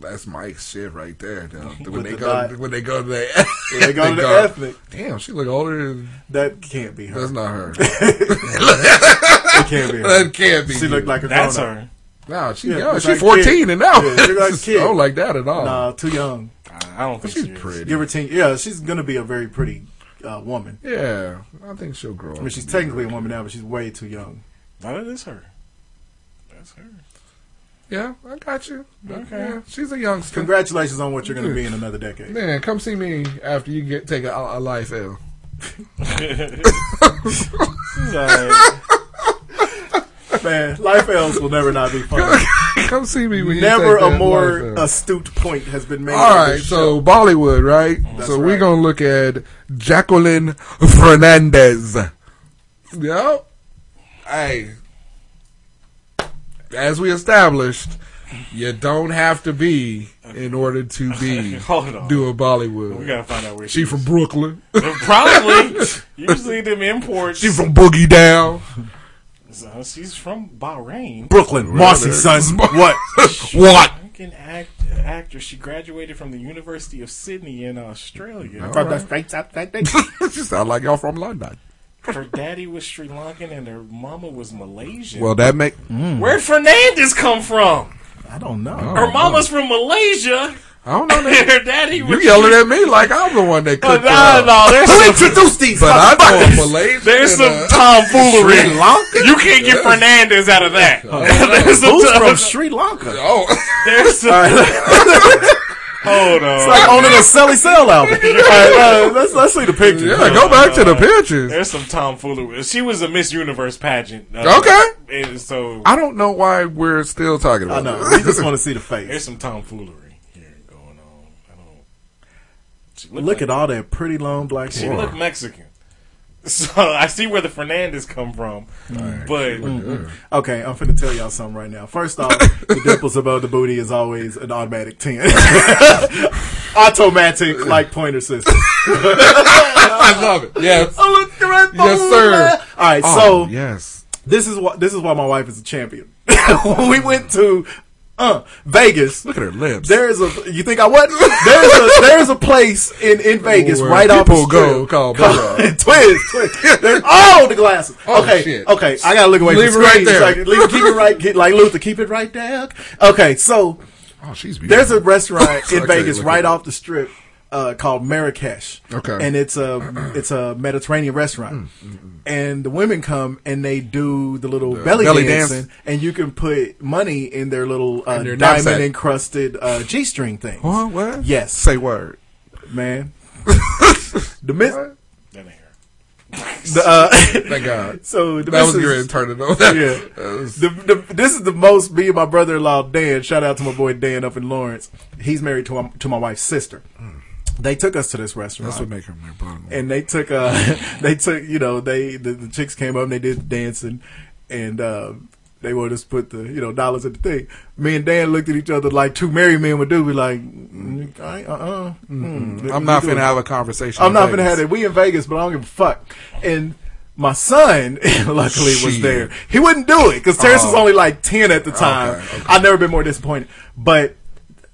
Speaker 12: That's Mike's shit right there.
Speaker 2: *laughs*
Speaker 12: Though. When
Speaker 2: With
Speaker 12: they
Speaker 2: the
Speaker 12: go,
Speaker 2: dot.
Speaker 12: when they go to the, *laughs*
Speaker 2: When they go to the ethnic.
Speaker 12: Damn, she look older. Than,
Speaker 2: That can't be her.
Speaker 12: That's not
Speaker 2: *laughs*
Speaker 12: her.
Speaker 2: it can't be. Her.
Speaker 12: That can't be.
Speaker 2: She looked
Speaker 12: you.
Speaker 2: like a
Speaker 11: That's
Speaker 2: grown-up.
Speaker 11: her.
Speaker 12: No, she
Speaker 2: Yeah,
Speaker 12: young.
Speaker 2: looks
Speaker 12: She
Speaker 2: like a
Speaker 12: fourteen
Speaker 2: kid.
Speaker 12: and now.
Speaker 2: Yeah, she
Speaker 12: *laughs*
Speaker 2: look like a kid.
Speaker 12: I don't like that at all.
Speaker 2: Nah, too young.
Speaker 11: I don't think
Speaker 12: she's
Speaker 11: she is.
Speaker 12: pretty.
Speaker 2: Give her ten. Yeah, she's gonna be a very pretty uh, woman.
Speaker 12: Yeah, I think she'll grow.
Speaker 2: I mean, she's technically a woman now, but she's way too young.
Speaker 11: No, that is her. That's her.
Speaker 12: Yeah, I got you.
Speaker 11: Okay.
Speaker 12: Yeah, she's a youngster.
Speaker 2: Congratulations on what you're gonna be in another decade.
Speaker 12: *laughs* Man, come see me after you get take a, a life L.
Speaker 11: She's all right.
Speaker 2: Man, life else will never not be fun.
Speaker 12: Come see me when *laughs* you
Speaker 2: Never
Speaker 12: take
Speaker 2: a
Speaker 12: that
Speaker 2: more
Speaker 12: life L.
Speaker 2: astute point has been made.
Speaker 12: All
Speaker 2: on
Speaker 12: right,
Speaker 2: this
Speaker 12: so
Speaker 2: show.
Speaker 12: Bollywood, right?
Speaker 2: That's
Speaker 12: so
Speaker 2: right.
Speaker 12: we're gonna look at Jacqueline Fernandez. Yep. Hey, as we established, you don't have to be in order to
Speaker 11: *laughs*
Speaker 12: be
Speaker 11: Hold on.
Speaker 12: do a Bollywood.
Speaker 11: We gotta find out where
Speaker 12: She
Speaker 11: is.
Speaker 12: from Brooklyn.
Speaker 11: *laughs* Probably. Usually them imports.
Speaker 12: She from Boogie Down.
Speaker 11: So uh, she's from Bahrain.
Speaker 2: Brooklyn, Marcy, son,
Speaker 12: *laughs*
Speaker 2: what?
Speaker 12: What? *laughs*
Speaker 11: Fucking act, actress. She graduated from the University of Sydney in Australia.
Speaker 2: From the streets of Sydney.
Speaker 12: she sound like y'all from London.
Speaker 11: Her daddy was Sri Lankan and her mama was Malaysian.
Speaker 12: Well, that make
Speaker 11: Where'd Fernandez come from?
Speaker 2: I don't know.
Speaker 11: Her mama's from Malaysia. *laughs*
Speaker 12: I don't know.
Speaker 11: and
Speaker 12: That.
Speaker 11: her daddy
Speaker 12: You
Speaker 11: was.
Speaker 12: yelling
Speaker 11: *laughs*
Speaker 12: at me like I'm the one that
Speaker 11: Oh,
Speaker 12: cooked it
Speaker 11: nah,
Speaker 12: up.
Speaker 11: nah, there's
Speaker 2: Who
Speaker 11: some-
Speaker 2: introduced these?
Speaker 12: But I know a
Speaker 11: There's-
Speaker 12: Malaysian.
Speaker 11: There's
Speaker 12: and uh,
Speaker 11: some
Speaker 12: a-
Speaker 11: tomfoolery.
Speaker 12: Sri Lankan?
Speaker 11: You can't get Fernandez out of that. *laughs* There's some
Speaker 12: *laughs*
Speaker 2: Who's
Speaker 11: tom- *laughs*
Speaker 2: from Sri Lanka?
Speaker 12: Oh, *laughs*
Speaker 11: There's some- *laughs* Hold on.
Speaker 2: It's
Speaker 12: oh.
Speaker 2: like owning a Sally Cell album. All right, uh, let's let's see the picture.
Speaker 12: yeah. Go back to the pictures.
Speaker 11: There's some tomfoolery. She was a Miss Universe pageant. Uh,
Speaker 12: Okay.
Speaker 11: and so
Speaker 12: I don't know why we're still talking
Speaker 2: I
Speaker 12: about.
Speaker 2: know.
Speaker 12: this.
Speaker 2: We just want to see the
Speaker 11: there's
Speaker 2: face.
Speaker 11: some tomfoolery here going on. I don't. She looked
Speaker 2: Look
Speaker 11: like-
Speaker 2: at all that pretty long black
Speaker 11: She
Speaker 2: hair.
Speaker 11: looked Mexican. *laughs* So I see where the Fernandez come from, but
Speaker 2: Okay, I'm finna tell y'all something right now. First off,
Speaker 12: *laughs*
Speaker 2: the dimples above the booty is always an automatic 10. *laughs* automatic, like
Speaker 12: *laughs*
Speaker 2: pointer system.
Speaker 12: *laughs* I love it.
Speaker 2: *laughs*
Speaker 12: Yes.
Speaker 2: I looked right
Speaker 12: Yes, sir.
Speaker 2: All right,
Speaker 12: Oh,
Speaker 2: so
Speaker 12: yes.
Speaker 2: this is why this is why my wife is a champion. *laughs* we went to uh, Vegas.
Speaker 12: Look at her lips.
Speaker 2: There is a you think I what? There's a there's a place in in Vegas
Speaker 12: Where
Speaker 2: right off the
Speaker 12: people go
Speaker 2: strip
Speaker 12: called
Speaker 2: *laughs* called- Twins, twins. There's all the glasses.
Speaker 12: Oh,
Speaker 2: okay,
Speaker 12: shit.
Speaker 2: okay. I gotta look away
Speaker 12: Leave
Speaker 2: from
Speaker 12: it
Speaker 2: the
Speaker 12: right
Speaker 2: screen.
Speaker 12: there.
Speaker 2: So I can leave- keep it right. Get like Luther. Keep it right there. Okay, so
Speaker 12: Oh, she's beautiful.
Speaker 2: there's
Speaker 12: *laughs*
Speaker 2: a restaurant
Speaker 12: So I can't
Speaker 2: in Vegas
Speaker 12: look
Speaker 2: right
Speaker 12: at
Speaker 2: off the strip uh, called Marrakesh.
Speaker 12: Okay. Mm,
Speaker 2: and it's a it's a Mediterranean restaurant, and the women come and they do the little belly,
Speaker 12: belly
Speaker 2: dancing,
Speaker 12: dance.
Speaker 2: and you can put money in their little uh,
Speaker 12: In their knapsack.
Speaker 2: diamond encrusted uh, G string thing.
Speaker 12: Huh? What?
Speaker 2: Yes.
Speaker 12: Say word.
Speaker 2: man. the mis-
Speaker 11: that ain't her.
Speaker 2: the, uh, *laughs*
Speaker 12: Thank God.
Speaker 2: so the
Speaker 12: That was
Speaker 2: missus-
Speaker 12: your internal.
Speaker 2: yeah. The, the, this is the most me and my brother in law Dan. Shout out to my boy Dan up in Lawrence. He's married to my, to my wife's sister. They took us to this restaurant.
Speaker 12: *laughs* That's what make her my bottom.
Speaker 2: *laughs* and they took uh they took you know they the, the chicks came up and they did the dancing and um, they wanted us to put the you know dollars at the thing. Me and Dan looked at each other like two married men would do. We like, mm, I uh uh.
Speaker 12: Mm-mm. Mm-hmm. I'm not finna have a conversation
Speaker 2: I'm
Speaker 12: in
Speaker 2: not finna
Speaker 12: Vegas.
Speaker 2: have it. We in Vegas, but I don't give a fuck. And my son, *laughs* luckily, was
Speaker 12: Shit.
Speaker 2: there. He wouldn't do it because Terrence was
Speaker 12: Oh.
Speaker 2: only like ten at the time.
Speaker 12: Okay,
Speaker 2: I've never been more disappointed. But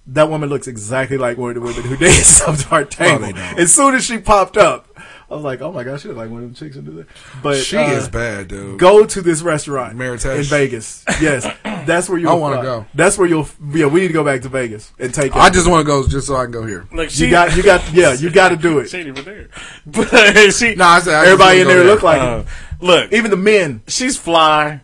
Speaker 2: that woman looks exactly like one of the women who dated *laughs* Sub to our table. as soon as she popped up, I was like, "Oh my gosh, she look like one of them chicks who do that." But
Speaker 12: She
Speaker 2: uh,
Speaker 12: is bad, dude.
Speaker 2: Go to this restaurant in Vegas. Yes,
Speaker 12: *coughs*
Speaker 2: that's where you.
Speaker 12: I wanna go.
Speaker 2: That's where you'll. Yeah, we need to go back to Vegas and take. it.
Speaker 12: I *laughs* just want to go just so I can go here.
Speaker 2: Look, You she- got- you got- yeah, you got to do
Speaker 11: *laughs*
Speaker 2: it.
Speaker 11: She ain't even there. But she,
Speaker 12: Nah, I said I just wanna
Speaker 2: Everybody in
Speaker 12: go
Speaker 2: there look like
Speaker 11: Uh,
Speaker 2: him.
Speaker 11: Look,
Speaker 2: even the men.
Speaker 11: She's fly.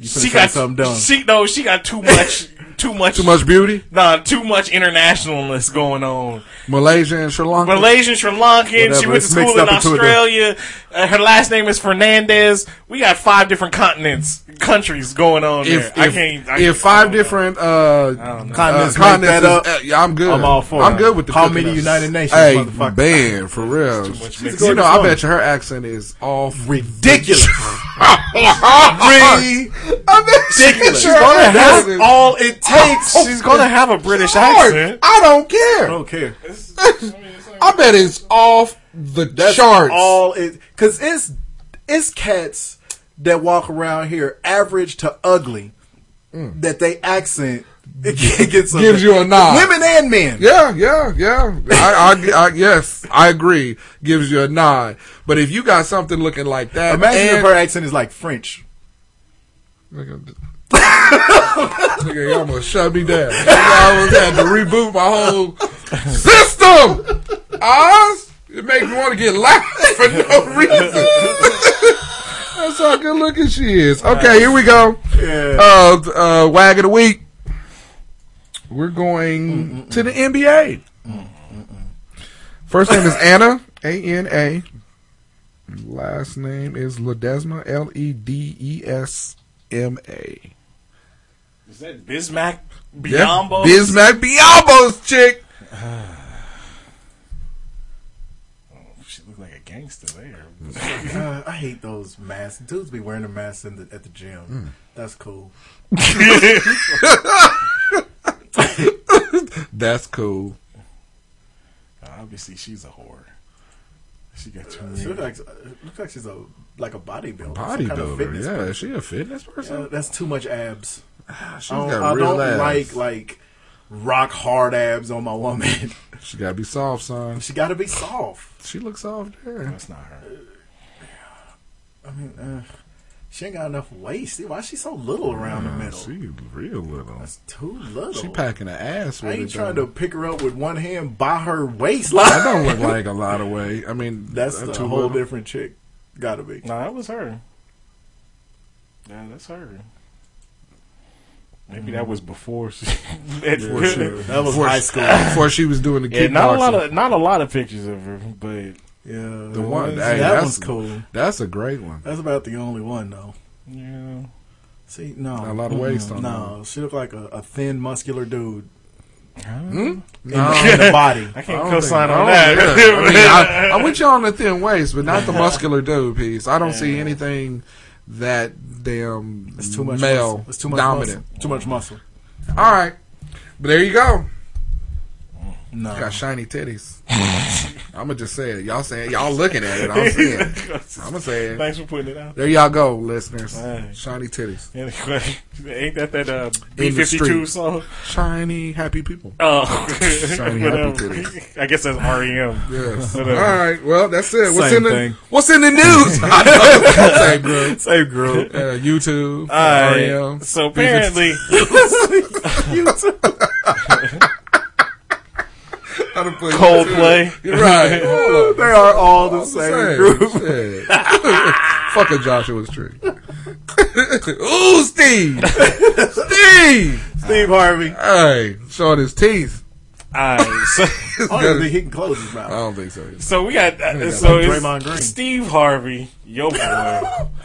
Speaker 2: finna say something dumb.
Speaker 11: She no, she got too much, too much,
Speaker 12: Too much beauty.
Speaker 11: Nah, too much internationalness going on.
Speaker 12: Malaysia and Sri Lanka.
Speaker 11: Malaysian, Sri Lankan. She
Speaker 12: Whatever,
Speaker 11: went
Speaker 12: it's
Speaker 11: to school
Speaker 12: mixed
Speaker 11: in
Speaker 12: up into a-
Speaker 11: Australia. Uh, her last name is Fernandez. We got five different continents, countries going on there.
Speaker 12: If,
Speaker 11: I
Speaker 12: if-
Speaker 11: can't. I
Speaker 12: if five different uh,
Speaker 2: Continents
Speaker 12: uh,
Speaker 2: make that
Speaker 12: is-
Speaker 2: up,
Speaker 12: uh, yeah, I'm good.
Speaker 2: I'm all for
Speaker 12: I'm
Speaker 2: it.
Speaker 12: good with the
Speaker 2: Call
Speaker 12: cooking
Speaker 2: me the
Speaker 12: up.
Speaker 2: United Nations,
Speaker 12: Hey,
Speaker 2: motherfucker.
Speaker 12: man, for real.
Speaker 2: mixed
Speaker 12: You
Speaker 2: up.
Speaker 12: know, I bet you her accent is all *laughs*
Speaker 2: ridiculous.
Speaker 11: Ridiculous.
Speaker 12: ridiculous.
Speaker 11: She's gonna have all it takes. She's gonna have a British accent.
Speaker 12: I don't care. I
Speaker 2: don't care.
Speaker 12: *laughs* I bet it's off the
Speaker 2: That's
Speaker 12: charts.
Speaker 2: all it because it's it's cats that walk around here average to ugly that they accent *laughs* it gets a-
Speaker 12: Gives you a nod.
Speaker 2: Women and men.
Speaker 12: Yeah, yeah, yeah. I, I, I, yes, I agree. Gives you a nod. But if you got something looking like that,
Speaker 2: Imagine if
Speaker 12: and-
Speaker 2: her accent is like French.
Speaker 12: *laughs* Nigga, y'all gonna shut me down. I was had to reboot my whole system. Oz, it makes me want to get loud for no reason. *laughs* That's how good looking she is. Okay, here we go.
Speaker 2: Yeah.
Speaker 12: Uh, uh, wag of the week. We're going
Speaker 2: Mm,
Speaker 12: to the NBA. First name is
Speaker 2: *laughs*
Speaker 12: Anna, A N A. Last name is Ledesma, L E D E S M A.
Speaker 11: Is that Bismack
Speaker 12: Yeah,
Speaker 11: Biombo?
Speaker 12: Bismack Biombo's chick.
Speaker 11: She looked like a gangster there.
Speaker 2: Uh, I hate those masks. Dudes be wearing the masks in the, at the
Speaker 12: Mm.
Speaker 2: gym. That's cool.
Speaker 12: That's cool.
Speaker 11: *laughs* Obviously, she's a whore. She got too
Speaker 2: She
Speaker 11: many.
Speaker 2: looks like, looks like she's a like a bodybuilder. some kind of
Speaker 12: Bodybuilder.
Speaker 2: fitness
Speaker 12: Yeah,
Speaker 2: person.
Speaker 12: is she a fitness person?
Speaker 2: Yeah, that's too much abs.
Speaker 12: She's
Speaker 2: I don't,
Speaker 12: got
Speaker 2: Oh, I
Speaker 12: real
Speaker 2: don't
Speaker 12: abs.
Speaker 2: like like rock hard abs on my woman. *laughs*
Speaker 12: She gotta be soft, son.
Speaker 2: she got to be soft.
Speaker 12: She looks soft there.
Speaker 11: That's not her.
Speaker 2: I mean, uh, she ain't got enough waist. See, Why is she so little around the middle?
Speaker 12: She real little.
Speaker 2: That's too little.
Speaker 12: She packing an ass with
Speaker 2: I ain't
Speaker 12: it.
Speaker 2: trying
Speaker 12: though.
Speaker 2: to pick her up with one hand by her waistline.
Speaker 12: I don't look like a lot of weight. I mean,
Speaker 2: That's
Speaker 12: uh,
Speaker 2: a
Speaker 12: too
Speaker 2: whole
Speaker 12: little.
Speaker 2: different chick. Gotta be.
Speaker 11: No, that was her. Yeah, that's her. Maybe that was before she. *laughs*
Speaker 12: Before she-
Speaker 2: That was
Speaker 12: before
Speaker 2: high
Speaker 12: she- *laughs*
Speaker 2: school.
Speaker 12: Before she was doing the
Speaker 11: Yeah,
Speaker 12: kickboxing.
Speaker 11: not a lot of not a lot of pictures of her, but
Speaker 2: Yeah,
Speaker 12: the one.
Speaker 2: that
Speaker 12: hey, that's,
Speaker 2: one's cool.
Speaker 12: That's a great
Speaker 2: *laughs*
Speaker 12: one.
Speaker 2: That's about the only one though.
Speaker 11: yeah,
Speaker 2: See, no,
Speaker 12: A lot of waist on that
Speaker 2: No, she looked like a, a thin, muscular dude. In,
Speaker 12: No.
Speaker 2: the,
Speaker 12: *laughs*
Speaker 2: in the body.
Speaker 11: I
Speaker 12: I
Speaker 11: can't
Speaker 12: don't
Speaker 11: co-sign
Speaker 12: think-
Speaker 11: on
Speaker 12: I
Speaker 11: that.
Speaker 12: don't- yeah. *laughs*
Speaker 11: *laughs*
Speaker 12: I, mean, I, am with you on the thin waist, but not the muscular dude piece. I don't see anything that damn
Speaker 2: It's too much
Speaker 12: male
Speaker 2: muscle. It's too much
Speaker 12: dominant.
Speaker 2: Muscle. Too much muscle.
Speaker 12: All right, but there you go.
Speaker 2: No,
Speaker 12: Got shiny titties. *laughs* I'm gonna just say it. Y'all saying y'all looking at it. I'm
Speaker 11: *laughs*
Speaker 12: saying. it. I'm gonna say it.
Speaker 11: Thanks for putting it out.
Speaker 12: There y'all go, listeners.
Speaker 11: Right.
Speaker 12: Shiny titties.
Speaker 11: Anyway, *laughs* ain't that that uh, B
Speaker 12: In the
Speaker 11: fifty two
Speaker 12: street.
Speaker 11: song?
Speaker 12: Shiny happy people.
Speaker 11: Oh, *laughs*
Speaker 12: Shiny happy
Speaker 11: whatever.
Speaker 12: titties.
Speaker 11: I guess that's REM.
Speaker 12: Yes. Ah. All
Speaker 11: Whatever.
Speaker 12: right. Well, that's it. What's
Speaker 2: Same
Speaker 12: in the
Speaker 2: thing.
Speaker 12: What's in the news? *laughs* I know. Same group.
Speaker 2: same group.
Speaker 12: Uh, YouTube.
Speaker 11: All
Speaker 12: E
Speaker 11: right.
Speaker 12: REM.
Speaker 11: So *laughs* apparently,
Speaker 12: How to put
Speaker 11: Coldplay.
Speaker 12: YouTube. *laughs* Right. Hold
Speaker 2: they are all the
Speaker 12: on.
Speaker 2: same, group.
Speaker 12: Shit. *laughs* Fuck a Joshua's tree. *laughs* Ooh, Steve. Steve.
Speaker 2: Steve Harvey.
Speaker 12: Hey, showing his teeth.
Speaker 11: *laughs* all right. So,
Speaker 2: I don't think he can close his
Speaker 11: Oh.
Speaker 2: mouth.
Speaker 12: I don't think so. either.
Speaker 11: so we got uh, so
Speaker 2: like
Speaker 11: it's
Speaker 2: Draymond Green.
Speaker 11: Steve Harvey, yo boy.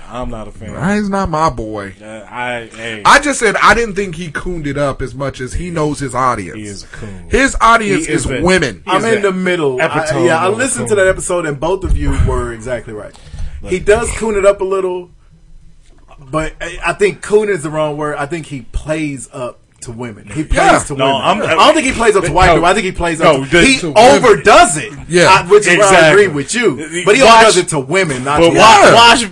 Speaker 11: I'm not a fan.
Speaker 12: Nah, He's not my boy.
Speaker 11: Uh, I hey,
Speaker 12: I just said I didn't think he cooned it up as much as he knows his audience.
Speaker 11: he is a coon.
Speaker 12: His audience
Speaker 11: He
Speaker 12: is,
Speaker 11: is a-
Speaker 12: women.
Speaker 2: I'm
Speaker 11: Is
Speaker 2: in the
Speaker 11: that
Speaker 2: middle. I,
Speaker 11: epitome
Speaker 2: yeah, I
Speaker 11: of
Speaker 2: listened
Speaker 11: cool.
Speaker 2: to that episode, and both of you were exactly right. He does coon it up a little, But I, I think coon is the wrong word. I think he plays up to women. He plays
Speaker 11: Yeah.
Speaker 2: to
Speaker 11: No,
Speaker 2: women.
Speaker 11: I'm-
Speaker 2: I do not think he plays up to
Speaker 11: No,
Speaker 2: white people. I think he plays up.
Speaker 11: no,
Speaker 2: to,
Speaker 11: the-
Speaker 2: he
Speaker 11: to women.
Speaker 2: overdoes it.
Speaker 11: Yeah,
Speaker 2: I, which is where I
Speaker 11: exactly.
Speaker 2: agree with you.
Speaker 11: Uh,
Speaker 2: But he
Speaker 11: watch-
Speaker 2: overdoes it to women. Not
Speaker 11: But
Speaker 2: to
Speaker 11: watch, watch,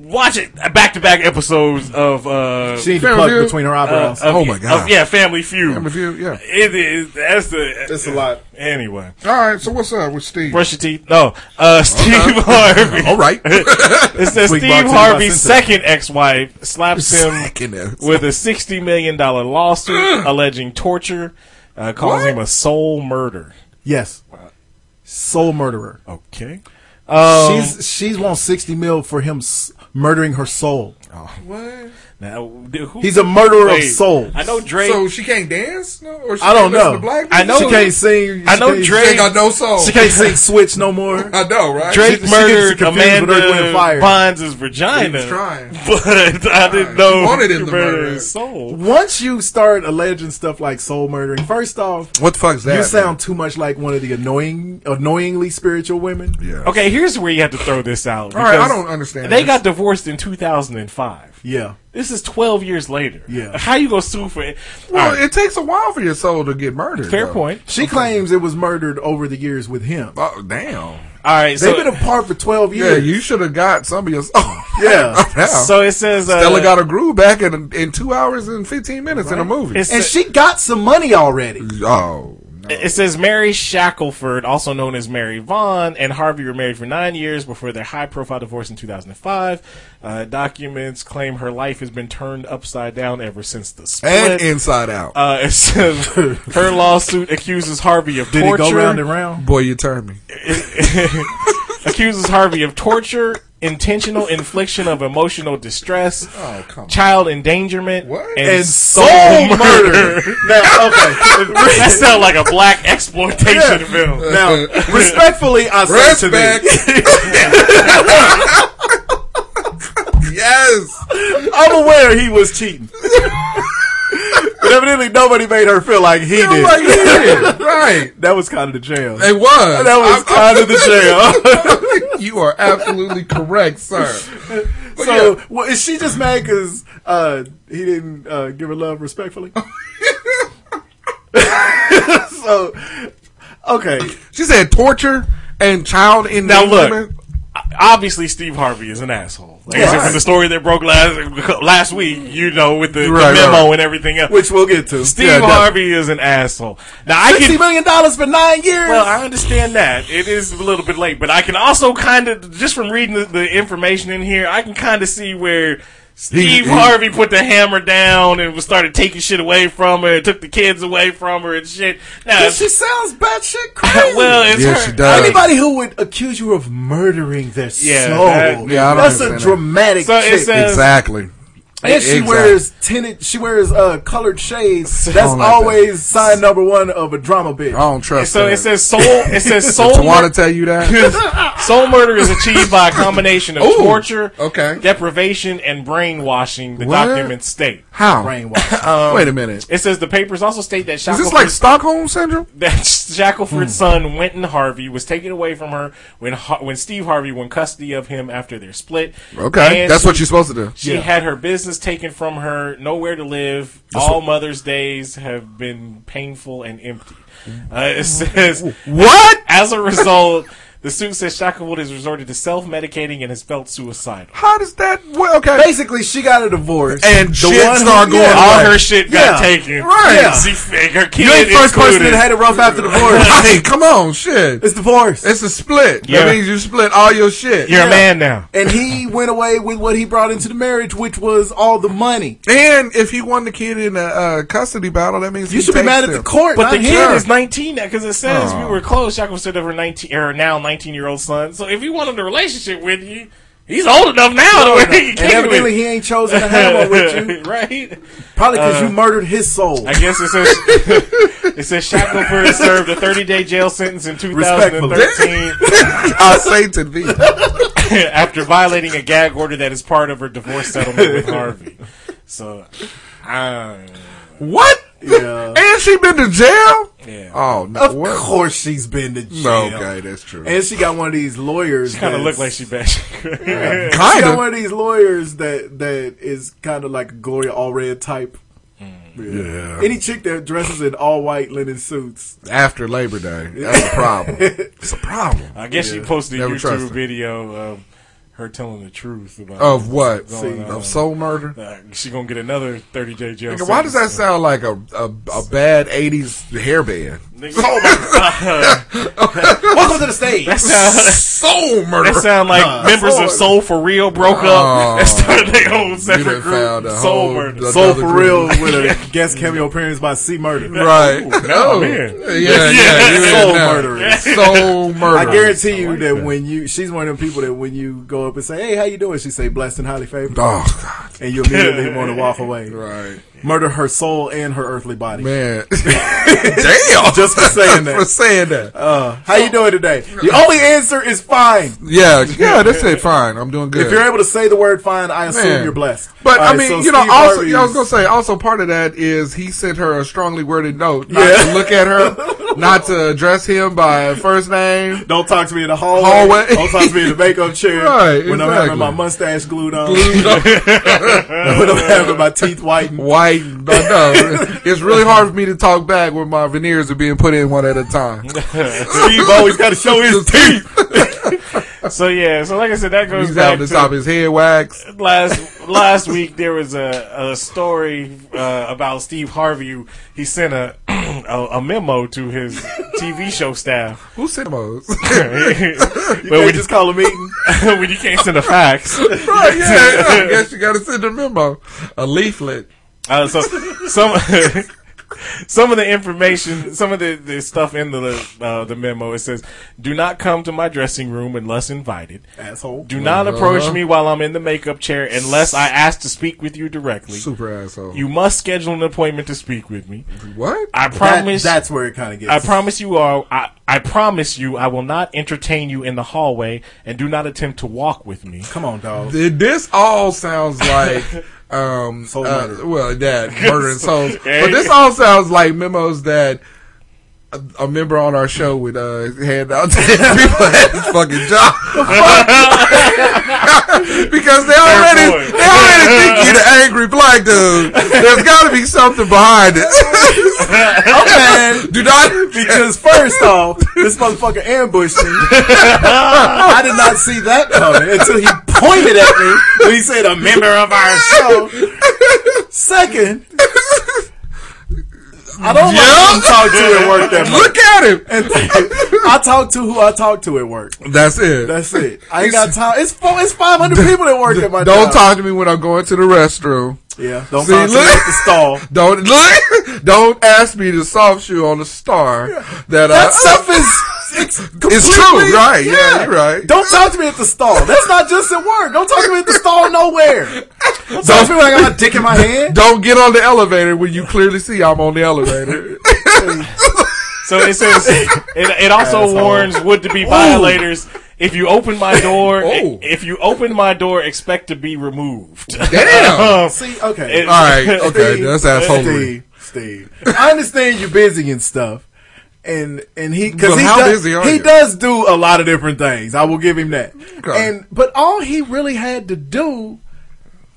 Speaker 11: watch it back to back episodes of. Uh,
Speaker 2: She need to plug Family between her eyebrows.
Speaker 11: of-
Speaker 2: Oh my God.
Speaker 11: of- yeah, Family Feud.
Speaker 2: Family
Speaker 12: Feud, yeah.
Speaker 11: It is. That's the.
Speaker 2: It's a lot.
Speaker 11: Anyway,
Speaker 12: All right, so what's up with Steve?
Speaker 11: brush your teeth. No, uh, Steve *laughs* Harvey.
Speaker 12: All *laughs* right.
Speaker 11: *laughs* it says
Speaker 12: Sweet
Speaker 11: Steve
Speaker 12: boxing by
Speaker 11: Harvey's
Speaker 12: Cynthia.
Speaker 11: second ex-wife slaps *laughs* him
Speaker 12: Second ex-
Speaker 11: with a sixty million dollar lawsuit alleging torture, uh, calling
Speaker 2: What?
Speaker 11: him a soul murder.
Speaker 2: Yes. Soul murderer.
Speaker 11: Okay. Um,
Speaker 2: she's she's wants sixty mil for him s- murdering her soul.
Speaker 12: What?
Speaker 11: Now, who-
Speaker 2: He's a murderer of
Speaker 11: Wait,
Speaker 2: souls.
Speaker 11: I know Dre.
Speaker 12: So she can't dance? No? Or she
Speaker 2: I don't
Speaker 12: can't listen
Speaker 2: know.
Speaker 12: to Black
Speaker 2: I know
Speaker 12: music?
Speaker 2: she can't sing.
Speaker 11: I
Speaker 2: she
Speaker 11: know
Speaker 2: can't-
Speaker 11: Drake-
Speaker 12: She ain't got no soul.
Speaker 2: She *laughs* can't sing Switch no more.
Speaker 12: *laughs* I know, right?
Speaker 11: Drake
Speaker 2: She- she
Speaker 11: murdered
Speaker 2: gets confused with Earth, Wind,
Speaker 11: Amanda
Speaker 2: and Fire.
Speaker 11: Bonds' vagina.
Speaker 12: He was trying.
Speaker 11: *laughs* But I didn't know
Speaker 12: She wanted him to
Speaker 11: murder
Speaker 12: murder
Speaker 11: his
Speaker 12: her.
Speaker 11: soul.
Speaker 2: Once you start alleging stuff like soul murdering, first off,
Speaker 12: What the fuck's that?
Speaker 2: you sound too much like one of the annoying, annoyingly spiritual women.
Speaker 12: Yeah.
Speaker 11: Okay, here's where you have to throw this out.
Speaker 2: All right, I
Speaker 11: because
Speaker 2: don't understand
Speaker 11: They
Speaker 2: this.
Speaker 11: got divorced in 2005.
Speaker 2: Yeah.
Speaker 11: This is 12 years later.
Speaker 2: Yeah.
Speaker 11: How you gonna sue for it?
Speaker 12: Well,
Speaker 11: All right,
Speaker 12: it takes a while for your soul to get murdered.
Speaker 11: fair
Speaker 12: though.
Speaker 11: point.
Speaker 2: She claims it was murdered over the years with him.
Speaker 12: Oh, damn.
Speaker 11: All right,
Speaker 2: They've
Speaker 11: so
Speaker 2: been apart for twelve
Speaker 12: Yeah,
Speaker 2: years.
Speaker 12: you should have got some of your *laughs* soul.
Speaker 2: Yeah.
Speaker 12: Yeah.
Speaker 11: so it says uh,
Speaker 12: Stella got a groove back in in two hours and fifteen minutes in a movie.
Speaker 11: It's-
Speaker 2: and she got some money already.
Speaker 12: oh,
Speaker 11: It says Mary Shackelford, also known as Mary Vaughn, and Harvey were married for nine years before their high profile divorce in 2005. Uh, documents claim her life has been turned upside down ever since the split.
Speaker 12: and Inside Out.
Speaker 11: uh, it
Speaker 12: *laughs*
Speaker 11: says her lawsuit accuses Harvey of
Speaker 2: Did it
Speaker 11: torture.
Speaker 2: go round and round?
Speaker 12: Boy, you turned me.
Speaker 11: accuses Harvey of torture, intentional infliction of emotional distress,
Speaker 12: Oh, come on.
Speaker 11: child endangerment,
Speaker 12: What?
Speaker 11: and,
Speaker 2: And
Speaker 11: soul,
Speaker 2: soul
Speaker 11: murder.
Speaker 2: murder. now, okay.
Speaker 11: *laughs* that sounds like a black exploitation
Speaker 2: Yeah.
Speaker 11: film.
Speaker 2: Now, respectfully, I say to
Speaker 12: Respect.
Speaker 2: this,
Speaker 12: *laughs* yes.
Speaker 2: I'm aware he was cheating. but evidently, nobody made her feel like he did.
Speaker 12: Like, yeah, right.
Speaker 2: that was kind of the jam.
Speaker 12: It was.
Speaker 2: That was kind of the jam.
Speaker 12: was. you are absolutely correct, sir. But
Speaker 2: so, well, is she just mad because uh, he didn't uh, give her
Speaker 11: *laughs*
Speaker 2: love respectfully? *laughs* so, okay.
Speaker 12: She said torture and child in
Speaker 11: Now look, obviously Steve Harvey is an asshole. Like I said, from the story that broke last last week, you know, with the, the
Speaker 12: Right,
Speaker 11: memo
Speaker 12: right.
Speaker 11: and everything else.
Speaker 2: Which we'll get to.
Speaker 11: Steve
Speaker 2: Yeah, definitely.
Speaker 11: Harvey is an asshole. Now I
Speaker 2: Sixty
Speaker 11: can
Speaker 2: million dollars for nine years.
Speaker 11: well, I understand that it is a little bit late, but I can also kind of just from reading the, the information in here, I can kind of see where. Steve
Speaker 12: he-
Speaker 11: Harvey put the hammer down and was started taking shit away from her, and took the kids away from her and shit. Now,
Speaker 2: she sounds batshit crazy.
Speaker 11: *laughs* well, it's
Speaker 12: Yeah,
Speaker 11: her.
Speaker 12: she does.
Speaker 2: Anybody who would accuse you of murdering their
Speaker 11: Yeah,
Speaker 2: soul.
Speaker 11: that-
Speaker 12: Yeah, I don't
Speaker 2: that's a
Speaker 12: understand that.
Speaker 2: dramatic
Speaker 11: So it
Speaker 2: chick.
Speaker 11: says-
Speaker 12: exactly.
Speaker 2: And she
Speaker 12: Exactly.
Speaker 2: wears tinted. She wears uh, colored
Speaker 11: *laughs*
Speaker 2: shades. That's
Speaker 12: like that.
Speaker 2: always sign number one of a drama bitch.
Speaker 12: I don't trust.
Speaker 11: So
Speaker 12: that.
Speaker 11: it says soul. It
Speaker 12: *laughs*
Speaker 11: says soul.
Speaker 12: Tawana tell you that.
Speaker 11: Soul murder is achieved
Speaker 12: *laughs*
Speaker 11: by a combination of
Speaker 12: Ooh,
Speaker 11: torture,
Speaker 12: okay.
Speaker 11: deprivation, and brainwashing. The
Speaker 12: What?
Speaker 11: documents state.
Speaker 12: How?
Speaker 2: Brainwash.
Speaker 12: Wait a minute.
Speaker 11: It says the papers also state that
Speaker 12: Is this
Speaker 11: Shackelford,
Speaker 12: like Hmm. Stockholm syndrome?
Speaker 11: *laughs* that Shackelford's son Winton Harvey was taken away from her when Har- when Steve Harvey won custody of him after their split.
Speaker 12: Okay,
Speaker 11: And
Speaker 12: that's
Speaker 11: she-
Speaker 12: what you're supposed to do.
Speaker 11: She had her business taken from her, nowhere to live. All Mother's Days have been painful and empty. Uh, it says,
Speaker 12: What?
Speaker 11: As a result, the suit says Shackelford has resorted to self medicating and has felt suicidal.
Speaker 12: How does that? Well, okay.
Speaker 2: Basically, she got a divorce,
Speaker 12: And shit
Speaker 2: one who-
Speaker 12: started going
Speaker 2: yeah,
Speaker 11: All
Speaker 12: Right.
Speaker 11: her shit got
Speaker 2: Yeah.
Speaker 11: taken.
Speaker 12: Right.
Speaker 11: Yeah. She, her kid
Speaker 2: You ain't the first person
Speaker 11: included.
Speaker 2: that had it rough after
Speaker 12: *laughs*
Speaker 2: divorce.
Speaker 12: Hey, come on, shit.
Speaker 2: it's divorce,
Speaker 12: It's a split.
Speaker 11: Yeah.
Speaker 12: That means you split all your shit.
Speaker 11: You're
Speaker 2: Yeah.
Speaker 11: a man now.
Speaker 2: and he *laughs* went away with what he brought into the marriage, which was all the money.
Speaker 12: And if he won the kid in a uh, custody battle, that means
Speaker 2: You
Speaker 12: he
Speaker 2: should be
Speaker 12: takes
Speaker 2: mad at
Speaker 12: them.
Speaker 2: the court,
Speaker 11: But the
Speaker 2: not
Speaker 11: kid
Speaker 2: him.
Speaker 11: is 19 now because it says
Speaker 12: Aw.
Speaker 11: we were close. Shackelford said of her 19 or now 19 year old son. So if you wanted a relationship with you, he's old enough now to where he
Speaker 2: and
Speaker 11: can with.
Speaker 2: evidently he ain't chosen to have one with
Speaker 11: *laughs*
Speaker 2: you,
Speaker 11: right?
Speaker 2: probably because you murdered his soul.
Speaker 11: Uh, I guess it says *laughs* it says Shackelford served a 30 day jail sentence in 2013
Speaker 12: *laughs* I say to thee.
Speaker 11: *laughs* after violating a gag order that is part of her divorce settlement
Speaker 12: *laughs*
Speaker 11: with Harvey. So, I
Speaker 12: What?
Speaker 2: Yeah.
Speaker 12: And she been to jail?
Speaker 11: Yeah.
Speaker 12: Oh, no.
Speaker 2: Of
Speaker 12: What?
Speaker 2: course she's been to
Speaker 12: No,
Speaker 2: jail.
Speaker 12: okay, that's true.
Speaker 2: And she got one of these lawyers.
Speaker 11: She kinda
Speaker 2: that's-
Speaker 11: look like she bad.
Speaker 2: Yeah.
Speaker 11: Kinda.
Speaker 2: She got one of these lawyers that that is kind of like Gloria Allred type.
Speaker 12: Yeah.
Speaker 2: Any chick that dresses in all white linen suits.
Speaker 12: After Labor Day. That's a problem. it's a problem.
Speaker 11: *laughs* I guess she posted a
Speaker 12: Never trust
Speaker 11: YouTube
Speaker 12: her. Oh.
Speaker 11: video of her telling the truth about
Speaker 12: Of what?
Speaker 11: what's
Speaker 12: See, of soul murder?
Speaker 11: Uh, she gonna get another thirty day jail.
Speaker 12: Nigga, why does that
Speaker 11: sentence.
Speaker 12: sound like a a, a bad '80s
Speaker 2: *laughs*
Speaker 12: hairband?
Speaker 11: Nigga.
Speaker 12: Soul murder.
Speaker 2: *laughs* Welcome to the stage.
Speaker 11: *laughs* That sound-
Speaker 12: soul murder.
Speaker 11: That sound like
Speaker 12: Nah,
Speaker 11: members
Speaker 12: soul-
Speaker 11: of Soul for Real broke
Speaker 12: Oh.
Speaker 11: up and started their own
Speaker 12: You
Speaker 11: separate
Speaker 12: done
Speaker 11: group.
Speaker 12: found a
Speaker 11: soul
Speaker 12: whole-
Speaker 11: Murder.
Speaker 12: another
Speaker 2: Soul for
Speaker 12: group.
Speaker 2: real with a
Speaker 12: *laughs*
Speaker 2: guest cameo appearance by C Murder.
Speaker 12: Right.
Speaker 11: no,
Speaker 12: Oh.
Speaker 11: man.
Speaker 12: Yeah, yeah, you in
Speaker 2: soul
Speaker 12: now.
Speaker 2: murderer.
Speaker 12: Soul murderer.
Speaker 2: I guarantee you
Speaker 12: I like
Speaker 2: that,
Speaker 12: that.
Speaker 2: when you, she's one of them people that when you go up and say, "Hey, how you doing?" She say, "Blessed and highly favored."
Speaker 12: Oh, God.
Speaker 2: And you
Speaker 12: *laughs*
Speaker 2: immediately want to walk away.
Speaker 12: Right.
Speaker 2: Murder her soul and her earthly body.
Speaker 12: Man. Damn.
Speaker 2: Just for saying
Speaker 12: *laughs*
Speaker 2: that.
Speaker 12: For saying that.
Speaker 2: Uh, how you doing today? The only answer is fine.
Speaker 12: Yeah, yeah, that's it. Fine, I'm doing good.
Speaker 2: If you're able to say the word fine, I assume
Speaker 12: Man.
Speaker 2: you're blessed.
Speaker 12: But
Speaker 2: All
Speaker 12: I
Speaker 2: right,
Speaker 12: mean,
Speaker 2: so
Speaker 12: you know,
Speaker 2: Steve
Speaker 12: also
Speaker 2: Harvey's-
Speaker 12: yeah, I was gonna say also part of that is he sent her a strongly worded note not
Speaker 2: Yeah.
Speaker 12: to look at her, not to address him by first name.
Speaker 2: don't talk to me in the hallway.
Speaker 12: Hallway.
Speaker 2: Don't talk to me in the makeup *laughs* chair.
Speaker 12: Right,
Speaker 2: when I'm having
Speaker 12: exactly.
Speaker 2: my mustache glued on. *laughs*
Speaker 12: Glued
Speaker 2: when I'm having my teeth whitened. *laughs*
Speaker 12: White, no, no. it's really hard for me to talk back when my veneers are being put in one at a time.
Speaker 2: Steve always got to show his teeth.
Speaker 11: So yeah, so like I said, that goes
Speaker 12: He's
Speaker 11: back to
Speaker 12: having to top his head wax.
Speaker 11: last last week there was a, a story uh, about Steve Harvey. He sent a, *clears throat* a a memo to his TV show staff.
Speaker 12: Who sent *laughs* those?
Speaker 11: but
Speaker 2: They
Speaker 11: when,
Speaker 2: just call a meeting.
Speaker 11: *laughs* when you can't send a fax,
Speaker 12: right, yeah, yeah, I guess you gotta send a memo, a leaflet.
Speaker 11: Uh, so some *laughs* some of the information, some of the, the stuff in the uh, the memo, it says, "Do not come to my dressing room unless invited.
Speaker 2: Asshole.
Speaker 11: Do not
Speaker 12: Uh-huh.
Speaker 11: approach me while I'm in the makeup chair unless I ask to speak with you directly.
Speaker 12: Super asshole.
Speaker 11: You must schedule an appointment to speak with me.
Speaker 12: what?
Speaker 11: I promise."
Speaker 2: That, that's where it kind of gets.
Speaker 11: I promise you all. I, I promise you, I will not entertain you in the hallway, and do not attempt to walk with
Speaker 2: *laughs*
Speaker 11: me.
Speaker 2: Come on, dog.
Speaker 12: Th- This all sounds like
Speaker 2: *laughs*
Speaker 12: um
Speaker 2: Soul
Speaker 12: uh,
Speaker 2: murder.
Speaker 12: well
Speaker 2: *laughs*
Speaker 12: that murdering souls.
Speaker 11: Yeah.
Speaker 12: But this all sounds like memos that a, a member on our show would uh hand out to *laughs* people at his fucking job. *laughs* because they already
Speaker 11: point.
Speaker 12: they already think
Speaker 2: *laughs*
Speaker 12: you're the angry black dude. There's gotta be something behind
Speaker 2: *laughs*
Speaker 12: it.
Speaker 2: I'm mad
Speaker 12: *laughs* Do not
Speaker 2: because first
Speaker 12: *laughs*
Speaker 2: off, this motherfucker ambushed *laughs* me. I did not see that coming until he pointed at me when he said a member of our
Speaker 11: *laughs*
Speaker 2: show. *laughs* Second, I don't like who talk to at work that much.
Speaker 12: look at him.
Speaker 2: And third, I talk to who I talk to at work.
Speaker 12: That's it.
Speaker 2: That's it. I ain't got time. It's four, it's five hundred people that work at my
Speaker 12: don't
Speaker 2: job.
Speaker 12: talk to me when I'm going to the restroom.
Speaker 2: Yeah, don't
Speaker 12: See,
Speaker 2: talk to me
Speaker 12: look.
Speaker 2: at the stall.
Speaker 12: *laughs* Don't look. Don't ask me to soft shoe on the star. That uh,
Speaker 2: That stuff is it's,
Speaker 12: *laughs* It's true,
Speaker 2: completely-
Speaker 12: right? Yeah, you're right.
Speaker 2: Don't talk to me at the stall. That's not just at work. Don't talk to me at the stall nowhere. Don't talk to me like I got my dick in my hand.
Speaker 12: Don't get on the elevator when you clearly see I'm on the
Speaker 2: *laughs*
Speaker 12: elevator.
Speaker 11: So it says it, it also warns would to be violators. If you open my
Speaker 2: *laughs*
Speaker 11: door,
Speaker 12: Oh.
Speaker 11: if you open my door, expect to be removed.
Speaker 12: Damn.
Speaker 11: *laughs* Um,
Speaker 2: See, okay.
Speaker 11: It-
Speaker 12: All right. Okay. That's assholery.
Speaker 2: Steve, Steve. I understand you're busy and stuff. And and he because
Speaker 12: But
Speaker 2: he
Speaker 12: how
Speaker 2: does,
Speaker 12: busy are
Speaker 2: he
Speaker 12: you?
Speaker 2: does do a lot of different things. I will give him that.
Speaker 12: Okay.
Speaker 2: And but all he really had to do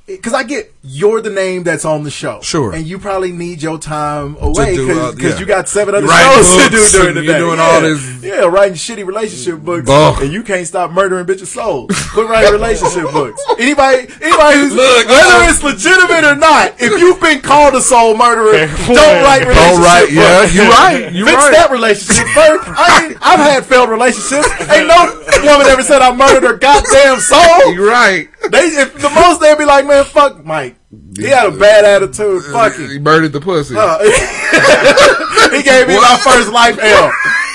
Speaker 2: because I get you're the name that's on the show,
Speaker 12: Sure.
Speaker 2: and you probably need your time away
Speaker 12: do
Speaker 2: because
Speaker 12: other- yeah.
Speaker 2: you got seven other
Speaker 12: Writing
Speaker 2: shows to
Speaker 12: books
Speaker 2: do during the
Speaker 12: and you're
Speaker 2: day.
Speaker 12: doing
Speaker 2: yeah.
Speaker 12: all this-
Speaker 2: yeah, writing shitty relationship books,
Speaker 12: Ugh.
Speaker 2: and you can't stop murdering bitches' souls.
Speaker 12: *laughs*
Speaker 2: Quit writing relationship books. Anybody, anybody who's
Speaker 12: Look,
Speaker 2: whether
Speaker 12: uh,
Speaker 2: it's legitimate or not, if you've been called a soul murderer, don't write relationship
Speaker 12: All right. Yeah.
Speaker 2: books.
Speaker 12: You're right. You're
Speaker 2: Fix
Speaker 12: right.
Speaker 2: that relationship first. I mean, I've had failed relationships. Ain't no woman ever said I murdered her goddamn soul.
Speaker 12: You're
Speaker 2: *laughs*
Speaker 12: right.
Speaker 2: They if the most they'd be like, man, fuck Mike. He had a bad attitude. Fuck
Speaker 12: He
Speaker 2: him.
Speaker 12: murdered the pussy.
Speaker 2: Uh, *laughs* he gave me my first life L,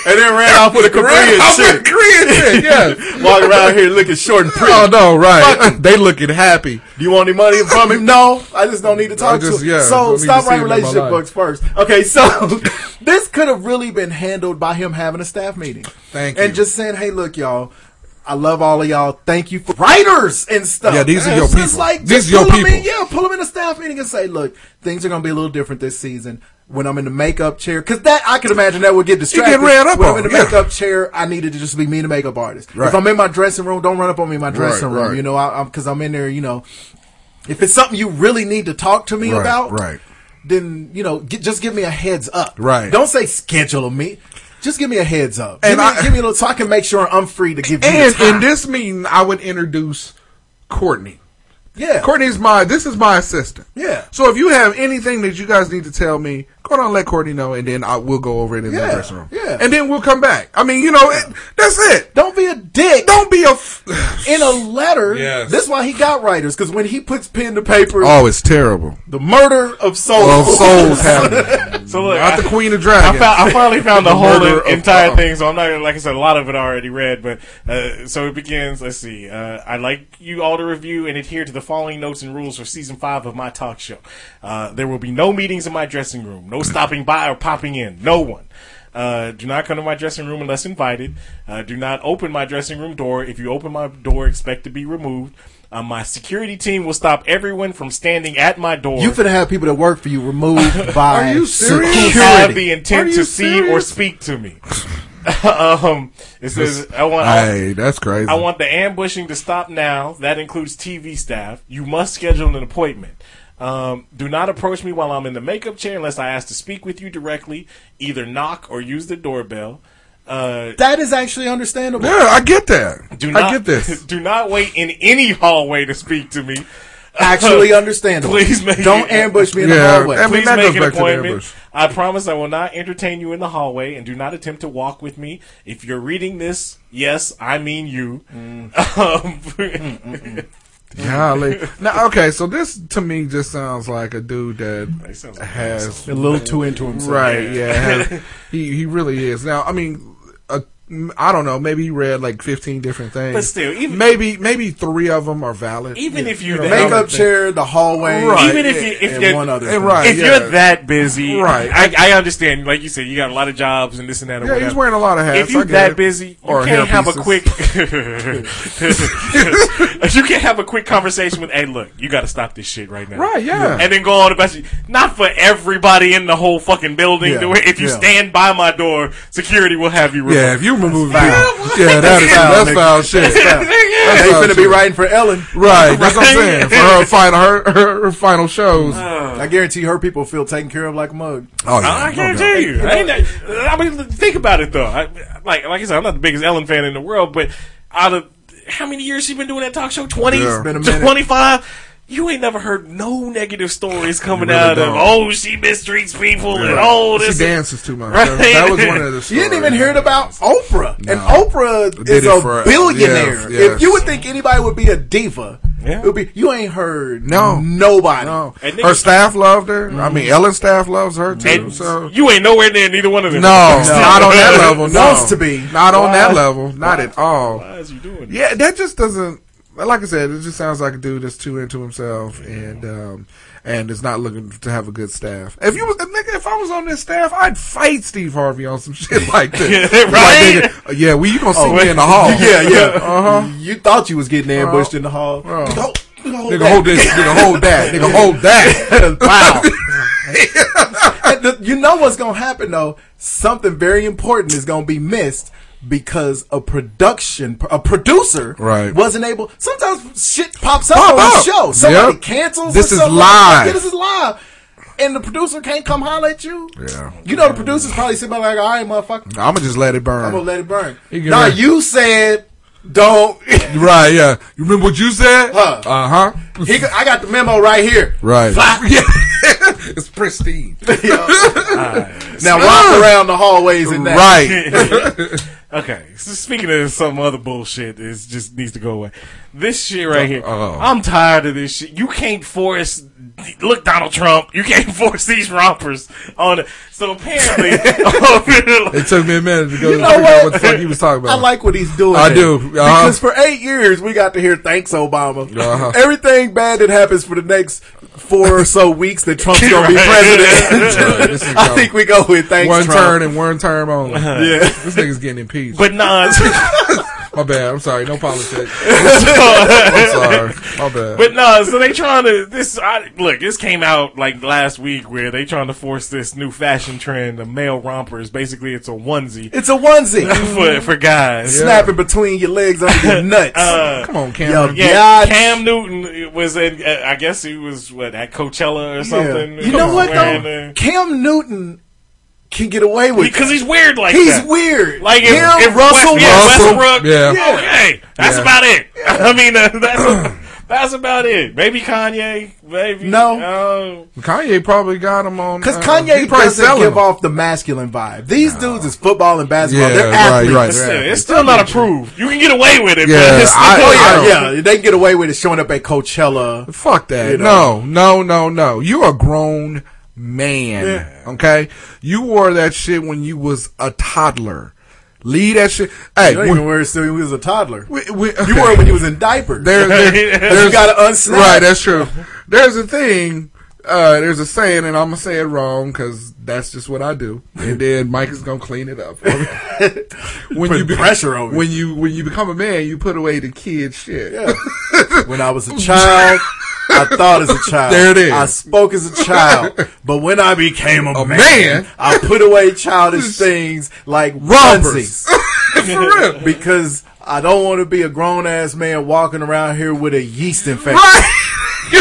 Speaker 2: and then ran off with a Korean
Speaker 12: I'm a
Speaker 2: chick.
Speaker 12: Korean chick.
Speaker 2: *laughs*
Speaker 12: Yeah.
Speaker 2: Walk around here looking short and pretty.
Speaker 12: Oh no. Right. they looking happy.
Speaker 2: Do you want any money from him? No, I just don't need to talk
Speaker 12: just-
Speaker 2: to him.
Speaker 12: yeah, don't
Speaker 2: so
Speaker 12: need to
Speaker 2: stop
Speaker 12: see
Speaker 2: writing
Speaker 12: him in my
Speaker 2: relationship
Speaker 12: life.
Speaker 2: books first. Okay, so *laughs* this could have really been handled by him having a staff meeting
Speaker 12: Thank you.
Speaker 2: and just saying, "Hey, look, y'all, I love all of y'all. Thank you for writers and stuff.
Speaker 12: Yeah, these are your
Speaker 2: It's just
Speaker 12: people.
Speaker 2: Like,
Speaker 12: These
Speaker 2: just
Speaker 12: are your
Speaker 2: pull 'em in.
Speaker 12: people.
Speaker 2: yeah, pull them in a staff meeting and say, look, things are going to be a little different this season. When I'm in the makeup chair, because that I can imagine that would get distracted.
Speaker 12: ran up
Speaker 2: when
Speaker 12: on,
Speaker 2: I'm in the
Speaker 12: yeah.
Speaker 2: makeup chair, I needed to just be me, the makeup artist.
Speaker 12: Right.
Speaker 2: If I'm in my dressing room, don't run up on me in my dressing
Speaker 12: Right,
Speaker 2: room.
Speaker 12: right.
Speaker 2: You know, I, I'm because I'm in there. You know, if it's something you really need to talk to me
Speaker 12: Right,
Speaker 2: about,
Speaker 12: right.
Speaker 2: Then you know, get, just give me a heads up.
Speaker 12: Right.
Speaker 2: Don't say schedule a meet. Just give me a heads up.
Speaker 12: And
Speaker 2: give, me,
Speaker 12: I-
Speaker 2: give me a little so I can make sure I'm free to give you.
Speaker 12: And
Speaker 2: the time.
Speaker 12: in this meeting, I would introduce Courtney.
Speaker 2: Yeah.
Speaker 12: Courtney's my, this is my assistant.
Speaker 2: Yeah.
Speaker 12: So if you have anything that you guys need to tell me, go down and let Courtney know, and then I will go over it in the
Speaker 2: Yeah,
Speaker 12: dressing room.
Speaker 2: yeah.
Speaker 12: And then we'll come back. I mean, you know, it, that's it.
Speaker 2: Don't be a dick.
Speaker 12: Don't be a.
Speaker 2: in a letter.
Speaker 12: Yes.
Speaker 2: That's why he got writers because when he puts pen to paper,
Speaker 12: Oh, it's terrible.
Speaker 2: the murder of souls.
Speaker 12: *laughs* Well, souls happening.
Speaker 11: *laughs* So look,
Speaker 12: Not
Speaker 11: I-
Speaker 12: the Queen of
Speaker 11: I,
Speaker 12: Dragons.
Speaker 11: found, I finally found the,
Speaker 12: The
Speaker 11: whole
Speaker 12: murder
Speaker 11: en-
Speaker 12: of-
Speaker 11: entire
Speaker 12: uh-uh.
Speaker 11: thing, so I'm not gonna- like I said, a lot of it I already read, but uh, so it begins. Let's see. Uh, I'd like you all to review and adhere to the following notes and rules for season five of my talk show. Uh, there will be no meetings in my dressing room, no stopping by or popping in, no one. Uh, do not come to my dressing room unless invited. Uh, do not open my dressing room door. If you open my door, expect to be removed. Uh, my security team will stop everyone from standing at my door.
Speaker 2: You finna have people that work for you
Speaker 12: *laughs*
Speaker 2: removed by
Speaker 11: Are you serious?
Speaker 2: security.
Speaker 11: Have the intent
Speaker 2: Are you
Speaker 11: to see or
Speaker 2: serious?
Speaker 11: speak to me. *laughs* um, it says I want.
Speaker 12: Hey, that's crazy.
Speaker 11: I want the ambushing to stop now. That includes TV staff. You must schedule an appointment. Um, do not approach me while I'm in the makeup chair unless I ask to speak with you directly. Either knock or use the doorbell. Uh,
Speaker 2: That is actually understandable.
Speaker 12: yeah, I get that.
Speaker 11: do not
Speaker 12: I get this.
Speaker 11: *laughs* Do not wait in any hallway to speak to me.
Speaker 12: *laughs*
Speaker 2: Actually understandable.
Speaker 11: Please make
Speaker 2: Don't
Speaker 11: it-
Speaker 2: ambush me in the
Speaker 12: Yeah,
Speaker 2: hallway.
Speaker 12: I mean,
Speaker 11: Please
Speaker 12: that
Speaker 11: make
Speaker 12: goes
Speaker 11: an
Speaker 12: back to the
Speaker 11: appointment.
Speaker 12: ambush.
Speaker 11: I promise I will not entertain you in the hallway and do not attempt to walk with me. If you're reading this, yes, I mean you.
Speaker 12: Mm.
Speaker 11: *laughs* Um,
Speaker 12: Golly. Now, okay, so this to me just sounds like a dude that has
Speaker 2: A little too into himself.
Speaker 12: Right?
Speaker 2: Yeah.
Speaker 12: Yeah,
Speaker 11: *laughs*
Speaker 12: has- he he really is. Now, I mean, uh, I don't know. Maybe he read like fifteen different things,
Speaker 11: But still, even-
Speaker 12: maybe maybe three of them are valid.
Speaker 11: Even if you-
Speaker 12: know,
Speaker 11: the
Speaker 2: Makeup
Speaker 12: thing.
Speaker 2: chair, the hallway,
Speaker 12: Right.
Speaker 11: even if you if
Speaker 2: and
Speaker 11: you're,
Speaker 2: one other,
Speaker 12: and
Speaker 2: thing.
Speaker 12: right,
Speaker 11: if
Speaker 12: Uh, yeah.
Speaker 11: you're that busy,
Speaker 12: Right.
Speaker 11: I, I understand. Like you said, you got a lot of jobs and this and that. Or
Speaker 12: Yeah, he's
Speaker 11: whatever.
Speaker 12: wearing a lot of hats,
Speaker 11: If you're
Speaker 12: I get
Speaker 11: that
Speaker 12: it.
Speaker 11: busy, you
Speaker 12: Or
Speaker 11: can't have a
Speaker 12: hairpieces.
Speaker 11: quick. *laughs* you can't have a quick conversation with. Hey, look, you got to stop this shit right now.
Speaker 12: Right, yeah.
Speaker 11: And then go on about you. Not for everybody in the whole fucking building.
Speaker 12: Yeah,
Speaker 11: to where If you
Speaker 12: yeah.
Speaker 11: stand by my door, security will have you. removed.
Speaker 12: Yeah, if you remove that,
Speaker 11: Yeah, *laughs*
Speaker 12: *laughs* yeah, that is
Speaker 2: foul,
Speaker 12: that's
Speaker 2: nigga.
Speaker 12: foul shit. *laughs*
Speaker 2: They
Speaker 12: That's
Speaker 2: finna
Speaker 12: not
Speaker 2: be
Speaker 12: true.
Speaker 2: writing for Ellen.
Speaker 12: Right, that's what I'm saying. For her final her, her final shows.
Speaker 2: I guarantee her people feel taken care of like a mug.
Speaker 12: Oh yeah,
Speaker 11: Uh, I
Speaker 12: no
Speaker 11: guarantee
Speaker 12: doubt.
Speaker 11: you. I, ain't that- I mean, think about it though. I, like, like I said, I'm not the biggest Ellen fan in the world, but out of how many years she been doing that talk show? Twenty,
Speaker 12: Yeah. It's
Speaker 2: been a minute.
Speaker 11: twenty five. You ain't never heard no negative stories coming
Speaker 12: really
Speaker 11: out of
Speaker 12: don't.
Speaker 11: oh she mistreats people and
Speaker 12: Yeah.
Speaker 11: all
Speaker 12: she
Speaker 11: Oh, this.
Speaker 12: dances too much.
Speaker 11: *laughs* Right.
Speaker 12: That, that was one of the.
Speaker 2: You didn't even
Speaker 12: stories.
Speaker 2: hear it about Oprah, and
Speaker 12: No.
Speaker 2: Oprah
Speaker 12: Did
Speaker 2: is
Speaker 12: it
Speaker 2: a
Speaker 12: for-
Speaker 2: billionaire.
Speaker 12: yes, yes.
Speaker 2: If you would think anybody would be a diva,
Speaker 11: Yeah.
Speaker 2: it would be you ain't
Speaker 12: *laughs*
Speaker 2: heard
Speaker 12: No.
Speaker 2: nobody.
Speaker 12: No.
Speaker 11: And niggas-
Speaker 12: Her staff loved her. I mean,
Speaker 2: Mm-hmm.
Speaker 12: Ellen's staff loves her too.
Speaker 11: And
Speaker 12: so no,
Speaker 11: you ain't nowhere near neither one of *laughs* them.
Speaker 12: not on that level. No.
Speaker 2: Wants to be.
Speaker 12: Not on
Speaker 11: Why?
Speaker 12: that level. Not at all.
Speaker 11: Why is you doing that?
Speaker 12: Yeah, that just doesn't. Like I said, it just sounds like a dude that's too into himself and um and is not looking to have a good staff. If you was nigga, if I was on this staff, I'd fight Steve Harvey on some *laughs* shit like this.
Speaker 11: Yeah,
Speaker 12: Like,
Speaker 11: right?
Speaker 12: nigga, yeah, well, you gonna see
Speaker 2: Oh,
Speaker 12: me in the hall?
Speaker 2: Yeah, yeah.
Speaker 12: Uh huh.
Speaker 2: *laughs* You thought you was getting ambushed in the hall.
Speaker 12: Bro.
Speaker 2: Nigga, hold- nigga, hold
Speaker 12: Uh-huh. Nigga,
Speaker 2: that.
Speaker 12: hold this. Nigga, hold that. Nigga, hold that.
Speaker 2: *laughs*
Speaker 12: *laughs*
Speaker 2: wow. And the- you know what's gonna happen though? Something very important is gonna be missed because a production, a producer,
Speaker 12: Right.
Speaker 2: wasn't able. Sometimes shit pops up
Speaker 12: Pop
Speaker 2: on
Speaker 12: up.
Speaker 2: the show. Somebody
Speaker 12: Yep.
Speaker 2: cancels.
Speaker 12: This
Speaker 2: or
Speaker 12: is
Speaker 2: something like that.
Speaker 12: live.
Speaker 2: Yeah, this is live. And the producer can't come holler at you.
Speaker 12: Yeah.
Speaker 2: You know the producer's probably sitting there like, "All right, motherfucker,
Speaker 12: I'm gonna just let it burn.
Speaker 2: I'm gonna let it burn."
Speaker 12: He can
Speaker 2: Nah,
Speaker 12: burn.
Speaker 2: you said don't. *laughs*
Speaker 12: Right, yeah. You remember what you said?
Speaker 2: Huh.
Speaker 12: Uh huh.
Speaker 2: He go- I got the memo right here.
Speaker 12: Right.
Speaker 2: Flop.
Speaker 12: *laughs*
Speaker 2: *laughs*
Speaker 12: Yeah. it's pristine.
Speaker 2: Now walk around the hallways in that.
Speaker 12: Right.
Speaker 11: Okay, so speaking of some other bullshit, it just needs to go away. This shit right here,
Speaker 12: Oh.
Speaker 11: I'm tired of this shit. You can't force. Look, Donald Trump, you can't *laughs* force these rompers on. it. So apparently,
Speaker 12: *laughs*
Speaker 11: *laughs*
Speaker 12: it took me a minute to go
Speaker 2: You
Speaker 12: figure
Speaker 2: know
Speaker 12: out
Speaker 2: what?
Speaker 12: what the fuck he was talking
Speaker 2: I
Speaker 12: about.
Speaker 2: like what he's doing.
Speaker 12: Uh-huh. I
Speaker 2: there.
Speaker 12: do. Uh-huh.
Speaker 2: Because for eight years, we got to hear thanks, Obama.
Speaker 12: Uh-huh.
Speaker 2: Everything bad that happens for the next four or so weeks that Trump's
Speaker 12: *laughs*
Speaker 2: going to be
Speaker 11: Right.
Speaker 12: Right, this
Speaker 2: president,
Speaker 12: is
Speaker 2: *laughs* I
Speaker 12: dumb.
Speaker 2: think we go with thanks,
Speaker 12: one
Speaker 2: Trump.
Speaker 11: Uh-huh.
Speaker 12: turn and one term only. yeah. This nigga's getting impeached.
Speaker 11: but nah, it's-
Speaker 12: My bad. I'm sorry. No
Speaker 2: *laughs*
Speaker 12: politics. I'm
Speaker 11: I'm
Speaker 12: sorry. My bad.
Speaker 11: But no, so they trying to this. I, look, this came out like last week where they trying to force this new fashion trend of male rompers. Basically, it's a onesie. *laughs*
Speaker 2: It's a onesie
Speaker 12: *laughs*
Speaker 11: for for guys.
Speaker 2: Snapping between your legs under your nuts.
Speaker 11: Uh,
Speaker 2: Come on, Cam.
Speaker 11: Yeah, Cam Newton was in. Uh, I guess he was what at Coachella or something.
Speaker 2: You know what
Speaker 11: Wearing
Speaker 2: though? Cam Newton can get away
Speaker 11: a-
Speaker 2: with
Speaker 11: because
Speaker 2: it.
Speaker 11: he's weird like
Speaker 2: he's
Speaker 11: that.
Speaker 2: weird.
Speaker 11: Like if,
Speaker 2: Him,
Speaker 11: if
Speaker 12: Uh,
Speaker 11: Russell,
Speaker 2: West-
Speaker 11: yeah,
Speaker 2: Russell,
Speaker 11: Westbrook,
Speaker 2: yeah.
Speaker 11: yeah. okay, that's
Speaker 2: Yeah.
Speaker 11: about it. *laughs* I mean, uh, that's *coughs* that's about it. Maybe Kanye, maybe uh, no.
Speaker 12: Kanye probably got him on
Speaker 2: Because
Speaker 12: uh, he
Speaker 2: Kanye
Speaker 12: probably
Speaker 2: doesn't
Speaker 12: selling
Speaker 2: give
Speaker 12: them.
Speaker 2: off the masculine vibe. These dudes is football and basketball.
Speaker 12: Yeah,
Speaker 2: They're
Speaker 12: right,
Speaker 2: athletes.
Speaker 12: right,
Speaker 11: Still, it's still not approved. You can get away with it,
Speaker 12: Yeah,
Speaker 11: but it's still,
Speaker 12: I-
Speaker 2: Oh,
Speaker 12: I
Speaker 2: yeah, yeah. They get away with it showing up at Coachella.
Speaker 12: Fuck that.
Speaker 2: You know.
Speaker 12: No, no, no, no. You're a grown man.
Speaker 2: Yeah.
Speaker 12: Okay? You wore that shit when you was a toddler. Leave that shit. Hey,
Speaker 2: you don't
Speaker 12: when-
Speaker 2: even wear it still when you was a toddler.
Speaker 12: okay.
Speaker 2: You wore it when you was in diapers. *laughs*
Speaker 12: there, there- there's,
Speaker 2: you got to unsnap.
Speaker 12: Right, that's true. There's a thing. Uh, there's a saying, and I'm gonna say it wrong because that's just what I do. And then Mike is gonna clean
Speaker 2: *laughs*
Speaker 12: it up. when
Speaker 2: Put pressure on me.
Speaker 12: when you when you become a man, you put away the kid shit. *laughs*
Speaker 2: when I was a child, I thought as a child.
Speaker 12: There it is.
Speaker 2: I spoke as a child. But when I became a,
Speaker 12: A
Speaker 2: man,
Speaker 12: man.
Speaker 2: I put away *laughs* childish things like
Speaker 12: Rompers.
Speaker 2: onesies. Because I don't want to be a grown ass man walking around here with a
Speaker 12: *laughs*
Speaker 2: yeast infection.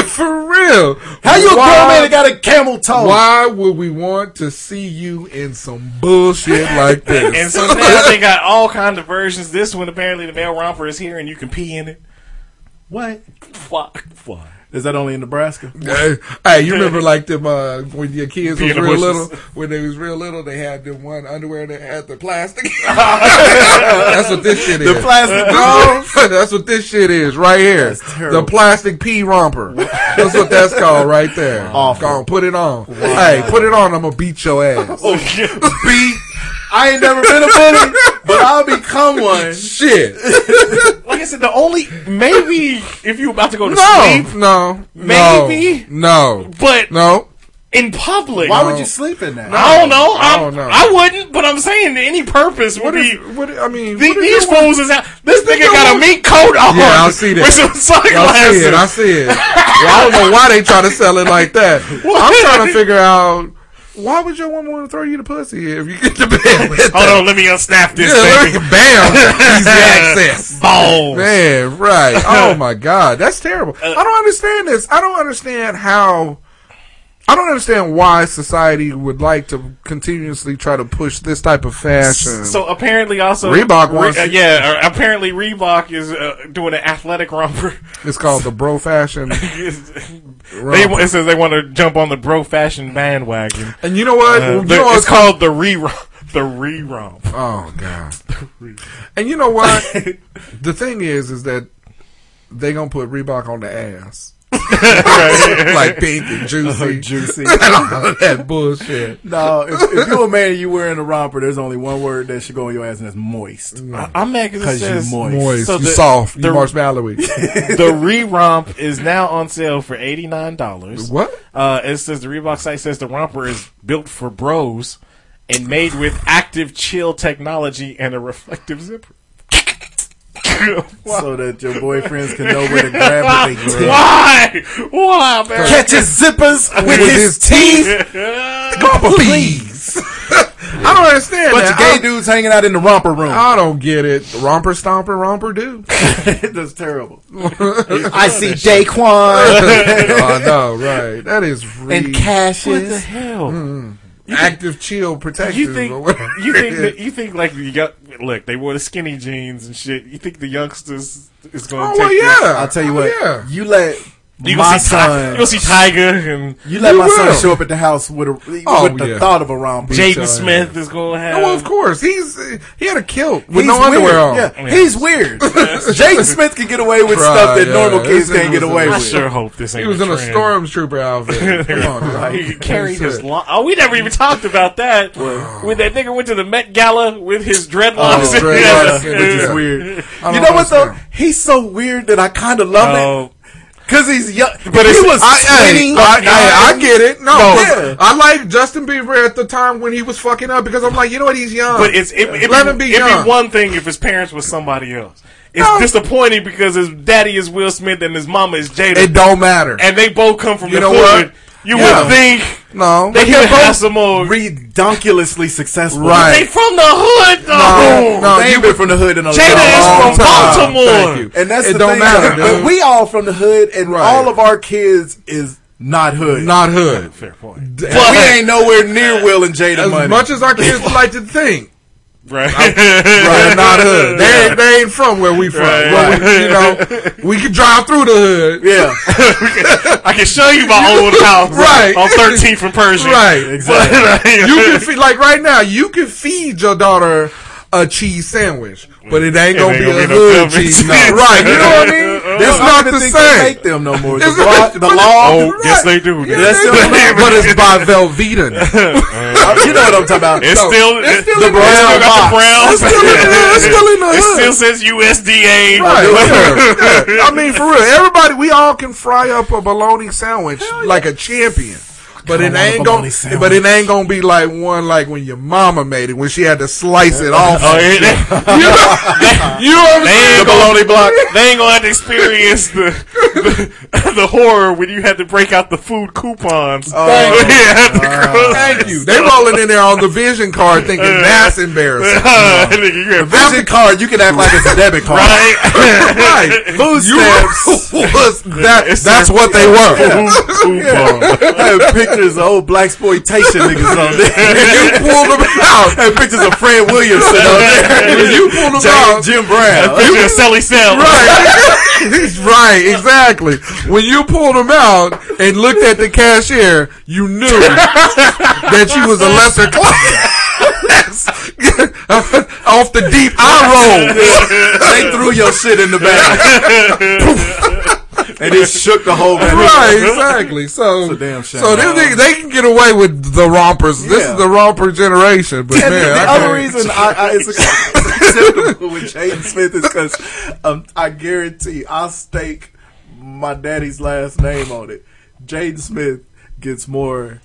Speaker 12: For real.
Speaker 2: How you a grown
Speaker 12: Why-
Speaker 2: man that got a camel toe?
Speaker 12: Why would we want to see you in some bullshit
Speaker 2: *laughs*
Speaker 12: like this?
Speaker 11: and so now they got all kind of versions. This one apparently the male romper is here and you can pee in it.
Speaker 2: What?
Speaker 11: Fuck. *laughs* Fuck.
Speaker 2: Is that only in Nebraska?
Speaker 12: *laughs* Hey, hey, you remember like them uh, when your kids
Speaker 2: Pee
Speaker 12: was
Speaker 2: in the
Speaker 12: real
Speaker 2: bushes.
Speaker 12: little? When they was real little, they had them one underwear that had the
Speaker 2: *laughs*
Speaker 12: plastic. that's what this shit is.
Speaker 2: The plastic-
Speaker 12: no, *laughs* that's what this shit is right here.
Speaker 2: That's terrible.
Speaker 12: The plastic pee romper. That's what that's called right there.
Speaker 2: Awful.
Speaker 12: Go on, put it on. Hey, put it on. I'm gonna beat your ass. *laughs*
Speaker 2: Oh, beat. I ain't never been a bully, but I'll become *laughs* one.
Speaker 12: Shit.
Speaker 11: Like I said, the only maybe if you about to go to
Speaker 12: *laughs* No,
Speaker 11: sleep,
Speaker 12: no,
Speaker 11: Maybe.
Speaker 12: no, no,
Speaker 11: but
Speaker 12: no.
Speaker 11: in public,
Speaker 2: Why would you sleep in that?
Speaker 11: I don't know. I
Speaker 12: I don't know.
Speaker 11: I wouldn't, but I'm saying that any purpose would
Speaker 12: What
Speaker 11: be.
Speaker 12: if? What? I mean,
Speaker 11: The-
Speaker 12: what if
Speaker 11: these
Speaker 12: you want-
Speaker 11: fools is out. This nigga
Speaker 12: you
Speaker 11: got a
Speaker 12: want-
Speaker 11: meat coat on.
Speaker 12: Yeah, I see that.
Speaker 11: With some
Speaker 12: I
Speaker 11: sunglasses.
Speaker 12: see it. I see it. Well, I don't know why they try to sell it like
Speaker 11: *laughs*
Speaker 12: that. I'm trying to figure out why would your woman want to throw you the pussy if you get to bed with
Speaker 11: Hold
Speaker 12: that? *laughs*
Speaker 11: on, let me unsnap this
Speaker 12: Yeah,
Speaker 11: baby. *laughs*
Speaker 12: like, bam, easy access.
Speaker 11: Balls. *laughs*
Speaker 12: Man, right. Oh my God. That's terrible.
Speaker 11: Uh,
Speaker 12: I don't understand this. I don't understand how. I don't understand why society would like to continuously try to push this type of fashion.
Speaker 11: So apparently, also
Speaker 12: Reebok wants
Speaker 11: uh,
Speaker 12: it.
Speaker 11: yeah. uh, Apparently, Reebok is uh, doing an athletic romper. *laughs*
Speaker 12: it's called the bro fashion.
Speaker 11: they wa- it says they want to jump on the bro fashion bandwagon.
Speaker 12: And you
Speaker 11: *laughs*
Speaker 12: know what?
Speaker 11: Uh,
Speaker 12: you
Speaker 11: the-
Speaker 12: know what's
Speaker 11: it's called the re the re romp.
Speaker 12: Oh
Speaker 11: *laughs*
Speaker 12: god. And you know what? the thing is, is that they gonna put Reebok on the ass, *laughs* like pink and
Speaker 11: Uh-huh,
Speaker 12: juicy,
Speaker 2: *laughs* Juicy.
Speaker 12: *laughs* and all of that bullshit.
Speaker 2: No, if, if you're a man and you wearing a romper, there's only one word that should go on your ass, and that's moist.
Speaker 12: Mm.
Speaker 11: I'm mad because it
Speaker 2: Because you
Speaker 11: says
Speaker 2: moist.
Speaker 12: Moist,
Speaker 11: So
Speaker 12: you
Speaker 11: the-
Speaker 12: soft, you
Speaker 11: the-
Speaker 12: marshmallowy.
Speaker 11: *laughs* the re romp is now on sale for eighty nine dollars.
Speaker 12: What?
Speaker 11: Uh, it says the Reebok site says the romper is built for bros and made with active chill technology and a reflective zipper.
Speaker 2: So that your boyfriends can know where to
Speaker 12: *laughs*
Speaker 2: grab what they
Speaker 11: *laughs*
Speaker 2: teeth.
Speaker 11: Why? Why, man?
Speaker 2: Catch his zippers with, his, teeth.
Speaker 12: Mama, please. *laughs* I don't understand.
Speaker 2: Bunch
Speaker 12: that.
Speaker 2: of
Speaker 12: I don't-
Speaker 2: gay dudes hanging out in the
Speaker 12: *laughs*
Speaker 2: romper room.
Speaker 12: I don't get it. Romper stomper, romper
Speaker 2: *laughs*
Speaker 12: do. *laughs*
Speaker 2: that's terrible. I see Daquan
Speaker 12: I know, Oh, right? That is
Speaker 2: and
Speaker 11: *laughs*
Speaker 12: really
Speaker 11: What the
Speaker 2: Cassius.
Speaker 11: hell?
Speaker 12: Mm-hmm. active chill protection.
Speaker 11: You think
Speaker 12: or whatever.
Speaker 11: you think that, you think like you got look they wore the skinny jeans and shit. You think the youngsters is going
Speaker 12: Oh
Speaker 11: to
Speaker 12: well,
Speaker 11: take
Speaker 12: yeah.
Speaker 2: I'll tell you
Speaker 12: Oh,
Speaker 2: what.
Speaker 12: yeah.
Speaker 2: You let
Speaker 11: this? You
Speaker 2: my
Speaker 11: gonna see Ti-
Speaker 2: son.
Speaker 11: you gonna see Tiger and
Speaker 2: you let
Speaker 12: You
Speaker 2: my
Speaker 12: will.
Speaker 2: son show up at the house with a
Speaker 12: Oh,
Speaker 2: with the
Speaker 12: yeah.
Speaker 2: thought of a romper.
Speaker 11: Jaden
Speaker 12: Tiger.
Speaker 11: Smith is going to have.
Speaker 12: Oh, well, of course. He's uh, he had a kilt with
Speaker 2: He's
Speaker 12: no underwear
Speaker 2: weird.
Speaker 12: on.
Speaker 2: Yeah, he's
Speaker 12: *laughs*
Speaker 2: weird. Jaden Smith can get away with
Speaker 12: Right,
Speaker 2: stuff that
Speaker 12: yeah.
Speaker 2: normal kids
Speaker 12: This
Speaker 2: can't get
Speaker 12: is-
Speaker 2: away
Speaker 11: I
Speaker 2: with.
Speaker 11: sure hope this ain't.
Speaker 12: He was in a
Speaker 11: trend. *laughs*
Speaker 12: stormtrooper outfit. Come on, now.
Speaker 11: He carried
Speaker 12: That's
Speaker 11: his
Speaker 12: it.
Speaker 11: long. Oh, we never even talked about that. when that nigga went to the Met Gala with his dreadlocks, *laughs*
Speaker 12: Oh, dreadlocks,
Speaker 2: Which is
Speaker 12: Yeah.
Speaker 2: weird.
Speaker 12: I don't
Speaker 2: You know what though?
Speaker 12: understand.
Speaker 2: He's so weird that I kind of love it.
Speaker 11: Oh,
Speaker 2: Because he's young.
Speaker 12: But
Speaker 2: he
Speaker 12: it's-
Speaker 2: was
Speaker 12: I, hey,
Speaker 2: 20.
Speaker 12: I, hey, I get it. No,
Speaker 2: No.
Speaker 12: yeah. I like Justin Bieber at the time when he was fucking up because I'm like, you know what? He's young.
Speaker 11: But it's it, it'd,
Speaker 12: let him
Speaker 11: be,
Speaker 12: be
Speaker 11: it'd
Speaker 12: young.
Speaker 11: be one thing if his parents was somebody else. It's
Speaker 12: No.
Speaker 11: disappointing because his daddy is Will Smith and his mama is Jada.
Speaker 12: It don't matter.
Speaker 11: and they both come from
Speaker 12: You
Speaker 11: the
Speaker 12: know
Speaker 11: hood.
Speaker 12: what?
Speaker 11: You
Speaker 12: Yeah.
Speaker 11: would think
Speaker 12: No,
Speaker 11: they
Speaker 2: They're
Speaker 11: can have
Speaker 2: both
Speaker 11: some old
Speaker 2: redonkulously successful.
Speaker 12: Right.
Speaker 11: They from the hood though.
Speaker 2: No,
Speaker 12: no,
Speaker 2: they
Speaker 12: you
Speaker 2: ain't been from the hood in a
Speaker 11: Jada
Speaker 2: long
Speaker 11: is from
Speaker 2: time.
Speaker 11: Baltimore.
Speaker 12: *laughs*
Speaker 2: Thank you. and that's
Speaker 12: It
Speaker 2: the
Speaker 12: don't
Speaker 2: thing.
Speaker 12: matter,
Speaker 2: but
Speaker 12: dude.
Speaker 2: we all from the hood, and
Speaker 12: Right.
Speaker 2: all of our kids is not hood.
Speaker 12: not hood.
Speaker 11: Fair point.
Speaker 12: But
Speaker 2: we ain't nowhere near Will and Jada
Speaker 12: as
Speaker 2: money.
Speaker 12: much as our kids like to think,
Speaker 11: Right.
Speaker 12: they're not hood. They, ain't- they ain't from where we from.
Speaker 11: Right.
Speaker 12: But we, you know, we can drive through the hood.
Speaker 2: yeah,
Speaker 11: I can show you my old house
Speaker 12: *laughs* Right.
Speaker 11: on 13th and Persian.
Speaker 12: Right.
Speaker 2: exactly.
Speaker 12: you
Speaker 11: *laughs*
Speaker 12: can feed like right now. You can feed your daughter a cheese sandwich, but it ain't gonna
Speaker 11: ain't
Speaker 12: be
Speaker 11: gonna be
Speaker 12: a
Speaker 11: no
Speaker 12: hood
Speaker 11: government
Speaker 12: cheese.
Speaker 11: cheese.
Speaker 12: No. Right? You know what I
Speaker 2: *laughs*
Speaker 12: mean?
Speaker 2: That's
Speaker 12: It's not the
Speaker 2: Make
Speaker 12: same.
Speaker 2: them no more. The,
Speaker 12: It's
Speaker 2: law,
Speaker 12: not-
Speaker 2: the
Speaker 12: but-
Speaker 2: law
Speaker 11: Oh, yes, they do.
Speaker 12: Yeah,
Speaker 2: That's
Speaker 12: they-
Speaker 2: the-
Speaker 12: but it's by Velveeta. now.
Speaker 2: you know what I'm talking about.
Speaker 11: It's
Speaker 12: No,
Speaker 11: still
Speaker 12: it's still
Speaker 11: the
Speaker 12: in the
Speaker 11: Browns
Speaker 2: hood.
Speaker 11: got the Browns.
Speaker 12: It's still in the- it's still in the
Speaker 11: It
Speaker 12: hood.
Speaker 11: still says USDA. *laughs*
Speaker 12: Right. yeah, yeah. I mean, for real, everybody, we all can fry up a bologna sandwich like a champion. But it
Speaker 2: want a
Speaker 12: ain't
Speaker 2: bologna
Speaker 12: gonna.
Speaker 2: sandwich.
Speaker 12: But it ain't gonna be like one like when your mama made it when she had to slice it off.
Speaker 11: Oh,
Speaker 12: *laughs*
Speaker 11: yeah, they-
Speaker 12: You know, you know what
Speaker 11: *laughs*
Speaker 12: I'm
Speaker 11: They
Speaker 12: saying?
Speaker 11: ain't gonna, *laughs* They ain't gonna have to experience the, the *laughs* the horror when you had to break out the food coupons. *laughs* Oh, *laughs*
Speaker 12: Thank you. They rolling in there on the vision card thinking that's embarrassing.
Speaker 11: you have
Speaker 2: *laughs* Vision card, you can act like it's a debit card. *laughs*
Speaker 11: right.
Speaker 12: right. *laughs*
Speaker 2: Food
Speaker 12: You
Speaker 2: *laughs*
Speaker 12: *laughs*
Speaker 2: stamps.
Speaker 12: was- that, that's what they *laughs* were.
Speaker 11: Coupon.
Speaker 2: I have pictures of old black exploitation niggas on there.
Speaker 12: you pulled them out.
Speaker 2: I have pictures of Fred Williamson
Speaker 12: *laughs*
Speaker 2: on
Speaker 12: When
Speaker 2: there.
Speaker 12: you pulled them
Speaker 2: Jim,
Speaker 12: out.
Speaker 2: Jim Brown.
Speaker 11: Picture of Sally Sell.
Speaker 12: *laughs* Right. right, exactly. When you pulled them out and looked at the cashier, you
Speaker 2: *laughs*
Speaker 12: knew that you was a lesser class. *laughs* Off the deep eye roll.
Speaker 2: they threw your shit in
Speaker 12: *laughs*
Speaker 2: the bag. *laughs* and it shook the whole man.
Speaker 12: Right, exactly. So,
Speaker 2: It's a damn shame.
Speaker 12: so them niggas, they can get away with the rompers. This
Speaker 2: Yeah.
Speaker 12: is the romper generation, but
Speaker 2: And
Speaker 12: man,
Speaker 2: the
Speaker 12: I
Speaker 2: other
Speaker 12: can't-
Speaker 2: reason I, I it's acceptable with Jaden Smith is because um, I guarantee I'll stake my daddy's last name on it. Jaden Smith gets more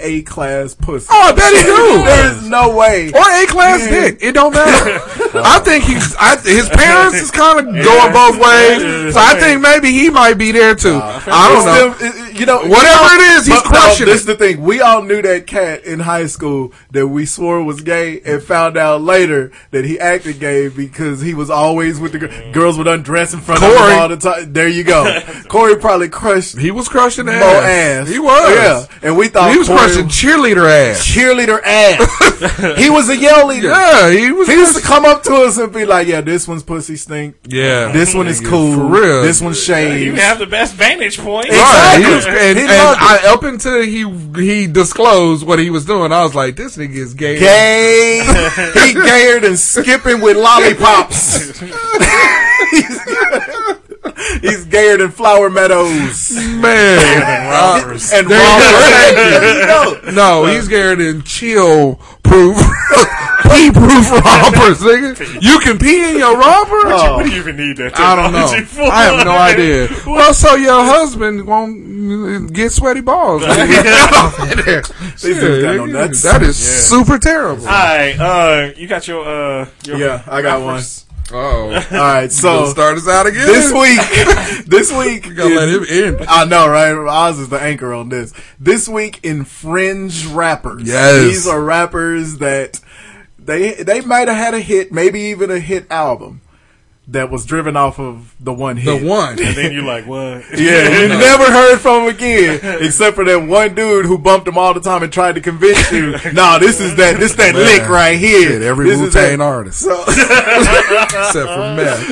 Speaker 2: A class pussy.
Speaker 12: Oh, I bet he do.
Speaker 2: there is no way.
Speaker 12: Or A class
Speaker 2: Yeah.
Speaker 12: dick. It don't
Speaker 2: *laughs*
Speaker 12: matter. I think he's I, his parents is kind of going both ways. So I think maybe he might be there too. I don't know.
Speaker 2: It's them- it- it- you know,
Speaker 12: Oh, Whatever
Speaker 2: we all-
Speaker 12: it is, he's
Speaker 2: *laughs* but- no,
Speaker 12: crushing
Speaker 2: This
Speaker 12: it.
Speaker 2: the thing. We all knew that cat in high school that we swore was gay, and found out later that he acted gay because he was always with the gir- girls would undress in front of
Speaker 12: Corey.
Speaker 2: him all the time. There
Speaker 12: *laughs*
Speaker 2: you go. Corey probably crushed
Speaker 12: He was crushing the
Speaker 2: mo
Speaker 12: ass.
Speaker 2: ass.
Speaker 12: He was.
Speaker 2: Yeah, and we thought
Speaker 12: he was
Speaker 2: Corey
Speaker 12: crushing cheerleader ass.
Speaker 2: cheerleader
Speaker 12: *laughs*
Speaker 2: ass. he was a yell leader.
Speaker 12: Yeah, he was.
Speaker 2: He used to come up to us and be like, "Yeah, this one's pussy stink.
Speaker 12: yeah,
Speaker 2: This one is cool.
Speaker 12: For real.
Speaker 2: This one's
Speaker 11: You
Speaker 2: shaved.
Speaker 11: have the best vantage point.
Speaker 12: Right, he
Speaker 2: Exactly.
Speaker 12: was- and,
Speaker 2: He
Speaker 12: and
Speaker 2: loved
Speaker 12: I, up until he he disclosed what he was doing, I was like, "This nigga is gay."
Speaker 2: gay. he gayer than skipping with lollipops. he's, he's gayer than flower meadows
Speaker 12: *laughs* man. There
Speaker 2: and
Speaker 12: *laughs* you
Speaker 2: robbers.
Speaker 12: go. No, he's scared in chill proof, *laughs* pee proof *laughs* rompers, nigga. You can pee in your romper.
Speaker 11: What do you even need that?
Speaker 12: I don't
Speaker 11: technology
Speaker 12: know.
Speaker 11: for?
Speaker 12: I have no idea. Well, so your husband won't get sweaty
Speaker 2: *laughs*
Speaker 12: balls.
Speaker 2: These dudes got no nuts.
Speaker 12: That is super terrible.
Speaker 11: All right, uh, you got your uh, your
Speaker 2: Yeah, I got one.
Speaker 12: Oh,
Speaker 2: All right,
Speaker 12: so
Speaker 2: so
Speaker 12: start us out again
Speaker 2: this week, *laughs* this week,
Speaker 12: You gotta let him in.
Speaker 2: I know, right? Oz is the anchor on this. This week in fringe rappers.
Speaker 12: Yes.
Speaker 2: These are rappers that they they might have had a hit, maybe even a hit album that was driven off of the one
Speaker 12: The
Speaker 2: hit.
Speaker 12: one.
Speaker 11: Then you like what?
Speaker 2: Yeah, you never heard from him again, except for that one dude who bumped him all the time and tried to
Speaker 12: *laughs*
Speaker 2: convince you. Nah, this is that, this that
Speaker 12: Man.
Speaker 2: lick right here.
Speaker 12: Shit, every
Speaker 2: This
Speaker 12: Wu
Speaker 2: is that-
Speaker 12: Tang artist, *laughs*
Speaker 2: So,
Speaker 12: except for
Speaker 2: *laughs*
Speaker 12: Meth.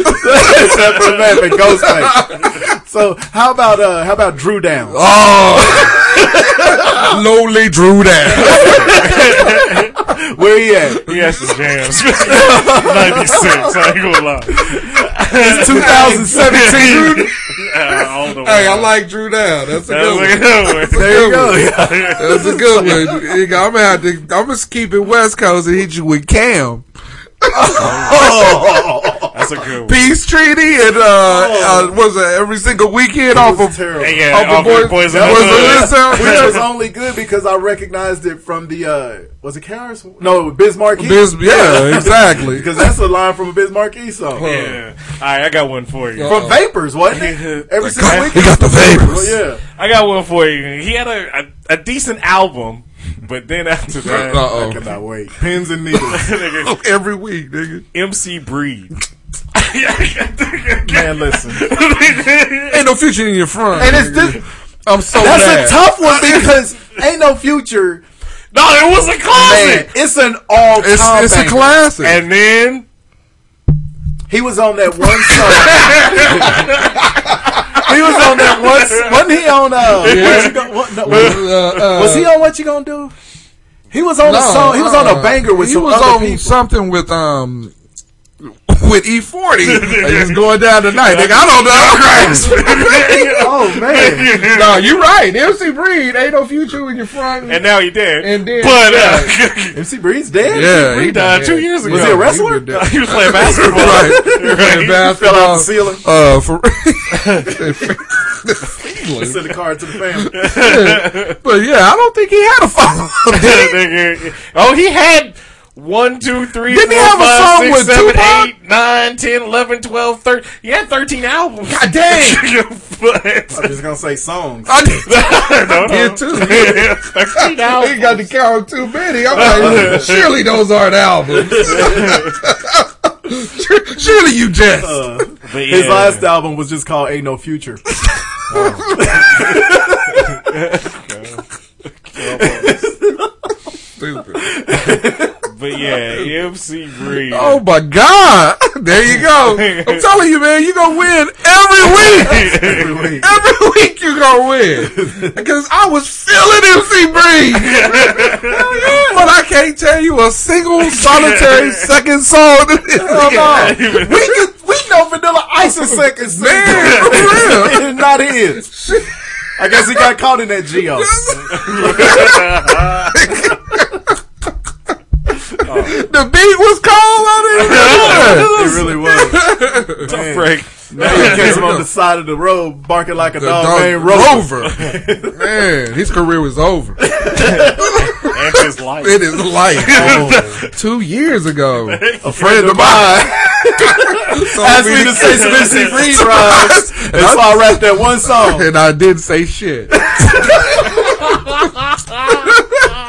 Speaker 2: except for Meth and Ghostface. So how about uh, how about Drew Down?
Speaker 12: *laughs* Oh, lowly Drew down.
Speaker 2: Where he at?
Speaker 11: He has some jams. *laughs* 96, I ain't gonna lie.
Speaker 2: It's 2017.
Speaker 11: Uh, I don't know.
Speaker 12: *laughs* Hey, I like Drew down. That's a good one.
Speaker 11: That was a good one.
Speaker 12: That's
Speaker 2: there you go.
Speaker 12: a good one. Nigga, I'm gonna have to. I'm gonna keep it West Coast and hit you with Cam.
Speaker 2: Oh,
Speaker 11: *laughs* That's a good one.
Speaker 12: peace treaty and uh, uh was it every single weekend off of
Speaker 11: Oh. Yeah, off of Boys in the
Speaker 12: Boys in
Speaker 11: Hood.
Speaker 12: This Town?
Speaker 2: Which was only good because I recognized it from the uh was it Karis? No, Biz Markie.
Speaker 12: Biz- yeah, exactly.
Speaker 2: because that's a line from a Biz Markie song.
Speaker 11: Yeah. All right, I got one for you.
Speaker 2: From Vapors, wasn't it? Every
Speaker 11: Like,
Speaker 2: single
Speaker 11: I-
Speaker 2: week.
Speaker 11: he got the Oh,
Speaker 2: Vapors. yeah.
Speaker 11: I got one for you. He had a, a, a decent album, but then after
Speaker 12: *laughs*
Speaker 11: that,
Speaker 2: Uh-oh. I cannot wait. Pins and needles.
Speaker 11: *laughs* Nigga.
Speaker 12: every week, nigga.
Speaker 11: MC Breed.
Speaker 2: Man, listen.
Speaker 12: Ain't no future in your front.
Speaker 2: And it's
Speaker 12: nigga. I'm so
Speaker 2: That's
Speaker 12: mad.
Speaker 2: a tough one because ain't no future.
Speaker 11: *laughs* No, it was a classic.
Speaker 2: it's an all.
Speaker 12: It's- it's a classic.
Speaker 11: And
Speaker 12: *laughs*
Speaker 11: then
Speaker 2: he was on that one song. *laughs* he was on that one. Wasn't he on? Uh, what you go, what, no,
Speaker 12: Uh, uh,
Speaker 2: was he on what you gonna do? He was on a song. He was on a
Speaker 12: uh,
Speaker 2: banger with
Speaker 12: he
Speaker 2: some
Speaker 12: was
Speaker 2: other
Speaker 12: on
Speaker 2: people.
Speaker 12: something with um with E forty. It's going down tonight, nigga. I don't know. *laughs*
Speaker 2: oh man,
Speaker 12: no, you right. MC Breed ain't no future in your front.
Speaker 11: and now he dead.
Speaker 12: And then-
Speaker 11: but uh,
Speaker 2: MC Breed's dead.
Speaker 12: Yeah,
Speaker 11: he died two years ago.
Speaker 2: Was he a wrestler?
Speaker 11: *laughs* He was playing basketball. *laughs*
Speaker 12: *laughs* right. Playing
Speaker 2: fell out
Speaker 12: basketball.
Speaker 2: the ceiling.
Speaker 12: Uh, for *laughs*
Speaker 2: Send a card to the family.
Speaker 12: but yeah, I don't think he had a *laughs* follow.
Speaker 11: Nigga. oh, he had one, two, three,
Speaker 12: Didn't he
Speaker 11: four,
Speaker 12: have a
Speaker 11: five,
Speaker 12: song
Speaker 11: six,
Speaker 12: with
Speaker 11: seven,
Speaker 12: Tupac?
Speaker 11: eight, nine, 10, 11, 12, 13. He had 13 albums.
Speaker 12: God
Speaker 11: *laughs*
Speaker 12: dang.
Speaker 2: I'm just gonna say songs.
Speaker 12: I did,
Speaker 11: no, no.
Speaker 12: did too.
Speaker 11: Thirteen
Speaker 12: he got to count too many. I'm like, surely those aren't albums. Sur- surely you jest.
Speaker 11: But
Speaker 2: His
Speaker 11: yeah.
Speaker 2: last album was just called "Ain't No Future."
Speaker 11: But yeah, MC Breed.
Speaker 12: Oh my God! *laughs* There you go. I'm telling you, man, you gonna win every week.
Speaker 2: Every week.
Speaker 12: Every week you gonna win because I was feeling MC Breed, but I can't tell you a single solitary second song. to this.
Speaker 2: Hell no.
Speaker 12: *laughs*
Speaker 2: we, could, we know Vanilla Ice is second single.
Speaker 12: Man, for real.
Speaker 2: it's not his. I guess he got caught in that geo.
Speaker 12: The beat was cold on it.
Speaker 2: It really was. Man.
Speaker 11: Break.
Speaker 2: Now you catch him on the side of the road barking like a
Speaker 12: The
Speaker 2: dog,
Speaker 12: dog
Speaker 2: named Rover.
Speaker 12: Rover. Man, his career was over.
Speaker 11: And his life.
Speaker 12: It is life.
Speaker 2: *laughs*
Speaker 12: Two years ago, a friend of mine *laughs*
Speaker 2: Asked me to say some MC Breed rhymes. And so I rapped that one song. *laughs*
Speaker 12: and I didn't say shit.
Speaker 11: *laughs*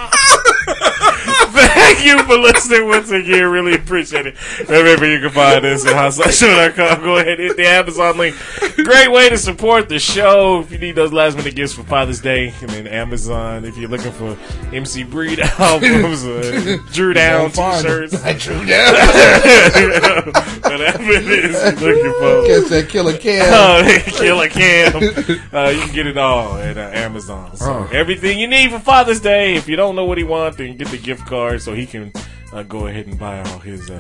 Speaker 11: Thank you for listening once again. Really appreciate it. Remember, you can find us at hotslashshow.com. Go ahead, hit the Amazon link. Great way to support the show. If you need those last minute gifts for Father's Day, and then Amazon. If you're looking for MC Breed *laughs* albums, uh, Drew Down t-shirts,
Speaker 12: *laughs*
Speaker 11: *laughs*
Speaker 12: Drew down.
Speaker 11: whatever it is you're looking for.
Speaker 12: Guess that
Speaker 11: *laughs*
Speaker 12: killer
Speaker 2: *laughs*
Speaker 12: can.
Speaker 11: Uh, Killer Cam. Uh, you can get it all at uh, Amazon. So
Speaker 12: Oh.
Speaker 11: everything you need for Father's Day. If you don't know what he wants, then get the gift card so he can uh, go ahead and buy all his. Uh,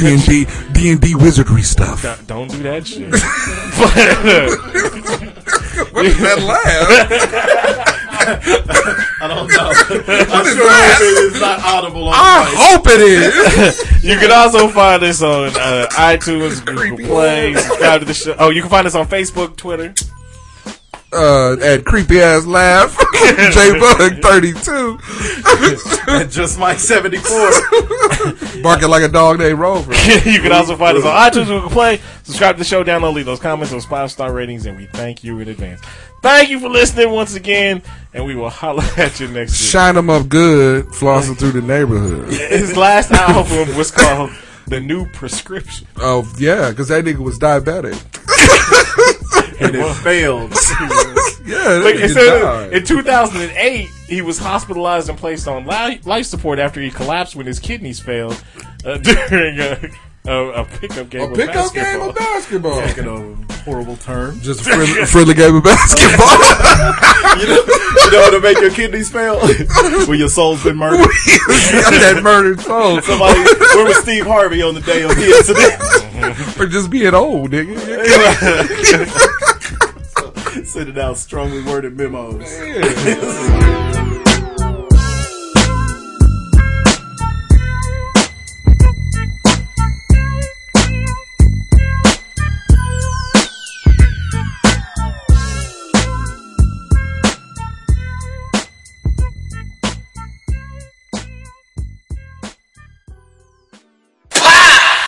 Speaker 12: D and D, D and D wizardry stuff.
Speaker 11: don't- uh, don't do that shit. but, uh,
Speaker 12: What is that
Speaker 11: *laughs*
Speaker 12: laugh?
Speaker 2: I don't know. I'm
Speaker 12: is
Speaker 2: sure
Speaker 12: that?
Speaker 2: it is not audible on
Speaker 12: I
Speaker 2: the mic.
Speaker 12: hope it is.
Speaker 11: you can also find us on uh, iTunes, Google Play. Subscribe to the show. Oh, you can find us on Facebook, Twitter. *laughs*
Speaker 12: Uh, at creepy ass laugh, *laughs* J Bug thirty two,
Speaker 2: And Just Mike 74.
Speaker 12: barking like a dog named Rover.
Speaker 11: you can also find us on iTunes, Google Play. Subscribe to the show, download, leave those comments, those five star ratings, and we thank you in advance. Thank you for listening once again, and we will holler *laughs* at you next week.
Speaker 12: Shine them up good, flossing through the neighborhood.
Speaker 11: His
Speaker 12: *laughs*
Speaker 11: last album was called The New Prescription.
Speaker 12: Oh yeah, because that nigga was diabetic.
Speaker 2: And it failed.
Speaker 12: Yeah,
Speaker 11: Like,
Speaker 12: that
Speaker 11: it
Speaker 12: nigga
Speaker 11: said
Speaker 12: died.
Speaker 11: in 2008, he was hospitalized and placed on li- life support after he collapsed when his kidneys failed uh, *laughs* during a, a, a pickup game.
Speaker 12: a pickup game
Speaker 11: basketball.
Speaker 12: of basketball.
Speaker 2: Taking a horrible turn.
Speaker 12: Just a friendly, friendly game of basketball. *laughs*
Speaker 2: You know how to make your kidneys fail?
Speaker 11: *laughs*
Speaker 2: when your soul's been murdered.
Speaker 12: that murdered soul.
Speaker 2: Somebody, where was Steve Harvey on the day of the incident?
Speaker 12: Or just being old, nigga.
Speaker 2: Sending out strongly worded memos.